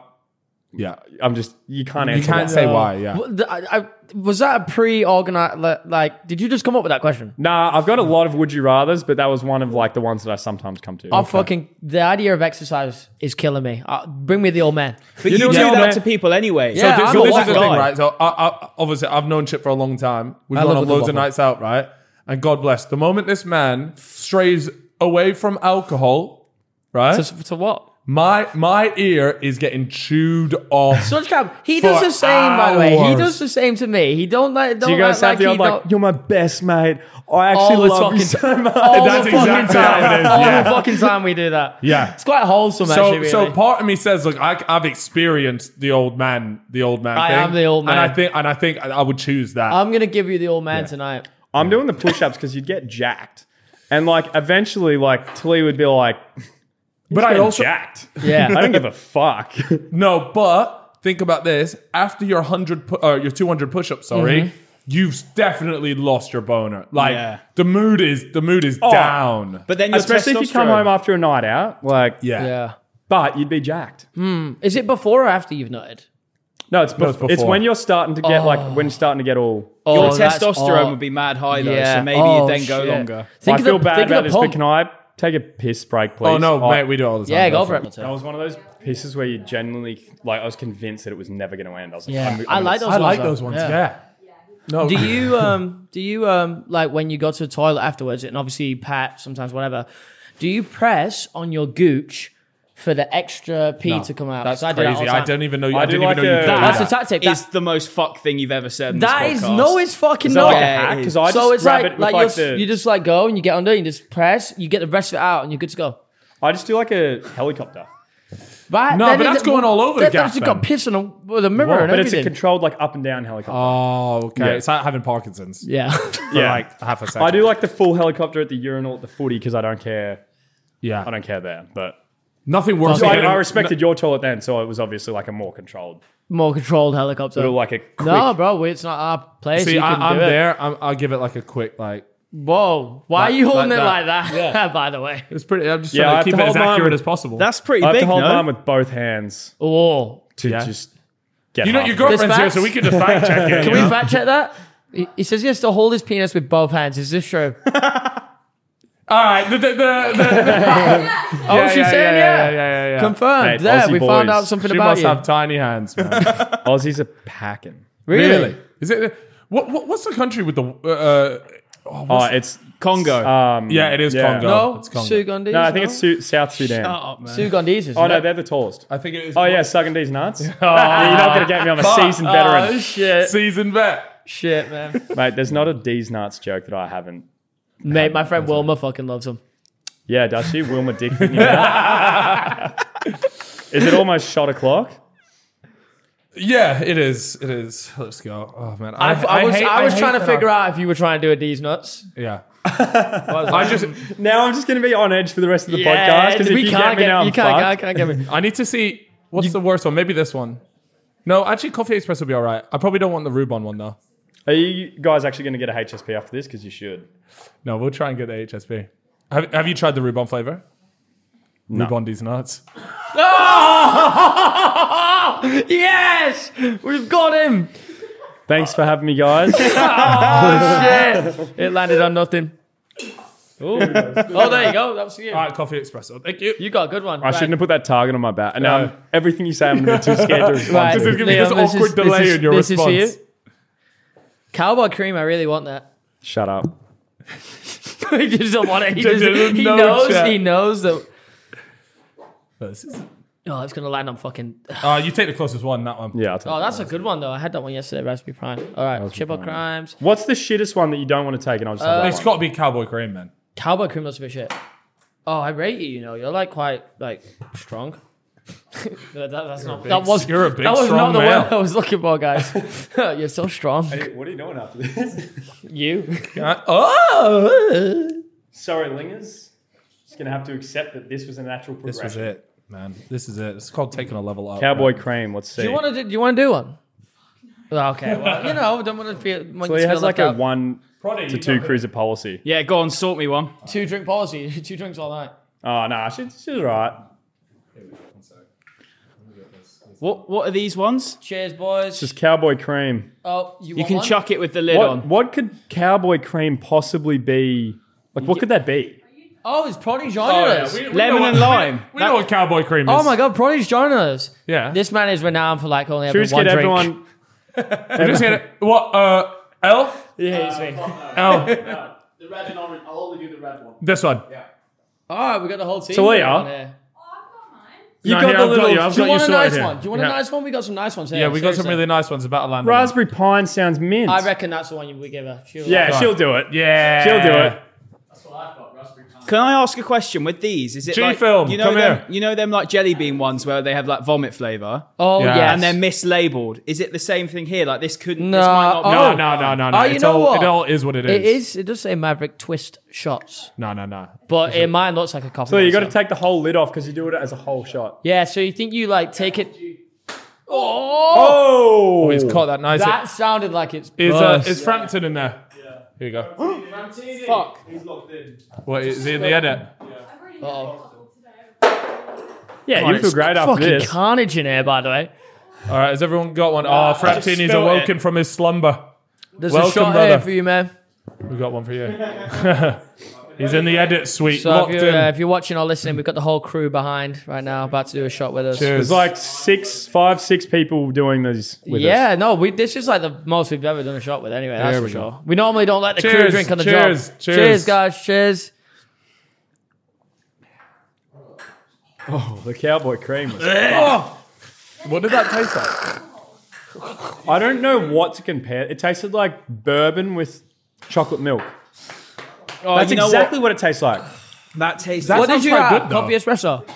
Speaker 3: yeah,
Speaker 4: I'm just you can't
Speaker 3: you
Speaker 4: answer.
Speaker 3: can't
Speaker 4: that.
Speaker 3: say why. Yeah,
Speaker 1: What the- I, I, was that a pre-organized? Like, did you just come up with that question?
Speaker 4: Nah, I've got a lot of would you rather's, but that was one of like the ones that I sometimes come to.
Speaker 1: I'm fucking. The idea of exercise is killing me. Uh, bring me the old man.
Speaker 5: But
Speaker 4: know
Speaker 5: you, do
Speaker 4: what's
Speaker 5: that
Speaker 4: wrong, man?
Speaker 5: to people anyway.
Speaker 1: Yeah,
Speaker 3: so,
Speaker 1: I'm
Speaker 3: thi-
Speaker 1: a
Speaker 3: so this
Speaker 1: white
Speaker 3: is the
Speaker 1: guy.
Speaker 3: thing, right? So I, I, obviously, I've known Chip for a long time. We've
Speaker 1: I
Speaker 3: gone
Speaker 1: love
Speaker 3: on
Speaker 1: the
Speaker 3: loads of
Speaker 1: waffle.
Speaker 3: nights out, right? And God bless. The moment this man strays away from alcohol, right?
Speaker 1: To, to what?
Speaker 3: my my ear is getting chewed off.
Speaker 1: George Cab. He
Speaker 3: For
Speaker 1: does the same, by the way. He
Speaker 3: hours.
Speaker 1: does the same to me. He don't like. Don't
Speaker 4: Do you guys
Speaker 1: like,
Speaker 4: have the
Speaker 1: like,
Speaker 4: old
Speaker 1: he
Speaker 4: like,
Speaker 1: don't-
Speaker 4: "You're my best mate. I actually
Speaker 1: All the
Speaker 4: love you so
Speaker 1: fucking-
Speaker 4: much."
Speaker 1: all
Speaker 3: That's
Speaker 1: the fucking
Speaker 3: exactly how it
Speaker 1: time.
Speaker 3: is,
Speaker 1: All
Speaker 3: yeah.
Speaker 1: the fucking time we do that.
Speaker 3: Yeah.
Speaker 1: It's quite wholesome,
Speaker 3: So,
Speaker 1: actually.
Speaker 3: so
Speaker 1: really.
Speaker 3: part of me says, look, I, I've experienced the old man, the old man.
Speaker 1: I
Speaker 3: thing,
Speaker 1: am the old man.
Speaker 3: and I think, and I think I would choose that.
Speaker 1: I'm gonna give you the old man tonight.
Speaker 4: I'm doing the push-ups because you'd get jacked, and like eventually, like Tilly would be like,
Speaker 3: but I
Speaker 4: "I'm
Speaker 3: also
Speaker 4: jacked." I
Speaker 1: Yeah.
Speaker 4: don't give a fuck.
Speaker 3: no. But think about this: after your hundred, pu- uh, your two hundred push-ups, sorry, you've definitely lost your boner. Like
Speaker 5: Yeah.
Speaker 3: the mood is the mood is down.
Speaker 5: But then your
Speaker 4: Especially if you come
Speaker 5: testosterone-
Speaker 4: home after a night out, like
Speaker 3: yeah.
Speaker 1: yeah.
Speaker 4: But you'd be jacked.
Speaker 1: Is it before or after you've nutted?
Speaker 4: No, it's, bef-
Speaker 3: it's before.
Speaker 4: it's when you're starting to get like when you're starting to get all.
Speaker 1: Oh,
Speaker 5: Your
Speaker 1: that's
Speaker 5: testosterone
Speaker 1: all-
Speaker 5: would be mad high though,
Speaker 1: Yeah.
Speaker 5: so maybe
Speaker 1: Oh,
Speaker 5: you then go
Speaker 1: shit.
Speaker 5: longer.
Speaker 1: Think
Speaker 4: I
Speaker 1: of
Speaker 4: feel
Speaker 1: the-
Speaker 4: bad
Speaker 1: think of
Speaker 4: about
Speaker 1: the
Speaker 4: this, but
Speaker 1: pump.
Speaker 4: can I take a piss break, please?
Speaker 3: Oh no, mate,
Speaker 4: I-
Speaker 3: we do all the time.
Speaker 1: Yeah, go for it.
Speaker 4: That was one of those pieces where you genuinely like. I was convinced that it was never going to end. I was like,
Speaker 1: Yeah.
Speaker 4: I'm- I'm
Speaker 1: I like
Speaker 4: gonna-
Speaker 1: those
Speaker 3: I like
Speaker 1: ones,
Speaker 3: those
Speaker 1: though.
Speaker 3: ones.
Speaker 1: Yeah.
Speaker 3: Yeah. No.
Speaker 1: Do you um do you um like when you go to the toilet afterwards and obviously you pat sometimes whatever, do you press on your gooch for the extra pee to come out?
Speaker 3: That's
Speaker 1: 'Cause I do that all
Speaker 3: crazy.
Speaker 1: the
Speaker 3: I
Speaker 1: time.
Speaker 3: don't even know.
Speaker 4: I
Speaker 3: I,
Speaker 4: do
Speaker 3: didn't
Speaker 4: like
Speaker 3: even know you
Speaker 4: a-
Speaker 3: did
Speaker 4: That-
Speaker 3: that.
Speaker 1: That's a tactic.
Speaker 5: Is
Speaker 1: That,
Speaker 5: the most fuck thing you've ever said. In
Speaker 1: that
Speaker 5: this
Speaker 1: is
Speaker 5: podcast.
Speaker 1: no, it's fucking
Speaker 4: Is that
Speaker 1: not.
Speaker 4: like a
Speaker 5: Yeah, it
Speaker 4: hack?
Speaker 5: is.
Speaker 4: Because I
Speaker 1: so
Speaker 4: just
Speaker 1: it's
Speaker 4: wrap
Speaker 1: like,
Speaker 4: it with
Speaker 1: like,
Speaker 4: like,
Speaker 1: you're,
Speaker 4: the,
Speaker 1: you just like go and you get under, you just press, you get the rest of it out, and you're good to go.
Speaker 4: I just do like a helicopter,
Speaker 1: Right?
Speaker 3: No, but
Speaker 1: is
Speaker 3: that's
Speaker 1: it-
Speaker 3: going all over the
Speaker 1: that,
Speaker 3: gaff,
Speaker 1: That's got
Speaker 3: man.
Speaker 1: piss on a, with a mirror
Speaker 3: Whoa,
Speaker 1: and
Speaker 4: but it's
Speaker 1: everything.
Speaker 4: a controlled like up and down helicopter.
Speaker 3: Oh, okay.
Speaker 4: Yeah.
Speaker 3: It's like having Parkinson's.
Speaker 1: yeah.
Speaker 3: For
Speaker 4: yeah,
Speaker 3: like half a second.
Speaker 4: I do like the full helicopter at the urinal at the footy because I don't care.
Speaker 3: Yeah.
Speaker 4: I don't care there, but
Speaker 3: Nothing worse.
Speaker 4: So
Speaker 3: than
Speaker 4: I,
Speaker 3: getting-
Speaker 4: I respected your toilet then, so it was obviously like a more controlled,
Speaker 1: More controlled helicopter.
Speaker 4: little like a quick.
Speaker 1: no, bro, we- it's not our place.
Speaker 3: See,
Speaker 1: you can
Speaker 3: I, I'm
Speaker 1: do it.
Speaker 3: there. I'm, I'll give it like a quick like.
Speaker 1: Whoa. Why are
Speaker 3: Like-
Speaker 1: you holding
Speaker 3: like
Speaker 1: it
Speaker 3: that.
Speaker 1: like that? by the way.
Speaker 3: It's pretty. I'm just
Speaker 4: Yeah, I
Speaker 3: trying to
Speaker 4: have
Speaker 3: keep
Speaker 4: to
Speaker 3: it as
Speaker 4: hold mine
Speaker 3: accurate
Speaker 4: with-
Speaker 3: as possible.
Speaker 5: That's pretty
Speaker 4: I have
Speaker 5: big.
Speaker 4: to hold
Speaker 5: no?
Speaker 4: mine with both hands
Speaker 1: Oh.
Speaker 4: to
Speaker 3: Yeah.
Speaker 4: just get.
Speaker 3: you know
Speaker 4: half
Speaker 3: your
Speaker 4: of it.
Speaker 3: girlfriend's here,
Speaker 1: facts.
Speaker 3: so we can just fact check
Speaker 1: Can
Speaker 3: it. you
Speaker 1: we
Speaker 3: know?
Speaker 1: fact check that? He, he says he has to hold his penis with both hands. Is this true?
Speaker 3: All right. The, the, the, the,
Speaker 1: oh, she's saying yeah.
Speaker 3: yeah, yeah, yeah.
Speaker 1: Confirmed.
Speaker 4: Mate,
Speaker 1: there,
Speaker 4: Aussie
Speaker 1: we found
Speaker 4: boys.
Speaker 1: out something
Speaker 3: She
Speaker 1: about
Speaker 3: must
Speaker 1: you.
Speaker 3: have tiny hands, man.
Speaker 4: Aussies are packing.
Speaker 1: really?
Speaker 3: Is it what, what? What's the country with the uh, Oh,
Speaker 4: Oh,
Speaker 3: what's-
Speaker 4: it's
Speaker 5: Congo.
Speaker 4: um,
Speaker 3: yeah, it is
Speaker 4: yeah.
Speaker 3: Congo.
Speaker 1: No,
Speaker 3: Oh, it's Congo.
Speaker 1: Sugandese.
Speaker 4: no, I think it's Su- South Sudan.
Speaker 5: Shut up, man.
Speaker 1: Sugandeses.
Speaker 4: Oh no, they're the tallest.
Speaker 3: I think it is.
Speaker 4: Oh yeah, sucking these nuts. You're not gonna get me. I'm a seasoned veteran,
Speaker 1: Oh shit,
Speaker 3: season vet.
Speaker 1: shit, man.
Speaker 4: mate. There's not a D's nuts joke that I haven't.
Speaker 1: Mate, my friend Wilma fucking loves them.
Speaker 4: Yeah, does she? Wilma Dick. in your mouth? is it almost shot o'clock?
Speaker 3: Yeah, it is. It is. Let's go. Oh man,
Speaker 1: I, I was,
Speaker 3: hate-
Speaker 1: I was
Speaker 3: hate
Speaker 1: trying to
Speaker 3: that
Speaker 1: figure out if you were trying to do a D's nuts.
Speaker 3: I- Yeah. I just.
Speaker 4: Now I'm just gonna be on edge for the rest of the podcast because if
Speaker 1: we
Speaker 4: you
Speaker 1: can't
Speaker 4: get me now, I'm
Speaker 1: you can't,
Speaker 4: fucked.
Speaker 1: can't get me.
Speaker 3: I need to see what's the worst one. Maybe this one. No, actually, coffee express will be all right. I probably don't want the Rubon one though.
Speaker 4: Are you guys actually gonna get a HSP after this? Because you should.
Speaker 3: No, we'll try and get the HSP. Have, have you tried the Rubon flavor?
Speaker 4: No.
Speaker 3: Rubon these nuts.
Speaker 1: yes, we've got him.
Speaker 4: Thanks for having me, guys.
Speaker 1: Shit, it landed on nothing. Oh, there you go. That was you.
Speaker 3: All right, coffee espresso. Thank you.
Speaker 1: You got a good one.
Speaker 4: I shouldn't have put that target on my back. And now
Speaker 3: Yeah.
Speaker 4: I'm- everything you say, I'm gonna be too scared to respond.
Speaker 1: Right,
Speaker 4: to.
Speaker 3: There's gonna be this
Speaker 1: Liam,
Speaker 3: awkward delay in your
Speaker 1: this
Speaker 3: response.
Speaker 1: Is for you. Cowboy cream, I really want that.
Speaker 4: Shut up.
Speaker 1: he just don't want it. He,
Speaker 3: Just-
Speaker 1: just,
Speaker 3: just
Speaker 1: he
Speaker 3: no
Speaker 1: knows.
Speaker 3: chat.
Speaker 1: He knows that.
Speaker 3: This is-
Speaker 1: Oh, it's gonna land on fucking.
Speaker 3: Uh, you take the closest one. That one.
Speaker 4: Yeah, I'll take
Speaker 1: Oh,
Speaker 4: it.
Speaker 1: that's a good one though. I had that one yesterday. Raspberry Prime. All right, Triple Crimes.
Speaker 4: What's the shittest one that you don't want to take? And I'll just
Speaker 1: Uh,
Speaker 4: have that
Speaker 3: It's
Speaker 4: one?
Speaker 3: got to be cowboy cream, man.
Speaker 1: Cowboy cream looks a bit shit. Oh, I rate you. You know, you're like quite like strong. that, that- that's not. that was
Speaker 3: you're a big,
Speaker 1: that was
Speaker 3: strong
Speaker 1: not the
Speaker 3: man.
Speaker 1: one I was looking for, guys. you're so strong.
Speaker 4: What are you doing after this?
Speaker 1: You.
Speaker 3: Uh, oh,
Speaker 4: Sorry, lingers. Just gonna have to accept that this was a natural
Speaker 3: this
Speaker 4: progression.
Speaker 3: was it, man. This is it. It's called taking a level up.
Speaker 4: Cowboy cream. Let's see.
Speaker 1: Do you want to? Do you want to do one? Well, okay. Well, you know, don't want to feel. want you
Speaker 4: so he
Speaker 1: to
Speaker 4: has
Speaker 1: feel
Speaker 4: like
Speaker 1: left
Speaker 4: a
Speaker 1: out.
Speaker 4: one
Speaker 3: Proddy,
Speaker 4: to
Speaker 3: you
Speaker 4: two
Speaker 3: got
Speaker 4: cruiser policy.
Speaker 5: yeah, go on, sort me one.
Speaker 1: two drink policy. two drinks all night.
Speaker 4: Oh no, she, she's all right.
Speaker 5: What What are these ones?
Speaker 1: Cheers, boys.
Speaker 4: Just cowboy cream.
Speaker 1: oh, you,
Speaker 5: You
Speaker 1: want
Speaker 5: can
Speaker 1: one?
Speaker 5: chuck it with the lid
Speaker 4: What
Speaker 5: on.
Speaker 4: what could cowboy cream possibly be? Like what could that be?
Speaker 1: Oh, it's Prodigy's joining
Speaker 3: Oh, yeah.
Speaker 1: us.
Speaker 3: We- we
Speaker 5: Lemon
Speaker 3: know
Speaker 5: and
Speaker 3: what-
Speaker 5: lime.
Speaker 3: We, we know what cowboy cream is.
Speaker 1: oh my god, Prodigy's joining us.
Speaker 3: Yeah.
Speaker 1: This man is renowned for like only
Speaker 4: Should we
Speaker 1: having
Speaker 4: just
Speaker 1: one
Speaker 4: get
Speaker 1: drink.
Speaker 4: everyone?
Speaker 3: We're just gonna what? Uh, L.
Speaker 1: Yeah,
Speaker 2: Uh,
Speaker 1: it's me.
Speaker 3: L.
Speaker 2: The red and orange. I'll only do the red one.
Speaker 3: this one.
Speaker 1: All right, we got the whole team.
Speaker 4: So we
Speaker 1: going
Speaker 4: are.
Speaker 1: on here.
Speaker 6: Oh, I've got mine.
Speaker 4: You
Speaker 3: No,
Speaker 4: got
Speaker 3: here,
Speaker 4: the
Speaker 3: I've got
Speaker 4: little.
Speaker 3: you, I've
Speaker 1: Do
Speaker 3: got
Speaker 1: you want a
Speaker 3: sorted
Speaker 1: nice
Speaker 3: here.
Speaker 1: one? Do you want
Speaker 3: Yeah.
Speaker 1: a nice one? We got some nice ones here.
Speaker 3: Yeah, we got some
Speaker 1: seriously.
Speaker 3: really nice ones about Atlanta.
Speaker 4: Raspberry pine sounds mint.
Speaker 1: I reckon that's the one you would give her. She'll like
Speaker 4: yeah,
Speaker 1: it.
Speaker 4: she'll do it.
Speaker 3: Yeah,
Speaker 4: She'll do it.
Speaker 2: That's what I've got. Raspberry pie.
Speaker 5: Can I ask a question with these? Is it like
Speaker 3: G-film,
Speaker 5: you know
Speaker 3: come
Speaker 5: them,
Speaker 3: here.
Speaker 5: you know them like jelly bean ones where they have like vomit flavor
Speaker 1: Oh
Speaker 3: Yeah.
Speaker 1: yeah,
Speaker 5: and they're mislabeled? Is it the same thing here? Like this couldn't this
Speaker 1: No,
Speaker 5: might not be.
Speaker 3: No,
Speaker 1: Oh.
Speaker 3: no, no, no, no.
Speaker 1: Oh, you
Speaker 3: it's
Speaker 1: know
Speaker 3: all,
Speaker 1: what?
Speaker 3: It all is what it is.
Speaker 1: It is. It does say Maverick Twist shots,
Speaker 3: No, no, no.
Speaker 1: but it mine looks like a coffee.
Speaker 4: So you got to
Speaker 1: monster.
Speaker 4: take the whole lid off because you do it as a whole shot.
Speaker 1: Yeah, so you think you like take it? Oh,
Speaker 4: Oh,
Speaker 3: He's caught that nice.
Speaker 1: that sounded like it's.
Speaker 3: Is uh,
Speaker 1: bust.
Speaker 3: is Frampton in there? Yeah. Here you go.
Speaker 2: Rantini.
Speaker 1: Fuck.
Speaker 2: He's locked in.
Speaker 3: What is he in the edit?
Speaker 6: I've already
Speaker 1: Uh-oh.
Speaker 6: had a couple today.
Speaker 4: yeah, you feel great after
Speaker 1: fucking
Speaker 4: this.
Speaker 1: carnage in here, by the way.
Speaker 3: All right, has everyone got one? Oh, Framptini's
Speaker 4: Just spill
Speaker 3: awoken from his slumber.
Speaker 1: There's
Speaker 3: Welcome,
Speaker 1: a shot
Speaker 3: brother.
Speaker 1: here for you, man.
Speaker 3: We got one for you. He's in the edit suite,
Speaker 1: So
Speaker 3: locked
Speaker 1: if you're,
Speaker 3: in.
Speaker 1: uh, if you're watching or listening, we've got the whole crew behind right now, about to do a shot with us.
Speaker 4: There's like six, five, six people doing these with
Speaker 1: yeah,
Speaker 4: us.
Speaker 1: no, we this is like the most we've ever done a shot with. Anyway, that's
Speaker 3: There
Speaker 1: for
Speaker 3: we go.
Speaker 1: sure. We normally don't let the crew
Speaker 3: Cheers,
Speaker 1: drink on the
Speaker 3: cheers,
Speaker 1: job.
Speaker 3: cheers.
Speaker 1: guys. Cheers.
Speaker 4: The cowboy cream. was-
Speaker 3: What did that taste like?
Speaker 4: I don't know what to compare. It tasted like bourbon with chocolate milk.
Speaker 5: Oh,
Speaker 4: That's
Speaker 5: you know
Speaker 4: exactly what? it tastes like.
Speaker 5: what? That tastes.
Speaker 1: what
Speaker 3: sounds
Speaker 1: did you
Speaker 3: quite
Speaker 1: have?
Speaker 3: good, though.
Speaker 1: Coffee espresso.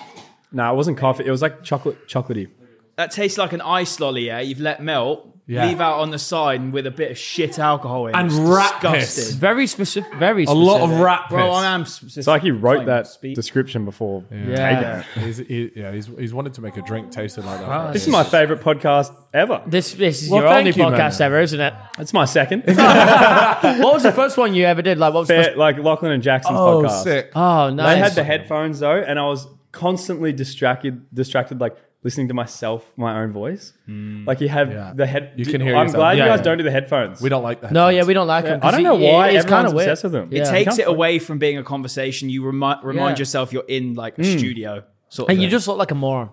Speaker 4: No, it wasn't coffee. It was like chocolate, chocolatey.
Speaker 5: That tastes like an ice lolly. Yeah, you've let melt.
Speaker 3: Yeah.
Speaker 5: Leave out on the side with a bit of shit alcohol in.
Speaker 3: And
Speaker 5: It's
Speaker 3: rat
Speaker 5: disgusting.
Speaker 3: piss.
Speaker 1: Very specific. Very
Speaker 3: A
Speaker 1: specific.
Speaker 3: lot of rat piss.
Speaker 5: Bro, I am.
Speaker 4: It's like you wrote
Speaker 5: Fine,
Speaker 4: that
Speaker 5: speak.
Speaker 4: description before.
Speaker 1: Yeah.
Speaker 3: He's, he, yeah, he's, he's wanted to make a drink tasting like that.
Speaker 4: This is my favorite podcast ever.
Speaker 1: This this is
Speaker 3: Well,
Speaker 1: your
Speaker 3: thank
Speaker 1: only
Speaker 3: you,
Speaker 1: podcast
Speaker 3: man.
Speaker 1: ever, isn't it?
Speaker 4: It's my second.
Speaker 1: What was the first one you ever did? Like what was the first?
Speaker 4: Fair- like Lachlan and Jackson's
Speaker 3: oh,
Speaker 4: podcast.
Speaker 3: sick.
Speaker 1: Oh, nice.
Speaker 4: I had the headphones though, and I was constantly distracted, distracted like listening to myself, my own voice.
Speaker 1: Hmm.
Speaker 4: Like you have
Speaker 3: Yeah.
Speaker 4: the head.
Speaker 3: You can hear
Speaker 4: I'm
Speaker 3: yourself.
Speaker 4: glad
Speaker 3: Yeah,
Speaker 4: you guys
Speaker 3: yeah.
Speaker 4: don't do the headphones.
Speaker 3: We don't like that.
Speaker 1: No, yeah, we don't like them.
Speaker 4: I don't know why everyone's obsessed with them. It
Speaker 1: Yeah.
Speaker 5: takes
Speaker 4: You
Speaker 5: it
Speaker 4: can't-
Speaker 5: away from being a conversation. You remind remind
Speaker 1: Yeah.
Speaker 5: yourself you're in like a
Speaker 3: Mm.
Speaker 5: studio. Sort of
Speaker 1: and you
Speaker 5: thing.
Speaker 1: just look like a moron.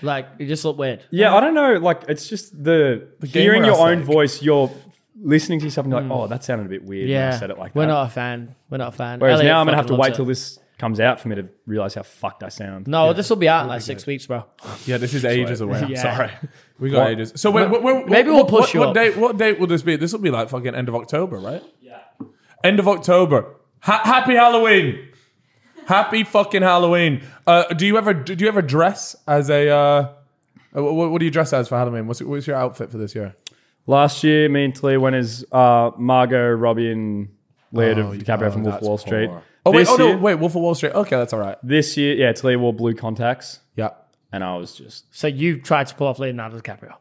Speaker 1: Like you just look weird.
Speaker 4: Yeah, I don't know. Like it's just the,
Speaker 3: game
Speaker 4: hearing
Speaker 3: where I
Speaker 4: your own
Speaker 3: say-
Speaker 4: voice, your listening to yourself and you're like, oh, that sounded a bit weird. Yeah,
Speaker 1: Hmm. yeah.
Speaker 4: when I said it like
Speaker 1: We're
Speaker 4: that.
Speaker 1: not a fan. We're not a fan.
Speaker 4: Whereas
Speaker 1: Elliot
Speaker 4: now I'm gonna have to
Speaker 1: fucking
Speaker 4: wait
Speaker 1: loves
Speaker 4: till
Speaker 1: it.
Speaker 4: this comes out for me to realize how fucked I sound.
Speaker 1: No, this will be out in like six weeks, bro.
Speaker 3: Yeah, this is ages away. I'm
Speaker 1: Yeah.
Speaker 3: sorry. We got
Speaker 4: What-
Speaker 3: ages. So wait, wait, wait,
Speaker 1: Maybe we'll
Speaker 3: what,
Speaker 1: push
Speaker 3: what,
Speaker 1: you
Speaker 3: what
Speaker 1: up.
Speaker 3: date? What date will this be? This will be like fucking end of October, right? Yeah. End of October. Ha- happy Halloween. Happy fucking Halloween. Uh, do you ever do you ever dress as a? Uh, what, what do you dress as for Halloween? What's what's your outfit for this year?
Speaker 4: Last year, me and Talia went as uh, Margot, Robbie, and Leonardo
Speaker 3: Oh,
Speaker 4: DiCaprio
Speaker 3: oh,
Speaker 4: from Wolf of
Speaker 3: that's
Speaker 4: Wall Street.
Speaker 3: poor. Oh wait,
Speaker 4: This
Speaker 3: oh no,
Speaker 4: year-
Speaker 3: wait, Wolf of Wall Street. Okay, that's all right.
Speaker 4: This year, yeah, Talia wore blue contacts,
Speaker 3: Yeah.
Speaker 4: and I was just
Speaker 1: So you tried to pull off Leonardo DiCaprio.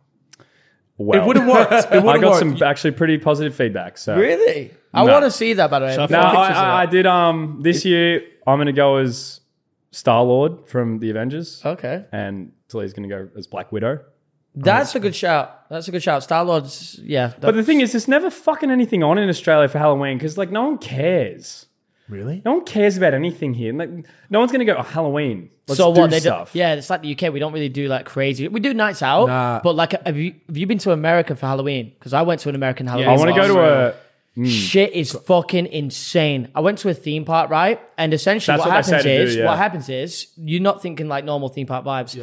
Speaker 4: well.
Speaker 3: It would have worked. It would
Speaker 4: I
Speaker 3: have
Speaker 4: got
Speaker 3: worked.
Speaker 4: some actually pretty positive feedback. So
Speaker 1: Really? I
Speaker 4: No.
Speaker 1: want to see that, by the way.
Speaker 4: no, I, I, I did. Um, this year I'm gonna go as Star Lord from the Avengers,
Speaker 1: okay.
Speaker 4: and Talia's gonna go as Black Widow.
Speaker 1: That's a good shout. That's a good shout. Star Lord's, yeah.
Speaker 4: But the thing is, there's never fucking anything on in Australia for Halloween because like no one cares.
Speaker 3: really?
Speaker 4: No one cares about anything here. Like no one's gonna go oh, Halloween. Let's
Speaker 1: so
Speaker 4: do
Speaker 1: what they
Speaker 4: stuff.
Speaker 1: do? Yeah, it's like the UK. We don't really do like crazy. We do nights out,
Speaker 3: Nah.
Speaker 1: but like, have you have you been to America for Halloween? Because I went to an American Halloween.
Speaker 4: I want to
Speaker 1: party.
Speaker 4: go to a.
Speaker 1: Shit is fucking insane. I went to a theme park, right? And essentially,
Speaker 4: That's
Speaker 1: what,
Speaker 4: what they
Speaker 1: happens
Speaker 4: say to do,
Speaker 1: is,
Speaker 4: yeah.
Speaker 1: what happens is, you're not thinking like normal theme park vibes.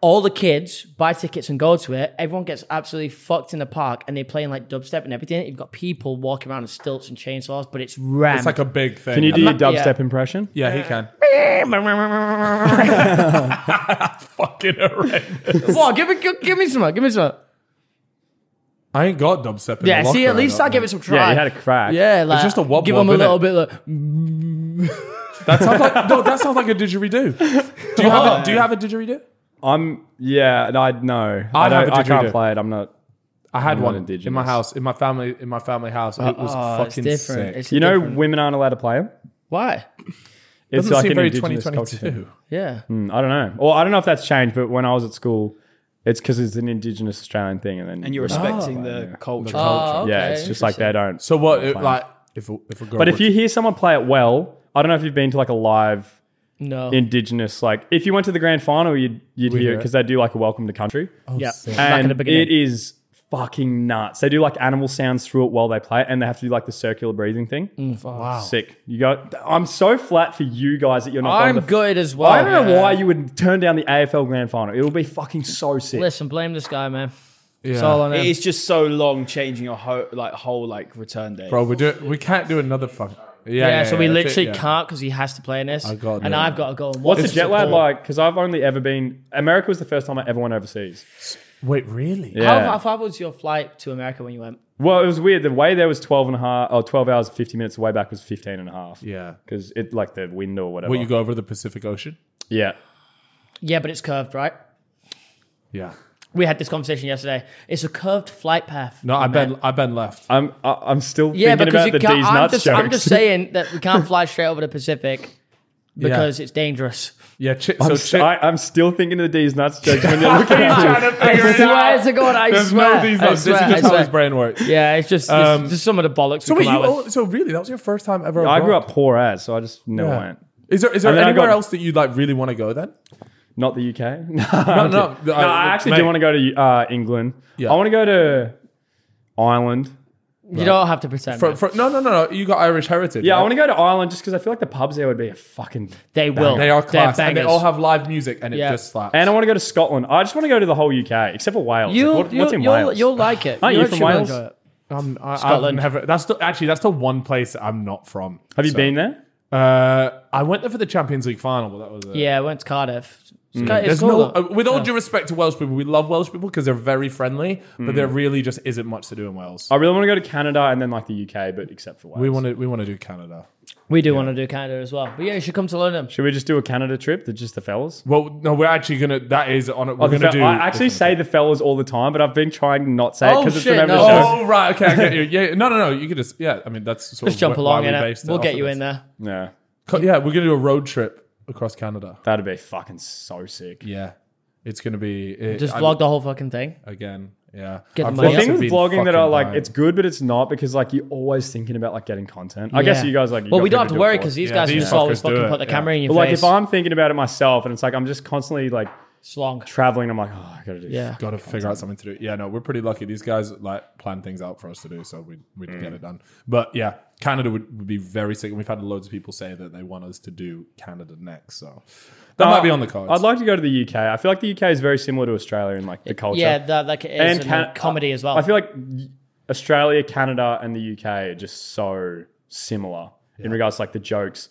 Speaker 1: All the kids buy tickets and go to it. Everyone gets absolutely fucked in the park, and they're playing like dubstep and everything. You've got people walking around in stilts and chainsaws, but it's rammed.
Speaker 3: It's like a big thing.
Speaker 4: Can you do your
Speaker 1: not- yeah.
Speaker 4: dubstep impression?
Speaker 3: yeah, he can. fucking horrendous.
Speaker 1: Whoa, give me, give, give me some, give me some.
Speaker 3: I ain't got dubstep. In
Speaker 1: Yeah,
Speaker 3: the
Speaker 1: see,
Speaker 3: locker,
Speaker 1: at least
Speaker 3: don't
Speaker 1: I give
Speaker 3: think.
Speaker 1: it some try.
Speaker 4: Yeah, you had a crack.
Speaker 1: Yeah, like
Speaker 3: just a wobble
Speaker 1: Give them a
Speaker 3: up,
Speaker 1: little
Speaker 3: innit?
Speaker 1: bit. Like, mm,
Speaker 3: That sounds like no. That sounds like a didgeridoo. Do you have a, Do you have a didgeridoo?
Speaker 4: I'm. Yeah, no, I no. I,
Speaker 3: I'd have
Speaker 4: don't-
Speaker 3: a
Speaker 4: I can't
Speaker 3: didgeridoo.
Speaker 4: play it. I'm not.
Speaker 3: I had
Speaker 4: I'm
Speaker 3: one
Speaker 4: not
Speaker 3: in my
Speaker 4: indigenous.
Speaker 3: house, in my family, in my family house. it was
Speaker 1: oh, it's
Speaker 3: fucking
Speaker 1: different.
Speaker 3: sick.
Speaker 1: It's
Speaker 4: You know,
Speaker 1: different.
Speaker 4: women aren't allowed to play them.
Speaker 1: why?
Speaker 4: It's
Speaker 3: doesn't
Speaker 4: like
Speaker 3: seem
Speaker 4: an
Speaker 3: very
Speaker 4: indigenous culture thing.
Speaker 3: 2022.
Speaker 1: Yeah,
Speaker 4: Mm, I don't know. Well, I don't know if that's changed, but when I was at school, it's because it's an indigenous Australian thing, and then
Speaker 5: and you're
Speaker 4: women aren't
Speaker 5: respecting
Speaker 4: allowed to
Speaker 5: the
Speaker 4: play it.
Speaker 5: culture.
Speaker 1: Oh, okay,
Speaker 4: yeah, it's just like they
Speaker 1: interesting.
Speaker 4: don't.
Speaker 3: So what? It,
Speaker 4: fine.
Speaker 3: like if a, if a girl,
Speaker 4: but if
Speaker 3: would-
Speaker 4: you hear someone play it well, I don't know if you've been to like a live
Speaker 1: No,
Speaker 4: indigenous like if you went to the grand final, you'd you'd
Speaker 3: We
Speaker 4: hear it
Speaker 3: hear it. Oh,
Speaker 4: because they do like a welcome to country.
Speaker 1: yeah, back in
Speaker 4: and
Speaker 1: the beginning.
Speaker 4: it is fucking nuts. They do like animal sounds through it while they play it, and they have to do like the circular breathing thing.
Speaker 1: wow.
Speaker 4: Sick. You go. I'm so flat for you guys that you're not. going
Speaker 1: I'm
Speaker 4: to the-
Speaker 1: good as well.
Speaker 4: I don't know
Speaker 1: yeah.
Speaker 4: why you would turn down the AFL grand final. It'll be fucking so sick.
Speaker 1: Listen, blame this guy, man.
Speaker 3: yeah.
Speaker 1: It's all on him.
Speaker 5: It's just so long changing your whole like whole like return date.
Speaker 3: bro, we do we can't do another fuck. Yeah,
Speaker 1: yeah,
Speaker 3: yeah,
Speaker 1: so we
Speaker 3: yeah, that's
Speaker 1: literally
Speaker 3: it, yeah.
Speaker 1: can't because he has to play in this,
Speaker 3: gotta
Speaker 1: and
Speaker 3: do it.
Speaker 1: I've got to go. And
Speaker 4: What's
Speaker 1: watch
Speaker 4: the jet
Speaker 1: it.
Speaker 4: lag like? Because I've only ever been. America was the first time I ever went overseas.
Speaker 3: Wait, really?
Speaker 1: How,
Speaker 4: Yeah.
Speaker 1: how far was your flight to America when you went?
Speaker 4: Well, it was weird. The way there was 12 and a half, oh, 12 hours, 50 minutes. The way back was 15 and a half.
Speaker 3: Yeah.
Speaker 4: Because it, like the wind or whatever.
Speaker 3: What you go over the Pacific Ocean?
Speaker 4: Yeah.
Speaker 1: Yeah, but it's curved, right?
Speaker 3: Yeah.
Speaker 1: We had this conversation yesterday. It's a curved flight path.
Speaker 3: No, I
Speaker 1: man.
Speaker 3: bend. I bend left.
Speaker 4: I'm, I, I'm still
Speaker 1: Yeah,
Speaker 4: thinking
Speaker 1: because
Speaker 4: about
Speaker 1: you
Speaker 4: the
Speaker 1: can't.
Speaker 4: D's
Speaker 1: I'm,
Speaker 4: nuts
Speaker 1: just,
Speaker 4: jokes.
Speaker 1: I'm just saying that we can't fly straight over the Pacific because it's dangerous.
Speaker 3: Yeah. Chi-
Speaker 4: I'm,
Speaker 3: so
Speaker 4: st-
Speaker 3: chi-
Speaker 4: I, I'm still thinking of the D's nuts jokes when you're looking at me.
Speaker 1: I swear to God, I
Speaker 3: there's
Speaker 1: swear.
Speaker 3: no these.
Speaker 1: I
Speaker 3: This is
Speaker 1: swear, I
Speaker 3: just how
Speaker 1: swear.
Speaker 3: his brain works.
Speaker 1: Yeah, it's just,
Speaker 3: Um,
Speaker 1: just just some of the bollocks.
Speaker 3: So
Speaker 1: we
Speaker 3: wait,
Speaker 1: come
Speaker 3: you
Speaker 1: out with.
Speaker 3: oh, so really that was your first time ever?
Speaker 4: I grew
Speaker 3: abroad?
Speaker 4: up poor as, so I just never
Speaker 3: Yeah.
Speaker 4: went.
Speaker 3: Is there is there
Speaker 4: And then I
Speaker 3: anywhere
Speaker 4: got-
Speaker 3: else that you like really want to go then?
Speaker 4: Not the UK. No,
Speaker 3: No, no,
Speaker 4: no, I actually do want to go to uh, England.
Speaker 3: Yeah.
Speaker 4: I want to go to Ireland.
Speaker 1: You don't have to pretend.
Speaker 3: For,
Speaker 1: man.
Speaker 3: for, no, no, no, no. You got Irish heritage.
Speaker 4: Yeah, I
Speaker 3: right?
Speaker 4: want to go to Ireland just because I feel like the pubs there would be a fucking.
Speaker 1: they will.
Speaker 3: They are
Speaker 1: They're
Speaker 3: class, and they
Speaker 1: bangers.
Speaker 3: all have live music, and it
Speaker 1: Yeah. Um,
Speaker 3: just slaps.
Speaker 4: And I want to go to Scotland. I just want to go to the whole UK except for Wales.
Speaker 1: You,
Speaker 4: Like, what-
Speaker 1: you,
Speaker 4: what's in
Speaker 1: you'll,
Speaker 4: Wales?
Speaker 1: You'll like it.
Speaker 4: Aren't you
Speaker 1: You'll
Speaker 4: from
Speaker 1: actually
Speaker 4: Wales?
Speaker 1: enjoy it.
Speaker 3: um, I, Scotland.
Speaker 1: Scotland.
Speaker 3: Never, that's the, actually that's the one place I'm not from.
Speaker 4: Have you
Speaker 3: So,
Speaker 4: been there?
Speaker 3: Uh, I went there for the Champions League final, but that was it.
Speaker 1: Yeah, I went to Cardiff. It's ca- it's
Speaker 3: There's
Speaker 1: cool
Speaker 3: no,
Speaker 1: though.
Speaker 3: uh, with all due respect to Welsh people, we love Welsh people because they're very friendly, but there really just isn't much to do in Wales.
Speaker 4: I really want to go to Canada and then like the UK, but except for Wales.
Speaker 3: We want to we want to do Canada.
Speaker 1: we do want to do Canada as well. But yeah, you should come to London.
Speaker 4: Should we just do a Canada trip? That just the fellas.
Speaker 3: Well, no, we're actually gonna. That is on. it. We're
Speaker 4: Oh, the
Speaker 3: gonna
Speaker 4: fel-
Speaker 3: do.
Speaker 4: I actually say the fellas all the time, but I've been trying to not say it
Speaker 1: Oh,
Speaker 4: because it's the
Speaker 1: shit,
Speaker 4: name of
Speaker 1: no.
Speaker 4: the show.
Speaker 3: Oh right, okay, I get you. Yeah, no, no, no. You could just yeah. I mean, that's sort
Speaker 1: Just
Speaker 3: of
Speaker 1: jump
Speaker 3: wh- why
Speaker 1: along
Speaker 3: we
Speaker 1: in it.
Speaker 3: based
Speaker 1: We'll
Speaker 3: off
Speaker 1: get
Speaker 3: of
Speaker 1: you
Speaker 3: this.
Speaker 1: in there.
Speaker 4: Yeah,
Speaker 3: Co- Yeah, we're gonna do a road trip across Canada.
Speaker 4: that'd be fucking so sick.
Speaker 3: Yeah, it's gonna be it,
Speaker 1: Just
Speaker 3: I-
Speaker 1: vlog the whole fucking thing.
Speaker 3: again. Yeah,
Speaker 1: Get
Speaker 3: I've
Speaker 1: the money Yeah.
Speaker 4: The
Speaker 3: got
Speaker 4: thing
Speaker 3: to
Speaker 4: with
Speaker 3: be
Speaker 4: vlogging that I
Speaker 3: fucking
Speaker 4: like,
Speaker 3: dying.
Speaker 4: it's good, but it's not because like you're always thinking about like getting content. I guess
Speaker 1: Yeah.
Speaker 4: you guys like. you
Speaker 1: Well,
Speaker 4: got
Speaker 1: we don't
Speaker 4: people
Speaker 1: have to
Speaker 4: do it
Speaker 1: worry
Speaker 4: for
Speaker 1: because
Speaker 4: you.
Speaker 1: these
Speaker 3: Yeah,
Speaker 1: guys
Speaker 3: these
Speaker 1: just always
Speaker 3: fuckers do
Speaker 1: fucking
Speaker 3: it,
Speaker 1: put the
Speaker 3: yeah.
Speaker 1: camera in your
Speaker 4: But like
Speaker 1: face.
Speaker 4: if I'm thinking about it myself and it's like I'm just constantly like
Speaker 1: It's long.
Speaker 4: traveling. I'm like, oh, I gotta do.
Speaker 1: Yeah.
Speaker 3: Got to figure out something to do. Yeah, no, we're pretty lucky. These guys like plan things out for us to do, so we we would
Speaker 4: Mm.
Speaker 3: get it done. But yeah, Canada would, would be very sick. We've had loads of people say that they want us to do Canada next, so that might be on the cards.
Speaker 4: Uh, I'd like to go to the UK. I feel like the UK is very similar to Australia in like the culture.
Speaker 1: Yeah, that, like it is. And,
Speaker 4: Can-
Speaker 1: the comedy as well.
Speaker 4: I feel like Australia, Canada, and the UK are just so similar in regards to like the jokes.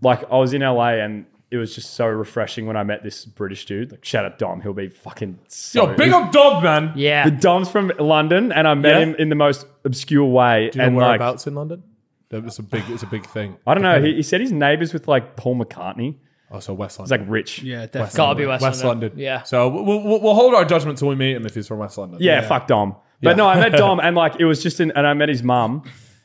Speaker 4: Like I was in LA and it was just so refreshing when I met this British dude. Like shout out Dom, he'll be fucking so
Speaker 3: Yo, big up dog man.
Speaker 1: yeah.
Speaker 4: The Dom's from London, and I met
Speaker 3: Yeah.
Speaker 4: him in the most obscure way.
Speaker 3: Do you know
Speaker 4: and like,
Speaker 3: whereabouts in London? That was a big. It's a big thing.
Speaker 4: I don't know. He, he said he's neighbors with like Paul McCartney.
Speaker 3: Oh, so West
Speaker 4: He's
Speaker 3: London.
Speaker 4: like rich.
Speaker 5: Yeah, definitely.
Speaker 1: Gotta be West,
Speaker 3: West London.
Speaker 1: Yeah.
Speaker 3: So we'll, we'll, we'll hold our judgment till we meet him if he's from West London.
Speaker 4: yeah, fuck Dom. But
Speaker 3: Yeah.
Speaker 4: no, I met Dom and like it was just in, and I met his mum.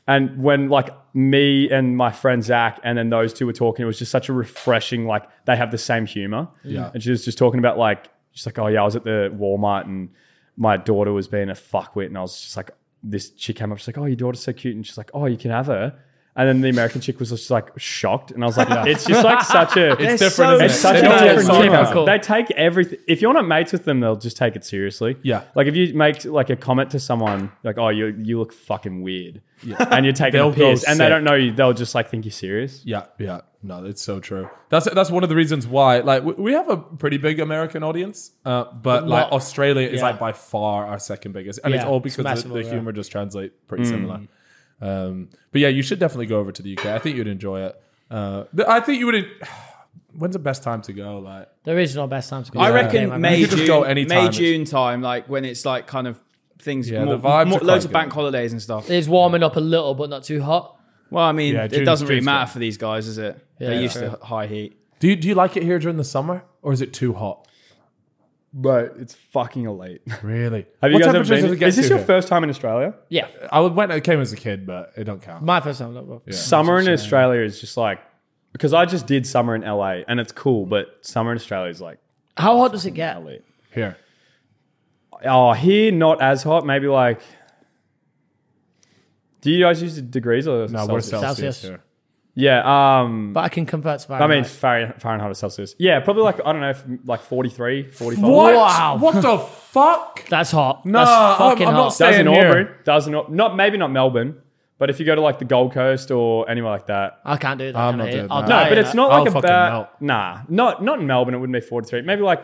Speaker 4: And when like me and my friend Zach and then those two were talking, it was just such a refreshing, like they have the same humor.
Speaker 3: Yeah.
Speaker 4: And she was just talking about like, she's like, oh yeah, I was at the Walmart and my daughter was being a fuckwit. And I was just like, this chick came up, she's like, oh, your daughter's so cute. And she's like, oh, you can have her. And then the American chick was just like shocked. And I was like, it's just like such a,
Speaker 3: It's different.
Speaker 4: it's
Speaker 3: isn't
Speaker 4: such
Speaker 3: it?
Speaker 4: a
Speaker 3: They don't
Speaker 1: different
Speaker 3: get
Speaker 1: culture.
Speaker 3: Simon.
Speaker 1: Cool.
Speaker 4: They take everything. If you're not mates with them, they'll just take it seriously.
Speaker 3: Yeah.
Speaker 4: Like if you make like a comment to someone, like, "Oh, you you look fucking weird," and you're taking
Speaker 3: They'll
Speaker 4: a
Speaker 3: go
Speaker 4: piss, and they
Speaker 3: sick.
Speaker 4: don't know you, they'll just like think you're serious.
Speaker 3: Yeah, yeah. No, that's so true. That's that's one of the reasons why. Like, we, we have a pretty big American audience, uh, but like
Speaker 1: Not-
Speaker 3: Australia is
Speaker 1: yeah.
Speaker 3: like by far our second biggest, and it's
Speaker 1: Yeah, Mm.
Speaker 3: all
Speaker 1: it's
Speaker 3: because the-
Speaker 1: massive
Speaker 3: the,
Speaker 1: over there.
Speaker 3: humor just translates pretty similar. Um, but yeah, you should definitely go over to the UK. I think you'd enjoy it. Uh, th- I think you would. en- When's the best time to go? Like,
Speaker 1: there is no best time to go.
Speaker 5: I
Speaker 1: to
Speaker 5: reckon
Speaker 1: the game,
Speaker 5: May,
Speaker 3: You could
Speaker 5: June,
Speaker 3: just go anytime.
Speaker 5: May, June time, like when it's like kind of things,
Speaker 3: Yeah,
Speaker 5: more,
Speaker 3: the vibes
Speaker 5: more-
Speaker 3: are quite
Speaker 5: loads of
Speaker 3: good.
Speaker 5: bank holidays and stuff.
Speaker 1: It's warming up a little, but not too hot.
Speaker 5: Well, I mean,
Speaker 3: Yeah,
Speaker 5: it
Speaker 3: June's-
Speaker 5: doesn't really
Speaker 3: June's
Speaker 5: matter
Speaker 3: good.
Speaker 5: for these guys, is it?
Speaker 1: Yeah,
Speaker 5: They're used
Speaker 1: true.
Speaker 5: to high heat.
Speaker 3: do you, do you like it here during the summer, or is it too hot?
Speaker 4: But it's fucking elite. Have
Speaker 3: Really?
Speaker 4: you guys ever
Speaker 3: temperatures does
Speaker 4: been?
Speaker 3: it get
Speaker 4: Is this
Speaker 3: to
Speaker 4: your
Speaker 3: here?
Speaker 4: first time in Australia?
Speaker 1: Yeah,
Speaker 3: I would- went. I came as a kid, but it don't count.
Speaker 1: my first time. Not yeah.
Speaker 4: Summer in Australia is just like because I just did summer in LA, and it's cool, but summer in Australia is like
Speaker 1: How hot does it get?
Speaker 4: elite.
Speaker 3: Here,
Speaker 4: Oh, here not as hot. Maybe like. Do you guys use the degrees or
Speaker 3: no, we're
Speaker 4: Celsius?
Speaker 3: Celsius,
Speaker 1: Celsius.
Speaker 3: here.
Speaker 4: Yeah. Um.
Speaker 1: But I can convert to
Speaker 4: I mean,
Speaker 1: Fahrenheit.
Speaker 4: Fahrenheit, Fahrenheit or Celsius. Yeah, probably like, I don't know, if, like 43, 45.
Speaker 3: What?
Speaker 1: Wow.
Speaker 3: What the fuck?
Speaker 1: that's hot.
Speaker 3: No, I'm-
Speaker 1: that's fucking
Speaker 3: I'm not
Speaker 1: hot.
Speaker 3: saying-
Speaker 4: Does in
Speaker 3: Staying here.
Speaker 4: Auburn. Does in, Au- not, maybe not Melbourne, but if you go to like the Gold Coast or anywhere like that.
Speaker 1: I can't do that.
Speaker 3: I'm
Speaker 1: can
Speaker 3: not
Speaker 1: I?
Speaker 3: doing
Speaker 1: Uh, I'll
Speaker 3: that.
Speaker 4: No,
Speaker 1: die
Speaker 4: but
Speaker 1: in
Speaker 4: it's
Speaker 1: that.
Speaker 4: not
Speaker 3: I'll
Speaker 4: like a
Speaker 3: fucking
Speaker 4: bad.
Speaker 3: melt.
Speaker 4: Nah, not, not in Melbourne, it wouldn't be 43. Maybe like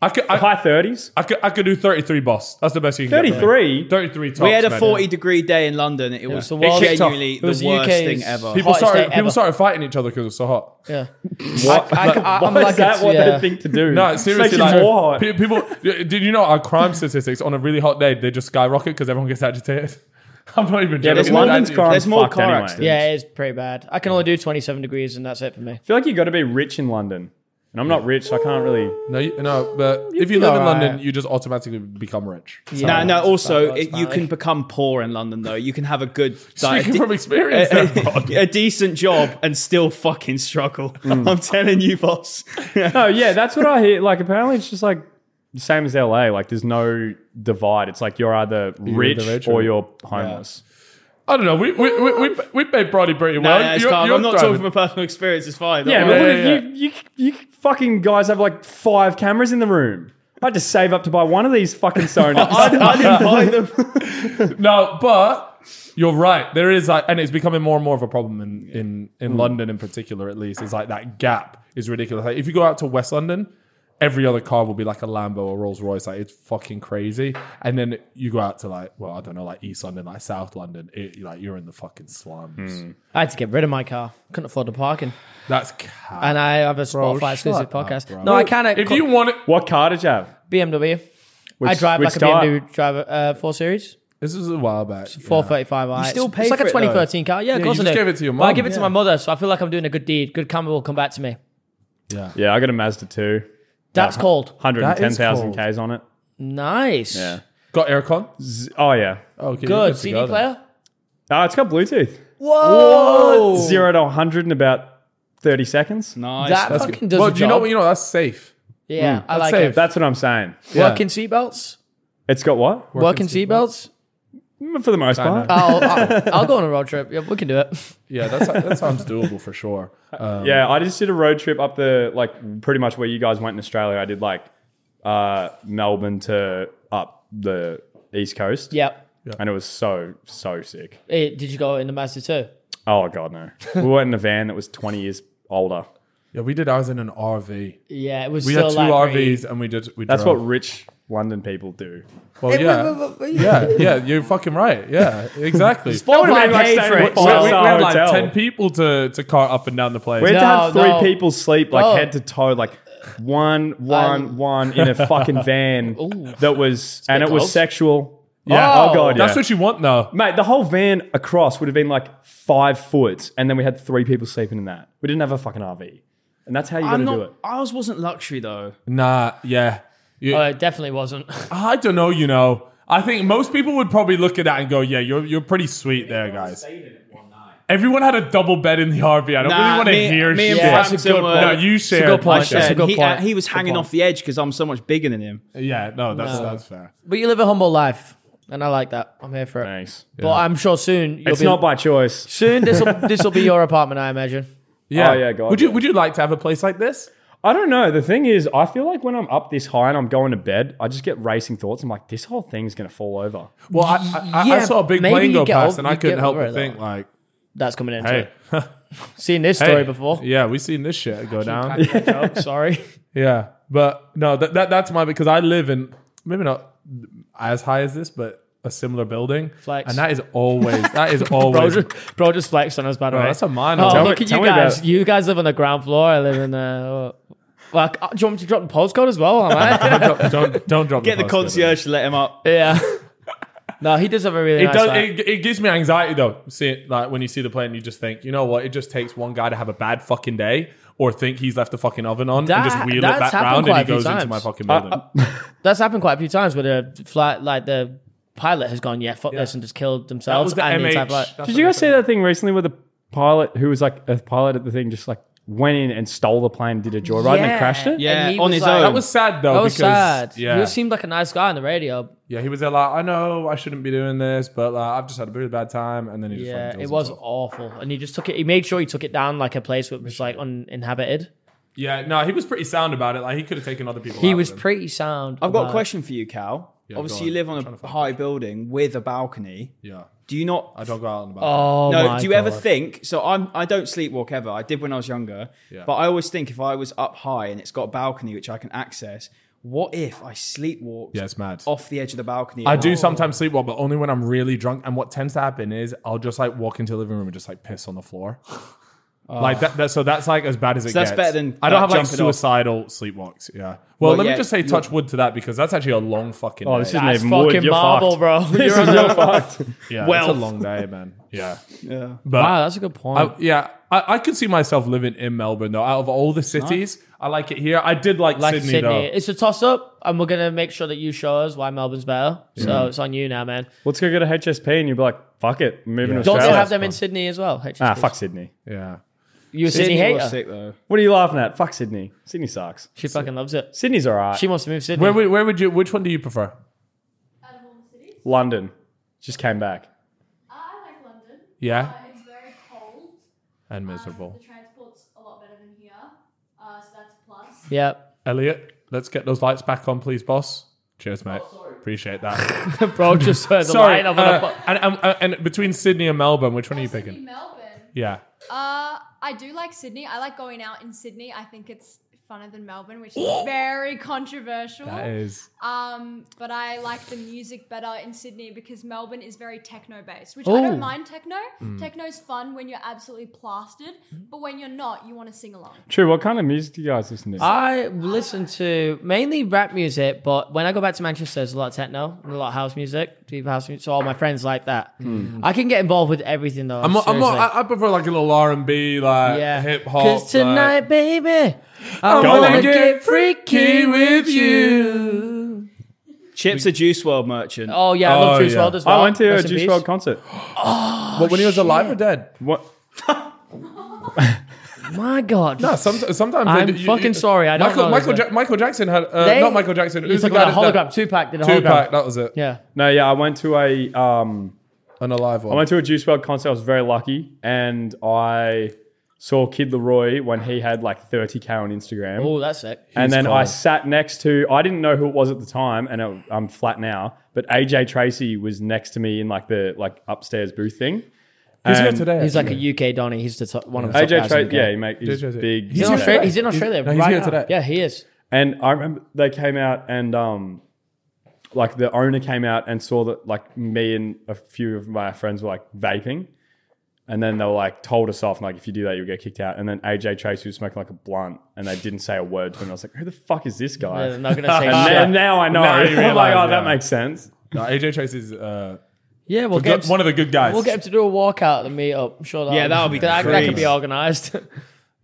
Speaker 3: I could, I,
Speaker 4: high 30s.
Speaker 3: I could, I could do 33 boss. That's the best you can get.
Speaker 4: 33?
Speaker 3: 33 tops,
Speaker 5: We had a
Speaker 3: man.
Speaker 5: 40 degree day in London. It was
Speaker 1: the world- It kicked off.
Speaker 5: genuinely
Speaker 1: It was
Speaker 5: the
Speaker 1: the
Speaker 5: worst
Speaker 1: UK's
Speaker 5: thing ever.
Speaker 1: peop-
Speaker 3: People
Speaker 1: Hottest
Speaker 3: started,
Speaker 1: day
Speaker 3: people
Speaker 1: ever.
Speaker 3: started fighting each other because it was so hot.
Speaker 1: Yeah.
Speaker 4: What?
Speaker 1: I- I- I'm
Speaker 4: Why
Speaker 1: like
Speaker 4: is that
Speaker 1: it's-
Speaker 4: what
Speaker 1: yeah.
Speaker 4: they think to do?
Speaker 3: No,
Speaker 4: It's
Speaker 3: seriously,
Speaker 4: making
Speaker 3: like,
Speaker 4: more hot.
Speaker 3: pe- people. Did you know our crime statistics on a really hot day they just skyrocket because everyone gets agitated? I'm not even joking.
Speaker 4: but
Speaker 3: It's
Speaker 4: London's
Speaker 3: actually-
Speaker 4: crime
Speaker 5: There's more
Speaker 4: fucked
Speaker 5: car
Speaker 4: anyway.
Speaker 5: accidents.
Speaker 1: Yeah, it is pretty bad. I can only do 27 degrees, and that's it for me.
Speaker 4: I feel like you got to be rich in London. And I'm not rich, so I can't really.
Speaker 3: No, you, no, but if you live in
Speaker 1: alright.
Speaker 3: London, you just automatically become rich. So-
Speaker 5: No, no. Also,
Speaker 1: that's
Speaker 5: it, you
Speaker 1: fine.
Speaker 5: can become poor in London, though. You can have a good, like,
Speaker 3: Speaking
Speaker 5: a de-
Speaker 3: from experience,
Speaker 5: a,
Speaker 3: then, Rod.
Speaker 5: a decent job, and still fucking struggle.
Speaker 3: Hmm.
Speaker 5: I'm telling you, boss.
Speaker 4: No, Oh, yeah, that's what I hear. Like, apparently, it's just like the same as LA. Like, there's no divide. It's like you're either rich,
Speaker 3: rich
Speaker 4: or
Speaker 3: or-
Speaker 4: you're homeless.
Speaker 3: I don't know. We we we we, we paid Brody pretty
Speaker 5: No,
Speaker 3: well.
Speaker 5: no, it's
Speaker 3: You're-
Speaker 5: calm.
Speaker 3: you're
Speaker 5: I'm not
Speaker 3: driving-
Speaker 5: talking from personal experience. It's fine.
Speaker 4: Yeah,
Speaker 5: Don't
Speaker 4: but
Speaker 5: worry.
Speaker 4: what
Speaker 3: yeah,
Speaker 4: if You, you you fucking guys have like five cameras in the room. I had to save up to buy one of these fucking Sony.
Speaker 5: I, I didn't buy them.
Speaker 3: No, but you're right. There is like, and it's becoming more and more of a problem in in
Speaker 5: Hmm.
Speaker 3: in London in particular. At least it's like that gap is ridiculous. Like if you go out to West London. Every other car will be like a Lambo or Rolls Royce, like it's fucking crazy. And then you go out to like, well, I don't know, like East London, like South London, it, like you're in the fucking slums.
Speaker 5: Hmm.
Speaker 1: I had to get rid of my car. Couldn't afford the parking,
Speaker 3: That's cat.
Speaker 1: and I have a Spotify
Speaker 3: shut
Speaker 1: exclusive
Speaker 3: up,
Speaker 1: podcast.
Speaker 3: bro.
Speaker 1: no, I uh, can't.
Speaker 3: if you want it,
Speaker 4: what car did you have?
Speaker 1: BMW. I
Speaker 4: Which-
Speaker 1: drive
Speaker 4: which
Speaker 1: like a
Speaker 4: type?
Speaker 1: BMW driver, uh, four series,
Speaker 3: this was a while back.
Speaker 1: four thirty five. I
Speaker 5: still pay
Speaker 1: It's like
Speaker 5: for
Speaker 1: a
Speaker 5: it, though.
Speaker 1: twenty thirteen car. Yeah, of
Speaker 3: you
Speaker 1: course I
Speaker 3: just
Speaker 1: do.
Speaker 3: gave it to your
Speaker 1: But I
Speaker 3: mum.
Speaker 1: give it to
Speaker 3: Yeah.
Speaker 1: my mother, so I feel like I'm doing a good deed. Good karma will come back to me.
Speaker 4: Yeah, I got a Mazda 2.
Speaker 1: That's cold.
Speaker 3: That
Speaker 4: 110,000
Speaker 3: is
Speaker 4: Ks on it.
Speaker 1: Nice.
Speaker 4: Yeah.
Speaker 3: Got aircon?
Speaker 4: Z- Oh, yeah.
Speaker 3: Okay,
Speaker 1: Good
Speaker 3: to
Speaker 1: CD
Speaker 3: go then.
Speaker 1: player.
Speaker 4: Oh, it's got Bluetooth.
Speaker 1: Whoa.
Speaker 4: Zero to 100 in about 30 seconds.
Speaker 5: Nice.
Speaker 1: That
Speaker 3: That's
Speaker 1: fucking
Speaker 3: good.
Speaker 1: does
Speaker 3: Well,
Speaker 1: the
Speaker 3: do you know
Speaker 1: job.
Speaker 3: what? You know Mm. that's safe.
Speaker 1: yeah, I like
Speaker 3: safe.
Speaker 1: it.
Speaker 4: That's what I'm saying.
Speaker 3: Yeah.
Speaker 1: Working seatbelts.
Speaker 4: It's got what?
Speaker 1: Working seatbelts.
Speaker 4: Mm, For the most
Speaker 3: I know.
Speaker 4: part.
Speaker 1: I'll, I'll, I'll go on a road trip. Yeah, we can do it.
Speaker 3: Yeah, that's, that sounds doable for sure. Um,
Speaker 4: Yeah, I just did a road trip up the like pretty much where you guys went in Australia. I did like uh, Melbourne to up the east coast.
Speaker 1: Yep.
Speaker 4: and it was so so sick.
Speaker 1: Eh, did you go in the Mazda too?
Speaker 4: Oh god, no. we went in a van that was twenty years older.
Speaker 3: yeah, we did ours in an RV.
Speaker 1: Yeah, it was
Speaker 3: We
Speaker 1: still
Speaker 3: had two
Speaker 1: like very-
Speaker 3: RVs and we did. We
Speaker 4: That's
Speaker 3: drove.
Speaker 4: what rich London people do.
Speaker 3: Well, yeah, yeah, yeah. You're fucking right. Yeah, exactly.
Speaker 1: Well,
Speaker 4: That would've
Speaker 1: I
Speaker 4: been
Speaker 1: paid
Speaker 4: like
Speaker 1: for
Speaker 4: staying
Speaker 1: it.
Speaker 4: at a
Speaker 3: So
Speaker 1: so-
Speaker 3: we, we had like
Speaker 4: hotel.
Speaker 3: ten people to to cart up and down the place.
Speaker 4: We had to have
Speaker 1: No,
Speaker 4: three
Speaker 1: no.
Speaker 4: people sleep like
Speaker 1: Oh. Um,
Speaker 4: head to toe, like one, one, one in a fucking van that was, and it
Speaker 1: bit
Speaker 4: was
Speaker 1: close.
Speaker 4: sexual.
Speaker 3: Yeah.
Speaker 4: Oh, god, yeah.
Speaker 3: That's what you want, though.
Speaker 4: Mate, the whole van across would have been like five foot, and then we had three people sleeping in that. We didn't have a fucking RV, and that's how you got to
Speaker 5: I'm
Speaker 4: do it.
Speaker 5: not. Ours wasn't luxury though.
Speaker 3: Nah, yeah. You-
Speaker 1: Oh, it definitely wasn't.
Speaker 3: I don't know. You know, I think most people would probably look at that and go, "Yeah, you're you're pretty sweet there, guys."
Speaker 2: Stayed in it one night.
Speaker 3: Everyone had a double bed in the RV. I don't
Speaker 5: Nah,
Speaker 3: really want to
Speaker 5: me-
Speaker 3: hear
Speaker 5: me and
Speaker 3: shit.
Speaker 1: Frank
Speaker 5: That's a good were- point.
Speaker 3: No, you
Speaker 1: a
Speaker 3: shared.
Speaker 1: good point.
Speaker 3: I shared.
Speaker 1: That's a good
Speaker 5: he,
Speaker 1: point.
Speaker 5: uh, he was hanging off the edge because I'm so much bigger than him.
Speaker 3: Yeah, no, that's that's fair.
Speaker 1: But you live a humble life, and I like that. I'm here for it.
Speaker 4: Thanks.
Speaker 1: But I'm sure soon you'll
Speaker 4: It's
Speaker 1: be
Speaker 4: not by choice.
Speaker 1: soon. This will this will be your apartment, I imagine.
Speaker 3: Yeah,
Speaker 4: Oh, yeah, God,
Speaker 3: would you
Speaker 4: yeah.
Speaker 3: would you like to have a place like this?
Speaker 4: I don't know. The thing is, I feel like when I'm up this high and I'm going to bed, I just get racing thoughts. I'm like, this whole thing's gonna fall over.
Speaker 3: Well, I, I, I- I
Speaker 1: Yeah,
Speaker 3: saw a big
Speaker 1: maybe
Speaker 3: plane
Speaker 1: you
Speaker 3: go
Speaker 1: get
Speaker 3: past,
Speaker 1: over-
Speaker 3: and I
Speaker 1: you
Speaker 3: couldn't
Speaker 1: get
Speaker 3: help
Speaker 1: over
Speaker 3: but
Speaker 1: it,
Speaker 3: think,
Speaker 1: though.
Speaker 3: like,
Speaker 1: That's coming into
Speaker 3: hey,
Speaker 1: it. Seen this story
Speaker 3: hey,
Speaker 1: before.
Speaker 3: Yeah, we've seen this shit go down.
Speaker 1: Joke, sorry.
Speaker 3: Yeah, but no, that, that that's my because I live in maybe not as high as this, but a similar building.
Speaker 1: Flex.
Speaker 3: and that is always that is
Speaker 1: Bro
Speaker 3: always.
Speaker 1: just, bro just flexed on us, by the
Speaker 3: Bro,
Speaker 1: way.
Speaker 3: that's a minor.
Speaker 1: Oh,
Speaker 3: Tell
Speaker 1: look
Speaker 4: me-
Speaker 1: at
Speaker 4: tell
Speaker 1: you
Speaker 4: me
Speaker 1: guys.
Speaker 4: about-
Speaker 1: You guys live on the ground floor. I live in the. Well, do you want me to drop the postcode as well? Am I?
Speaker 3: don't, don't don't drop
Speaker 5: Get the
Speaker 3: postcode.
Speaker 5: concierge to let him up.
Speaker 1: yeah. No, he does have a really
Speaker 3: It
Speaker 1: nice
Speaker 3: does.
Speaker 1: life.
Speaker 3: It, it gives me anxiety though. See, it, like when you see the plane, you just think, you know what? It just takes one guy to have a bad fucking day, or think he's left the fucking oven on,
Speaker 1: That-
Speaker 3: and just wheel it
Speaker 1: that's
Speaker 3: back
Speaker 1: happened
Speaker 3: round, and
Speaker 1: quite
Speaker 3: he
Speaker 1: a few
Speaker 3: goes into
Speaker 1: times. Uh,
Speaker 3: my fucking building.
Speaker 1: That's happened quite a few times where the flight, like the pilot, has gone, yeah, fuck this, and just killed
Speaker 3: that
Speaker 1: themselves
Speaker 3: was the
Speaker 1: and the entire
Speaker 3: MH.
Speaker 1: flight.
Speaker 3: that's
Speaker 4: Did you guys see that thing recently where the pilot, who was like a pilot at the thing, just like went in and stole the plane, did a joyride, and then crashed it?
Speaker 5: Yeah.
Speaker 1: he
Speaker 5: on
Speaker 1: was
Speaker 5: his
Speaker 1: like- "Oh,
Speaker 5: own.
Speaker 3: That was sad though.
Speaker 1: That was
Speaker 3: because,
Speaker 1: sad.
Speaker 3: Yeah,
Speaker 1: He seemed like a nice guy on the radio.
Speaker 3: yeah. He was there like, I know I shouldn't be doing this, but like I've just had a really bad time, and then he just
Speaker 1: Yeah,
Speaker 3: fucking
Speaker 1: it
Speaker 3: kills
Speaker 1: was
Speaker 3: himself.
Speaker 1: awful. And he just took it, he made sure he took it down like a place that was like uninhabited.
Speaker 3: Yeah, no, he was pretty sound about it. Like he could have taken other people.
Speaker 1: He
Speaker 3: out
Speaker 1: was
Speaker 3: with him.
Speaker 1: pretty sound.
Speaker 5: I've got a
Speaker 1: about-
Speaker 5: question for you, Cal. Obviously,
Speaker 3: go
Speaker 5: you
Speaker 3: on.
Speaker 5: live
Speaker 3: I'm
Speaker 5: on
Speaker 3: trying to
Speaker 5: a
Speaker 3: find
Speaker 5: high building with a balcony.
Speaker 3: Yeah,
Speaker 5: Do you not
Speaker 3: I don't go out and about.
Speaker 1: Oh,
Speaker 5: No,
Speaker 1: my
Speaker 5: do you ever
Speaker 1: God.
Speaker 5: think? So I'm. I don't sleepwalk ever. I did when I was younger, but I always think if I was up high and it's got a balcony which I can access, what if I sleepwalked
Speaker 3: yeah, it's mad.
Speaker 1: Oh,
Speaker 5: off the edge of the balcony?
Speaker 3: I do sometimes sleepwalk, but only when I'm really drunk. And what tends to happen is I'll just like walk into the living room and just like piss on the floor. Like that, that, so that's like as bad as it
Speaker 5: that's
Speaker 3: gets.
Speaker 5: better than,
Speaker 3: I don't have
Speaker 5: like,
Speaker 3: like
Speaker 5: jumping off.
Speaker 3: suicidal sleepwalks. Yeah. Well, let me
Speaker 5: yeah,
Speaker 3: just say
Speaker 5: you're-
Speaker 3: touch wood to that because that's actually a long fucking.
Speaker 4: Oh,
Speaker 3: day.
Speaker 4: this isn't
Speaker 1: That's
Speaker 4: even wood.
Speaker 1: fucking
Speaker 4: You're
Speaker 1: marble,
Speaker 4: fucked.
Speaker 1: bro. You're
Speaker 4: This is you're fucked.
Speaker 3: yeah,
Speaker 1: wealth.
Speaker 3: it's a long day, man. Yeah,
Speaker 5: Yeah.
Speaker 3: but
Speaker 1: Wow, that's a good point.
Speaker 3: I, yeah, I, I could see myself living in Melbourne though. Out of all the cities, I like it here. I did like,
Speaker 1: like
Speaker 3: Sydney,
Speaker 1: Sydney,
Speaker 3: though.
Speaker 1: it's a toss up, and we're gonna make sure that you show us why Melbourne's better. So it's on you now, man.
Speaker 4: Let's go get a HSP, and you'll be like, fuck it, I'm moving to
Speaker 1: Don't they
Speaker 4: Australia.
Speaker 1: have them in Sydney as well? HSPs?
Speaker 4: ah, fuck Sydney.
Speaker 3: Yeah,
Speaker 1: You a Sydney,
Speaker 5: Sydney was
Speaker 1: hater?
Speaker 5: sick, though.
Speaker 4: What are you laughing at? Fuck Sydney. Sydney sucks.
Speaker 1: She fucking loves it.
Speaker 4: Sydney's all right.
Speaker 1: She wants to move to Sydney.
Speaker 3: where would, where would you? Which one do you prefer?
Speaker 6: Out of all the cities,
Speaker 4: London just came back.
Speaker 6: I like London.
Speaker 3: Yeah.
Speaker 6: Uh, it's very cold.
Speaker 3: And
Speaker 6: um,
Speaker 3: miserable,
Speaker 6: the transport's a lot better than here, uh, so that's a plus.
Speaker 1: yeah,
Speaker 3: Elliot. Let's get those lights back on, please, boss. Cheers, mate. Appreciate that.
Speaker 1: bro, just turned the
Speaker 3: Sorry.
Speaker 1: light off.
Speaker 3: uh,
Speaker 1: on the-
Speaker 3: and, and, and, between Sydney and Melbourne, which one are you
Speaker 6: Sydney,
Speaker 3: picking?
Speaker 6: Melbourne.
Speaker 3: Yeah.
Speaker 6: Uh, I do like Sydney. I like going out in Sydney. I think it's funner than Melbourne, which is very controversial.
Speaker 3: That is.
Speaker 6: Um, but I like the music better in Sydney because Melbourne is very techno based, which I
Speaker 1: Ooh.
Speaker 6: don't mind techno. Techno's fun when you're absolutely plastered, but when you're not, you want to sing along.
Speaker 4: True. What kind of music do you guys listen to?
Speaker 1: I listen to mainly rap music, but when I go back to Manchester, there's a lot of techno and a lot of house music, deep house music. So all my friends like that. I can get involved with everything though.
Speaker 3: Hmm. I'm, I'm,
Speaker 1: seriously.
Speaker 3: I, I prefer like a little R and B, like
Speaker 1: yeah,
Speaker 3: hip hop.
Speaker 1: Cause tonight, baby, I
Speaker 3: like,
Speaker 1: wanna
Speaker 4: on.
Speaker 1: get freaky with you.
Speaker 5: Chips a Juice World merchant.
Speaker 1: Oh yeah, I
Speaker 3: Oh,
Speaker 1: love Juice
Speaker 3: yeah.
Speaker 1: WRLD as well.
Speaker 4: I went to a
Speaker 1: Rest in
Speaker 4: Juice
Speaker 1: peace.
Speaker 4: World concert.
Speaker 1: Oh,
Speaker 3: But when he was alive or dead?
Speaker 4: What?
Speaker 1: My God.
Speaker 3: No, some, uh, sometimes they
Speaker 1: I'm
Speaker 3: do- you-
Speaker 1: fucking
Speaker 3: you-
Speaker 1: sorry, I don't
Speaker 3: Michael,
Speaker 1: know,
Speaker 3: Michael,
Speaker 1: is it?
Speaker 3: Ja- Michael Jackson had uh,
Speaker 1: They-
Speaker 3: not Michael Jackson.
Speaker 1: You're
Speaker 3: who's the
Speaker 1: talking about
Speaker 3: guy
Speaker 1: a
Speaker 3: that-
Speaker 1: hologram. Tupac did a
Speaker 3: Tupac,
Speaker 1: hologram.
Speaker 3: that was it.
Speaker 1: Yeah.
Speaker 4: No, yeah, I went to a um,
Speaker 3: An alive one.
Speaker 4: I went to a Juice World concert. I was very lucky, and I saw Kid Leroy when he had like 30k on Instagram.
Speaker 1: Oh, that's sick.
Speaker 4: and
Speaker 3: He's
Speaker 4: then I
Speaker 3: cold.
Speaker 4: sat next to I didn't know who it was at the time, and it, I'm flat now. But AJ Tracy was next to me in like the like upstairs booth thing.
Speaker 3: He's here
Speaker 4: And
Speaker 3: today.
Speaker 1: He's like
Speaker 3: actually.
Speaker 1: a UK Donny. He's the top, one of the top
Speaker 4: AJ
Speaker 1: guys in the
Speaker 4: Tracy,
Speaker 1: game.
Speaker 4: yeah, he make he's
Speaker 3: AJ.
Speaker 4: big.
Speaker 1: He's in, Australia,
Speaker 3: here
Speaker 4: Yeah.
Speaker 3: today.
Speaker 1: he's in Australia
Speaker 3: no, he's
Speaker 1: right
Speaker 3: here
Speaker 1: now.
Speaker 3: today.
Speaker 1: Yeah, he is.
Speaker 4: And I remember they came out and um, like the owner came out and saw that like me and a few of my friends were like vaping, and then they were like told us off and like if you do that you'll get kicked out. And then AJ Tracy was smoking like a blunt, and they didn't say a word to him. I was like, who the fuck is this guy?
Speaker 1: Yeah, they're not gonna say
Speaker 4: and
Speaker 1: shit.
Speaker 4: then- now I know.
Speaker 3: Now you
Speaker 4: I'm like,
Speaker 3: realise,
Speaker 4: oh,
Speaker 3: yeah.
Speaker 4: that makes sense.
Speaker 3: No, AJ Trace is uh,
Speaker 1: Yeah, we'll
Speaker 3: good-
Speaker 1: get, him to,
Speaker 3: one of the good guys.
Speaker 1: we'll get him to do a walkout at the meetup. I'm sure that
Speaker 5: Yeah, that'll be
Speaker 1: that, that could be
Speaker 5: crazy.
Speaker 1: organised.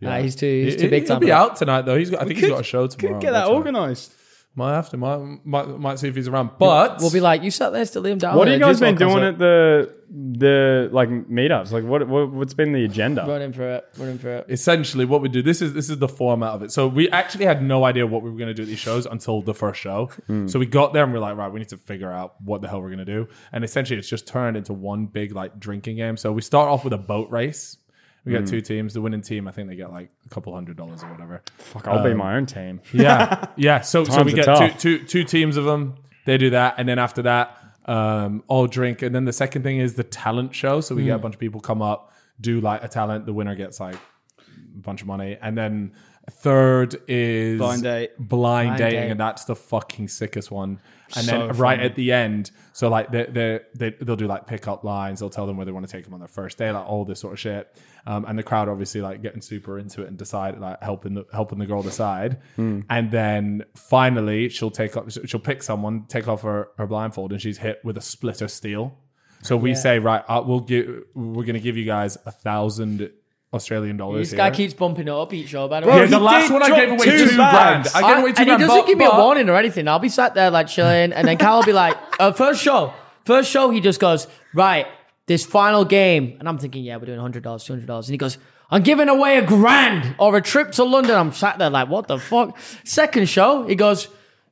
Speaker 1: Nah, he's too he's too big
Speaker 3: He'll
Speaker 1: time.
Speaker 3: be
Speaker 1: for that.
Speaker 3: out tonight though. He's got. I think he's got a show tomorrow.
Speaker 5: Could get that
Speaker 3: That's right.
Speaker 5: organised.
Speaker 3: Might have to. Might, might might see if he's around. But
Speaker 1: We'll be like, you sat there still Liam down.
Speaker 4: What have you guys been doing at the the like meetups? Like, what, what what's been the agenda?
Speaker 1: Running for it, running for it.
Speaker 3: essentially what we do this is this is the format of it so we actually had no idea what we were going to do at these shows until the first show
Speaker 1: Hmm.
Speaker 3: so we got there and we are like right we need to figure out what the hell we're going to do and essentially it's just turned into one big like drinking game so we start off with a boat race we
Speaker 1: Hmm.
Speaker 3: got two teams the winning team i think they get like a couple hundred dollars or whatever
Speaker 4: Fuck, I'll be my own team.
Speaker 3: yeah yeah so so
Speaker 4: Times
Speaker 3: we get
Speaker 4: are tough.
Speaker 3: two, two, two teams of them they do that and then after that um all drink and then the second thing is the talent show so we
Speaker 4: Mm.
Speaker 3: get a bunch of people come up do like a talent the winner gets like a bunch of money and then third is
Speaker 5: Blind date.
Speaker 3: blind, dating
Speaker 1: date.
Speaker 3: and that's the fucking sickest one and
Speaker 5: So
Speaker 3: then right
Speaker 5: funny.
Speaker 3: at the end so like they they they they'll do like pick up lines they'll tell them where they want to take them on their first day like all this sort of shit um, and the crowd obviously like getting super into it and decide like helping the helping the girl decide and then finally she'll take up she'll pick someone take off her, her blindfold and she's hit with a splitter steel so we say right uh, we'll give we're gonna give you guys a thousand Australian dollars
Speaker 1: This guy
Speaker 3: here.
Speaker 1: keeps bumping it up each show. By the
Speaker 3: Yeah,
Speaker 1: way,
Speaker 3: the
Speaker 5: he
Speaker 3: last
Speaker 5: did
Speaker 3: one I
Speaker 5: drop
Speaker 3: gave away
Speaker 5: two
Speaker 3: two, grand.
Speaker 5: bags.
Speaker 3: I gave away two
Speaker 1: and he
Speaker 3: grand.
Speaker 1: doesn't
Speaker 3: but-
Speaker 1: give me a
Speaker 3: but-
Speaker 1: warning or anything. I'll be sat there like chilling, and then Cal will be like, uh, first show, first show. He just goes right this final game, and I'm thinking, yeah, we're doing hundred dollars, two hundred dollars, and he goes. I'm giving away a grand or a trip to London. I'm sat there like, what the fuck? Second show, he goes,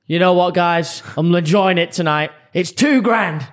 Speaker 1: you know what, guys? I'm enjoying it tonight. It's two grand.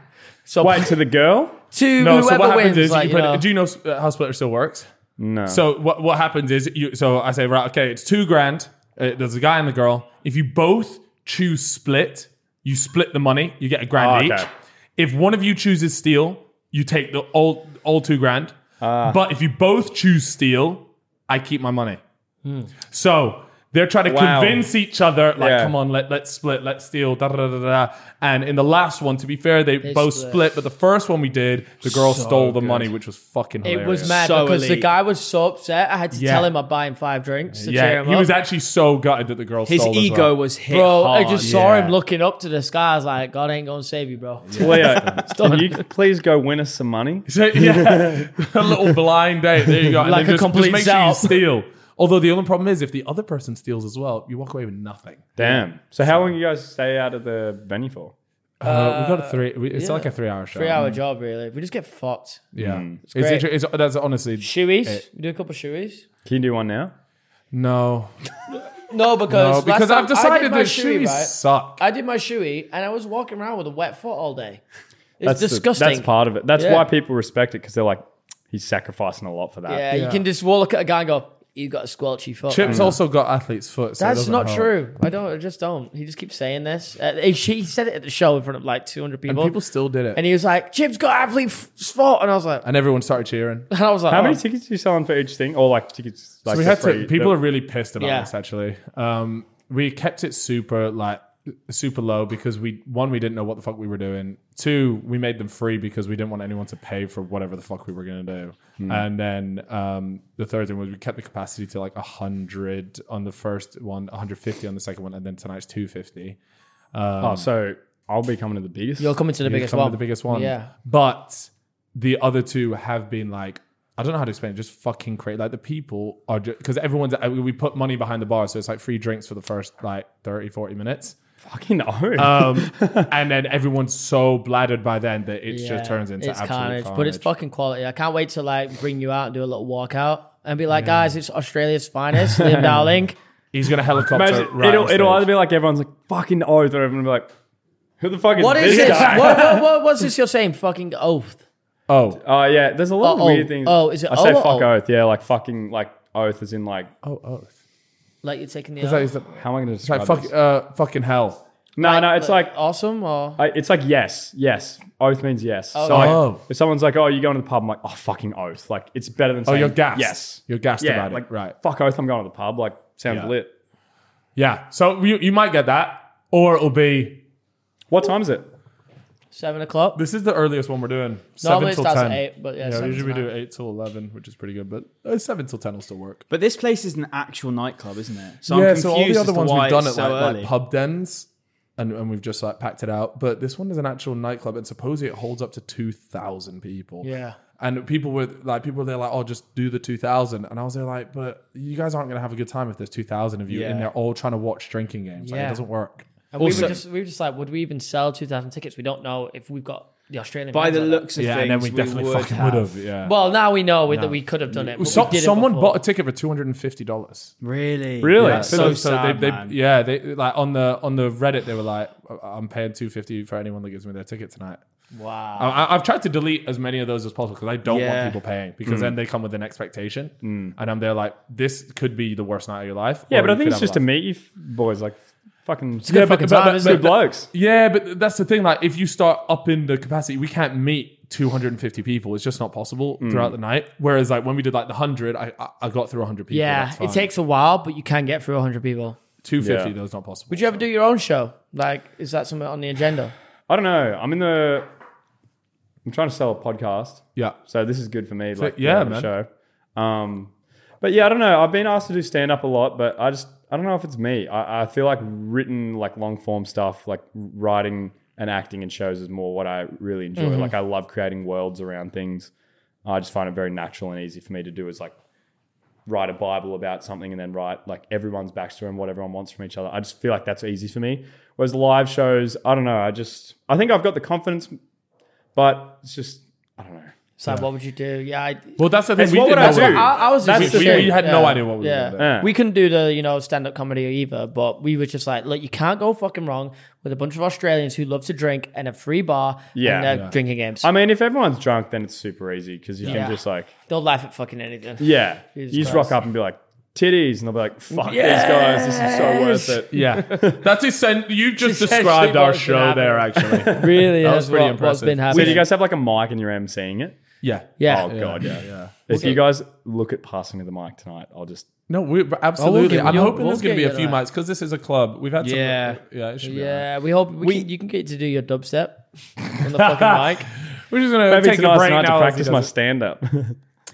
Speaker 1: So
Speaker 4: Wait to the girl.
Speaker 1: two
Speaker 3: No,
Speaker 1: whoever
Speaker 3: so what happens
Speaker 1: wins.
Speaker 3: is,
Speaker 1: like,
Speaker 3: you
Speaker 1: you
Speaker 3: put-
Speaker 1: know.
Speaker 3: do you know uh, how Splitter still works?
Speaker 4: No.
Speaker 3: So what what happens is, you, so I say, right, okay, it's two grand. Uh, there's a guy and the girl. If you both choose split, you split the money. You get a grand
Speaker 4: Oh, okay.
Speaker 3: each. If one of you chooses steal, you take the all all two grand.
Speaker 1: Ah.
Speaker 3: but if you both choose steal, I keep my money.
Speaker 1: Hmm.
Speaker 3: So they're trying to
Speaker 4: Wow.
Speaker 3: convince each other, like,
Speaker 4: Yeah.
Speaker 3: come on, let, let's split, let's steal, da da da da da. And in the last one, to be fair, they, both
Speaker 1: split.
Speaker 3: split. but the first one we did, the girl stole the money, which was fucking
Speaker 1: It
Speaker 3: hilarious.
Speaker 1: was mad
Speaker 5: So
Speaker 1: because the
Speaker 5: elite.
Speaker 1: guy was so upset. I had to
Speaker 3: Yeah.
Speaker 1: tell him I buy him five drinks. To cheer
Speaker 3: Yeah,
Speaker 1: him
Speaker 3: he
Speaker 1: up.
Speaker 3: was actually so gutted that the girl
Speaker 5: His
Speaker 3: stole as
Speaker 5: ego
Speaker 3: well.
Speaker 5: was hit
Speaker 1: bro.
Speaker 5: hard.
Speaker 1: I just saw
Speaker 3: yeah.
Speaker 1: him looking up to the sky. I was like, God ain't gonna save you, bro.
Speaker 4: Leo, can you please go win us some money?
Speaker 3: So, yeah, a little blind date. There you go. And
Speaker 1: Like
Speaker 3: then
Speaker 1: a
Speaker 3: just, just
Speaker 1: complete
Speaker 3: make sure you
Speaker 1: self.
Speaker 3: steal. Although the only problem is, if the other person steals as well, you walk away with nothing.
Speaker 4: Damn. So how long you guys stay out of the venue for?
Speaker 3: Uh, we got a three. We, it's like a three-hour show.
Speaker 1: Three hour job, really. We just get fucked.
Speaker 3: Yeah, it's,
Speaker 1: great.
Speaker 3: inter- it's- that's honestly
Speaker 1: Shoeies.
Speaker 3: It-
Speaker 1: We do a couple shoeies.
Speaker 4: Can you do one now?
Speaker 3: no,
Speaker 1: No, because
Speaker 3: no,
Speaker 1: last
Speaker 3: because
Speaker 1: time
Speaker 3: I've decided
Speaker 1: I
Speaker 3: that
Speaker 1: did my shoey,
Speaker 3: shoes
Speaker 1: right?
Speaker 3: suck.
Speaker 1: I did my shoey and I was walking around with a wet foot all day. It's
Speaker 4: the-
Speaker 1: disgusting.
Speaker 4: that's part of it. That's
Speaker 1: Yeah.
Speaker 4: why people respect it because they're like, he's sacrificing a lot for that.
Speaker 1: yeah, you
Speaker 3: Yeah.
Speaker 1: can just look at a guy and go, "You got a squelchy foot."
Speaker 3: Chips also got athlete's foot. So it
Speaker 1: That's
Speaker 3: doesn't
Speaker 1: not
Speaker 3: help.
Speaker 1: true. I don't. I just don't. He just keeps saying this. Uh, he, she- he said it at the show in front of like 200
Speaker 3: And
Speaker 1: people,
Speaker 3: people still did it,
Speaker 1: and he was like, "Chip's got athlete fault," and I was like,
Speaker 3: and everyone started cheering.
Speaker 1: and I was like,
Speaker 4: How
Speaker 1: oh.
Speaker 4: many tickets are you selling for each thing? Or like tickets? Like
Speaker 3: we
Speaker 4: for
Speaker 3: had
Speaker 4: free?
Speaker 3: to, people
Speaker 4: The-
Speaker 3: are really pissed about
Speaker 1: Yeah.
Speaker 3: this actually um we kept it super like super low because we one we didn't know what the fuck we were doing two we made them free because we didn't want anyone to pay for whatever the fuck we were gonna do
Speaker 4: Hmm.
Speaker 3: and then um the third thing was we kept the capacity to like 100 on the first one 150 on the second one and then tonight's 250
Speaker 4: oh, so I'll be coming to the biggest.
Speaker 1: You're coming to the biggest
Speaker 3: Become
Speaker 1: one.
Speaker 3: the biggest one.
Speaker 1: Yeah.
Speaker 3: But the other two have been like, I don't know how to explain it, just fucking crazy. Like the people are just, because everyone's, uh, we put money behind the bar. So it's like free drinks for the first like 30, 40 minutes.
Speaker 4: fucking own.
Speaker 3: Um, and then everyone's so bladdered by then that it
Speaker 1: Yeah,
Speaker 3: just turns into
Speaker 1: it's
Speaker 3: absolute carnage.
Speaker 1: But it's fucking quality. I can't wait to like bring you out and do a little walkout. and be like, guys, it's Australia's finest, Liam Darling.
Speaker 3: He's gonna helicopter.
Speaker 4: Imagine,
Speaker 3: right on
Speaker 4: it'll, it'll
Speaker 3: stage.
Speaker 4: either be like everyone's like fucking oath, or everyone will be like, "Who the fuck is
Speaker 1: What is
Speaker 4: this
Speaker 1: this?
Speaker 4: guy?"
Speaker 1: what, what, what, what's this you're saying? Fucking oath.
Speaker 3: oh,
Speaker 4: Oh yeah, there's a lot
Speaker 1: Oh,
Speaker 4: of weird
Speaker 1: oh,
Speaker 4: things.
Speaker 1: oh, is it
Speaker 4: I say
Speaker 1: oh,
Speaker 4: fuck
Speaker 1: oh?
Speaker 4: oath, yeah, like fucking like oath is in like
Speaker 3: oh, oh.
Speaker 1: Like you're taking the
Speaker 3: It's
Speaker 1: oath.
Speaker 3: like, it's like,
Speaker 4: how am I going to
Speaker 3: it's
Speaker 4: describe
Speaker 3: like fuck,
Speaker 4: this?
Speaker 3: uh, fucking hell.
Speaker 4: No, no, it's like
Speaker 1: awesome or
Speaker 4: I, it's like yes, yes. Oath means yes. So
Speaker 1: okay.
Speaker 4: like,
Speaker 3: Oh.
Speaker 4: if someone's like, "Oh, you going to the pub?" I'm like, "Oh, fucking oath!" Like it's better than
Speaker 3: Oh,
Speaker 4: saying
Speaker 3: you're gassed.
Speaker 4: Yes,
Speaker 3: you're gassed
Speaker 4: yeah,
Speaker 3: about
Speaker 4: like
Speaker 3: it. Right.
Speaker 4: Fuck oath, I'm going to the pub. Like sounds
Speaker 3: Yeah.
Speaker 4: lit.
Speaker 3: Yeah. So you you might get that, or it'll be
Speaker 4: What time is it?
Speaker 1: seven o'clock.
Speaker 3: this is the earliest one we're doing. seven
Speaker 1: Normally it
Speaker 3: till
Speaker 1: starts
Speaker 3: ten.
Speaker 1: at eight, but yeah,
Speaker 3: Yeah,
Speaker 1: seven
Speaker 3: we usually
Speaker 1: to
Speaker 3: do
Speaker 1: nine.
Speaker 3: eight till eleven, which is pretty good. But uh, seven till ten will still work.
Speaker 5: But this place is an actual nightclub, isn't it? So
Speaker 3: yeah,
Speaker 5: I'm confused
Speaker 3: so all the
Speaker 5: as
Speaker 3: other
Speaker 5: to
Speaker 3: ones
Speaker 5: why
Speaker 3: we've done
Speaker 5: it's
Speaker 3: at
Speaker 5: so
Speaker 3: like,
Speaker 5: early.
Speaker 3: like pub dens, and, and we've just like packed it out. But this one is an actual nightclub, and supposedly it holds up to two thousand people.
Speaker 1: Yeah.
Speaker 3: and people were like, people they're like, oh, just do the two thousand, and I was there like, but you guys aren't gonna have a good time if there's two thousand of you
Speaker 5: Yeah.
Speaker 3: and they're all trying to watch drinking games. Like, it
Speaker 1: Yeah.
Speaker 3: doesn't work.
Speaker 1: And we
Speaker 5: Also-
Speaker 1: were just we were just like, would we even sell two thousand tickets? We don't know if we've got the Australian.
Speaker 5: By
Speaker 1: fans
Speaker 5: the
Speaker 1: like that.
Speaker 5: looks of
Speaker 3: Yeah,
Speaker 5: things,
Speaker 3: and then we definitely
Speaker 5: would
Speaker 3: fucking would
Speaker 5: have.
Speaker 3: have. Yeah.
Speaker 1: Well, now we know that we could have done it. but
Speaker 3: So-
Speaker 1: we didn't
Speaker 3: someone
Speaker 1: before.
Speaker 3: bought a ticket for two hundred and fifty dollars.
Speaker 5: Really?
Speaker 4: Really?
Speaker 5: That's
Speaker 4: So-
Speaker 5: so,
Speaker 3: they- they,
Speaker 5: sad,
Speaker 3: they,
Speaker 5: man.
Speaker 3: yeah, they like on the on the Reddit they were like, "I- I'm paying two fifty for anyone that gives me their ticket tonight.
Speaker 1: Wow.
Speaker 3: I, I- I've tried to delete as many of those as possible because I don't
Speaker 5: Yeah.
Speaker 3: want people paying because
Speaker 4: Mm.
Speaker 3: then they come with an expectation, and I'm there like, this could be the worst night of your life.
Speaker 4: Yeah,
Speaker 3: or
Speaker 4: but I
Speaker 3: you
Speaker 4: think
Speaker 3: could
Speaker 4: it's
Speaker 3: have
Speaker 4: just to
Speaker 3: life.
Speaker 4: meet you f- boys. Like fucking
Speaker 1: good fucking time,
Speaker 4: but-
Speaker 1: isn't
Speaker 4: good
Speaker 1: it?
Speaker 4: blokes.
Speaker 3: Yeah, but that's the thing. Like, if you start up in the capacity, we can't meet 250 people. It's just not possible
Speaker 4: Mm.
Speaker 3: throughout the night. Whereas, like when we did like the hundred, I I- I got through 100 people.
Speaker 1: yeah,
Speaker 3: That's fine.
Speaker 1: it takes a while, but you can get through hundred people.
Speaker 3: 250.
Speaker 4: Yeah.
Speaker 3: Those not possible.
Speaker 1: Would you ever do your own show? Like, is that something on the agenda?
Speaker 4: I don't know. I'm in the. I'm trying to sell a podcast.
Speaker 3: Yeah.
Speaker 4: So this is good for me. Like,
Speaker 3: yeah,
Speaker 4: yeah,
Speaker 3: man.
Speaker 4: Show. Um, but yeah, I don't know. I've been asked to do stand up a lot, but I just I don't know if it's me. I, I feel like written like long form stuff, like writing and acting in shows, is more what I really enjoy.
Speaker 3: Mm-hmm.
Speaker 4: Like I love creating worlds around things. I just find it very natural and easy for me to do. Is like write a Bible about something and then write like everyone's backstory and what everyone wants from each other. I just feel like that's easy for me. Whereas live shows, I don't know. I just I think I've got the confidence, but it's just I don't know.
Speaker 1: It's like, what would you do? Yeah, I,
Speaker 3: Well, that's the thing.
Speaker 4: It's
Speaker 3: we
Speaker 4: what
Speaker 3: didn't
Speaker 4: would I
Speaker 3: know
Speaker 4: do?
Speaker 3: what-
Speaker 1: I, I was
Speaker 4: That's
Speaker 1: just
Speaker 4: the
Speaker 1: saying,
Speaker 4: thing.
Speaker 3: We had no idea what we were
Speaker 1: yeah.
Speaker 3: doing
Speaker 4: there.
Speaker 1: We couldn't do the you know stand up comedy either, but we were just like, look, you can't go fucking wrong with a bunch of Australians who love to drink and a free bar
Speaker 4: Yeah.
Speaker 1: and their
Speaker 4: Yeah.
Speaker 1: drinking games.
Speaker 4: I mean, if everyone's drunk, then it's super easy because you
Speaker 1: Yeah.
Speaker 4: can just like,
Speaker 1: They'll laugh at fucking anything.
Speaker 4: yeah,
Speaker 1: Jesus
Speaker 4: you just
Speaker 1: Christ.
Speaker 4: rock up and be like, titties, and they'll be like, fuck these guys, this is so worth it.
Speaker 3: Yeah, that's essential. You just
Speaker 1: Essentially
Speaker 3: described our
Speaker 1: what's been
Speaker 3: show there, actually.
Speaker 1: Really,
Speaker 3: That
Speaker 1: that
Speaker 3: was
Speaker 1: was
Speaker 3: pretty
Speaker 1: what, what's
Speaker 3: impressive.
Speaker 1: been
Speaker 4: So do you
Speaker 1: happening.
Speaker 4: guys have like a mic and you're emceeing it?
Speaker 3: yeah.
Speaker 1: yeah,
Speaker 4: Oh god, yeah.
Speaker 3: yeah.
Speaker 4: If you guys look at passing me the mic tonight, I'll just
Speaker 3: No, we absolutely.
Speaker 1: give
Speaker 3: I'm
Speaker 1: you-
Speaker 3: hoping
Speaker 1: we'll
Speaker 3: there's going to be
Speaker 1: give
Speaker 3: a
Speaker 1: you
Speaker 3: few
Speaker 1: that.
Speaker 3: mics because this is a club. We've had some.
Speaker 5: Yeah.
Speaker 3: yeah, it should be. alright.
Speaker 1: yeah. We hope we can, you can get to do your dubstep on the fucking mic.
Speaker 3: We're just going to
Speaker 4: maybe
Speaker 3: take a
Speaker 4: tonight's
Speaker 3: break
Speaker 4: the
Speaker 3: now.
Speaker 4: night to
Speaker 3: as
Speaker 4: practice
Speaker 3: he
Speaker 4: my
Speaker 3: does
Speaker 4: stand up.
Speaker 3: it.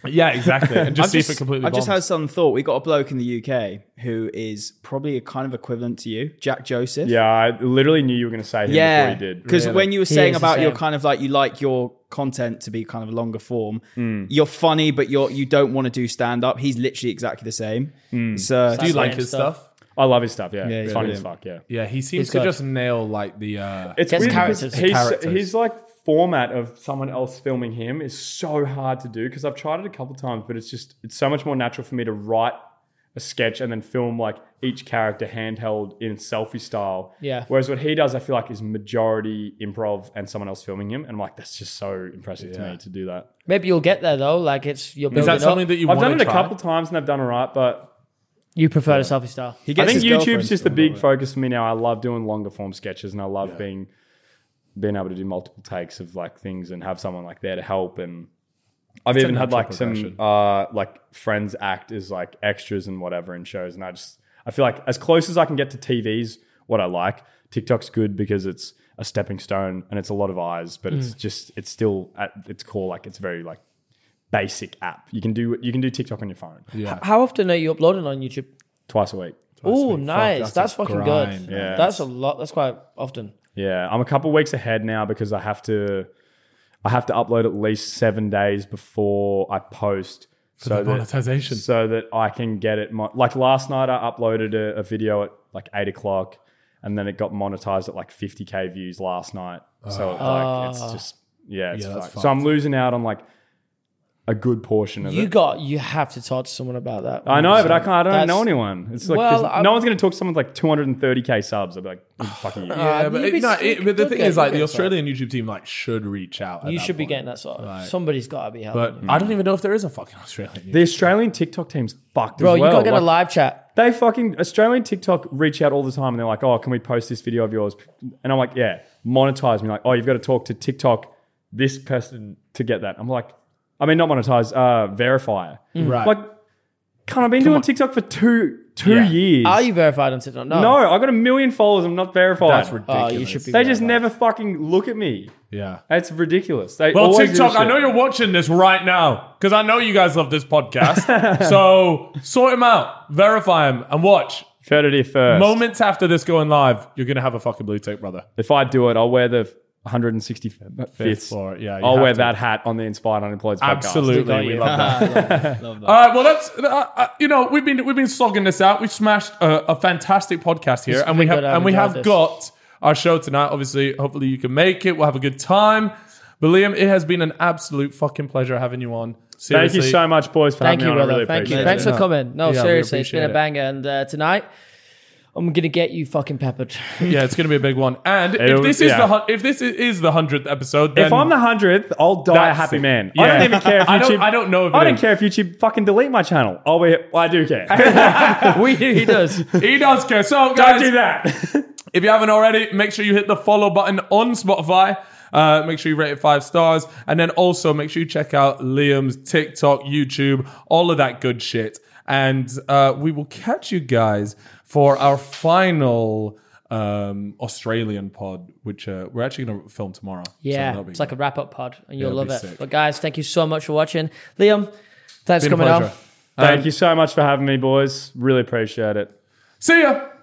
Speaker 3: Yeah, exactly. And just
Speaker 5: I've
Speaker 3: see
Speaker 5: just-
Speaker 3: if it completely.
Speaker 5: I've just had
Speaker 3: bombs.
Speaker 5: some thought. We got a bloke in the UK who is probably a kind of equivalent to you, Jack Joseph.
Speaker 4: yeah, I literally knew you were gonna say him
Speaker 5: Yeah,
Speaker 4: before you did.
Speaker 5: because when you were saying
Speaker 1: is the
Speaker 5: about your
Speaker 1: same.
Speaker 5: kind of like you like your content to be kind of longer form,
Speaker 3: Hmm.
Speaker 5: you're funny, but you're you don't want to do stand up. He's literally exactly the same.
Speaker 3: Hmm.
Speaker 5: So
Speaker 3: Do you like
Speaker 1: Slam
Speaker 3: his
Speaker 1: stuff.
Speaker 3: stuff?
Speaker 4: I love his stuff. Yeah,
Speaker 5: Yeah,
Speaker 4: it's
Speaker 5: yeah,
Speaker 4: funny
Speaker 5: yeah.
Speaker 4: as fuck. Yeah,
Speaker 3: Yeah, he seems
Speaker 1: He's
Speaker 3: to
Speaker 1: good.
Speaker 3: just nail like the. uh
Speaker 4: it's
Speaker 1: Gets
Speaker 4: weird because
Speaker 1: characters.
Speaker 4: He's,
Speaker 3: Characters.
Speaker 4: he's like format of someone else filming him is so hard to do because I've tried it a couple times, but it's just it's so much more natural for me to write a sketch and then film like each character handheld in selfie style.
Speaker 1: Yeah.
Speaker 4: Whereas what he does, I feel like is majority improv and someone else filming him, and I'm like, that's just so impressive to me to do that.
Speaker 1: Maybe you'll get there though. Like it's you're
Speaker 3: Is
Speaker 1: building
Speaker 3: that something
Speaker 1: up.
Speaker 3: that you?
Speaker 4: I've
Speaker 3: wanna
Speaker 4: done it a
Speaker 3: try?
Speaker 4: couple times and I've done alright, but
Speaker 1: you prefer the selfie style.
Speaker 5: he gets
Speaker 4: I think
Speaker 5: his
Speaker 4: YouTube's
Speaker 5: girlfriend
Speaker 4: just
Speaker 5: to
Speaker 4: the
Speaker 5: film
Speaker 4: big
Speaker 5: it.
Speaker 4: focus for me now. I love doing longer form sketches and I love being being able to do multiple takes of like things and have someone like there to help and I've even had
Speaker 3: natural
Speaker 4: like some
Speaker 3: progression.
Speaker 4: uh like friends act as like extras and whatever in shows and I just I feel like as close as I can get to TV's what I like. TikTok's good because it's a stepping stone and it's a lot of eyes, but it's just it's still at its core like it's very like basic app. You can do you can do TikTok on your phone
Speaker 3: Yeah.
Speaker 1: How often are you uploading on YouTube?
Speaker 4: twice a week.
Speaker 1: Oh,
Speaker 3: week. Fuck,
Speaker 1: nice.
Speaker 3: that's
Speaker 1: That's,
Speaker 3: a
Speaker 1: fucking
Speaker 3: grind,
Speaker 1: good.
Speaker 3: man.
Speaker 4: Yeah.
Speaker 1: That's a lot. That's quite often.
Speaker 4: Yeah, I'm a couple weeks ahead now because I have to I have to upload at least seven days before I post.
Speaker 3: the monetization.
Speaker 4: so that I can get it. Mo- like last night, I uploaded a, a video at like eight o'clock, and then it got monetized at like 50k views
Speaker 1: Ah.
Speaker 4: last night. So like, it's just yeah, it's
Speaker 3: Yeah, that's
Speaker 4: fucked. so I'm losing out on like a good portion of
Speaker 1: You
Speaker 4: it.
Speaker 1: got. You have to talk to someone about that.
Speaker 4: I know, but I can't. I don't
Speaker 1: That's-
Speaker 4: know anyone. It's like
Speaker 1: Well,
Speaker 4: 'cause
Speaker 1: I-
Speaker 4: no one's going to talk to someone with like 230k subs. I'll be like, fucking you.
Speaker 3: Yeah,
Speaker 1: Uh,
Speaker 3: but,
Speaker 1: you'd be
Speaker 3: it, no,
Speaker 1: sick.
Speaker 3: it- but the
Speaker 1: You'd
Speaker 3: thing
Speaker 1: get-
Speaker 3: is, like,
Speaker 1: you'd
Speaker 3: the
Speaker 1: get sorted.
Speaker 3: Australian YouTube team, like, should reach out. at
Speaker 1: You
Speaker 3: that
Speaker 1: should be
Speaker 3: point.
Speaker 1: getting that sort. of
Speaker 3: Right.
Speaker 1: Somebody's got to be helping.
Speaker 3: But
Speaker 1: you.
Speaker 3: I don't even know if there is a fucking Australian. YouTube.
Speaker 4: The Australian TikTok team's fucked
Speaker 1: bro,
Speaker 4: as well.
Speaker 1: you got to get
Speaker 4: Like,
Speaker 1: a live chat.
Speaker 4: They fucking Australian TikTok reach out all the time and they're like, "Oh, can we post this video of yours?" And I'm like, "Yeah, monetize me." Like, "Oh, you've got to talk to TikTok this person to get that." I'm like, "I mean, not monetize, uh, verifier."
Speaker 3: Right.
Speaker 4: Like, can I've been doing TikTok for two two
Speaker 3: Yeah.
Speaker 4: years.
Speaker 1: Are you verified on TikTok? No. Oh,
Speaker 4: no, I got a million followers. I'm not verified.
Speaker 3: That's ridiculous.
Speaker 1: you should be-
Speaker 4: They just
Speaker 1: verified.
Speaker 4: never fucking look at me.
Speaker 3: Yeah.
Speaker 4: It's ridiculous. They
Speaker 3: Well,
Speaker 4: always do
Speaker 3: TikTok,
Speaker 4: this
Speaker 3: I
Speaker 4: shit.
Speaker 3: know you're watching this right now because I know you guys love this podcast. so sort him out, verify him, and watch.
Speaker 4: Thirty first.
Speaker 3: Moments after this going live, you're gonna have a fucking blue tick, brother.
Speaker 4: If I do it, I'll wear the 165th.
Speaker 3: floor, yeah, you
Speaker 4: I'll
Speaker 3: have
Speaker 4: wear
Speaker 3: to.
Speaker 4: that hat on the Inspired Unemployed podcast.
Speaker 3: Absolutely, we
Speaker 1: you.
Speaker 3: love that.
Speaker 5: Love that.
Speaker 3: All right, well, that's uh, uh, you know we've been we've been slogging this out. We've smashed a, a fantastic podcast here, and we
Speaker 1: been
Speaker 3: have
Speaker 1: good. I've
Speaker 3: and we
Speaker 1: enjoyed
Speaker 3: have
Speaker 1: this.
Speaker 3: got our show tonight. Obviously, hopefully you can make it. We'll have a good time. But Liam, it has been an absolute fucking pleasure having you on.
Speaker 4: Thank
Speaker 3: Seriously.
Speaker 4: you so much, boys, for
Speaker 1: Thank
Speaker 4: having
Speaker 1: you,
Speaker 4: me on.
Speaker 1: brother.
Speaker 4: I really
Speaker 1: Thank you.
Speaker 4: appreciate
Speaker 1: Thanks
Speaker 4: it.
Speaker 1: for coming. No,
Speaker 3: Yeah, we
Speaker 1: seriously, it's
Speaker 3: appreciate
Speaker 1: been
Speaker 3: it.
Speaker 1: a banger. And uh, tonight, I'm gonna get you fucking peppered.
Speaker 3: Yeah, it's going to be a big one. And
Speaker 4: It'll-
Speaker 3: if this is
Speaker 4: yeah.
Speaker 3: the hun- if this is- is the hundredth episode, then
Speaker 4: If I'm the hundredth, I'll die a
Speaker 3: That's
Speaker 4: happy
Speaker 3: it.
Speaker 4: man. I
Speaker 3: Yeah.
Speaker 4: don't even care if YouTube.
Speaker 3: I don't- I don't know if
Speaker 4: I
Speaker 3: it
Speaker 4: don't
Speaker 3: is.
Speaker 4: care if YouTube fucking delete my channel. Oh, wait, well, I do care.
Speaker 1: we he does.
Speaker 3: he does care. So
Speaker 4: don't
Speaker 3: guys,
Speaker 4: do that.
Speaker 3: If you haven't already, make sure you hit the follow button on Spotify. Uh, make sure you rate it five stars. And then also make sure you check out Liam's TikTok, YouTube, all of that good shit. And uh, we will catch you guys for our final um, Australian pod, which uh, we're actually going to film tomorrow.
Speaker 1: Yeah,
Speaker 3: So that'll be
Speaker 1: it's like a wrap up pod, and you'll
Speaker 3: Yeah, it'll
Speaker 1: love
Speaker 3: be
Speaker 1: it.
Speaker 3: sick.
Speaker 1: But guys, thank you so much for watching. Liam, thanks
Speaker 3: been
Speaker 1: for
Speaker 3: a
Speaker 1: coming on.
Speaker 3: pleasure.
Speaker 4: Thank you so much for having me, boys. Really appreciate it.
Speaker 3: See ya.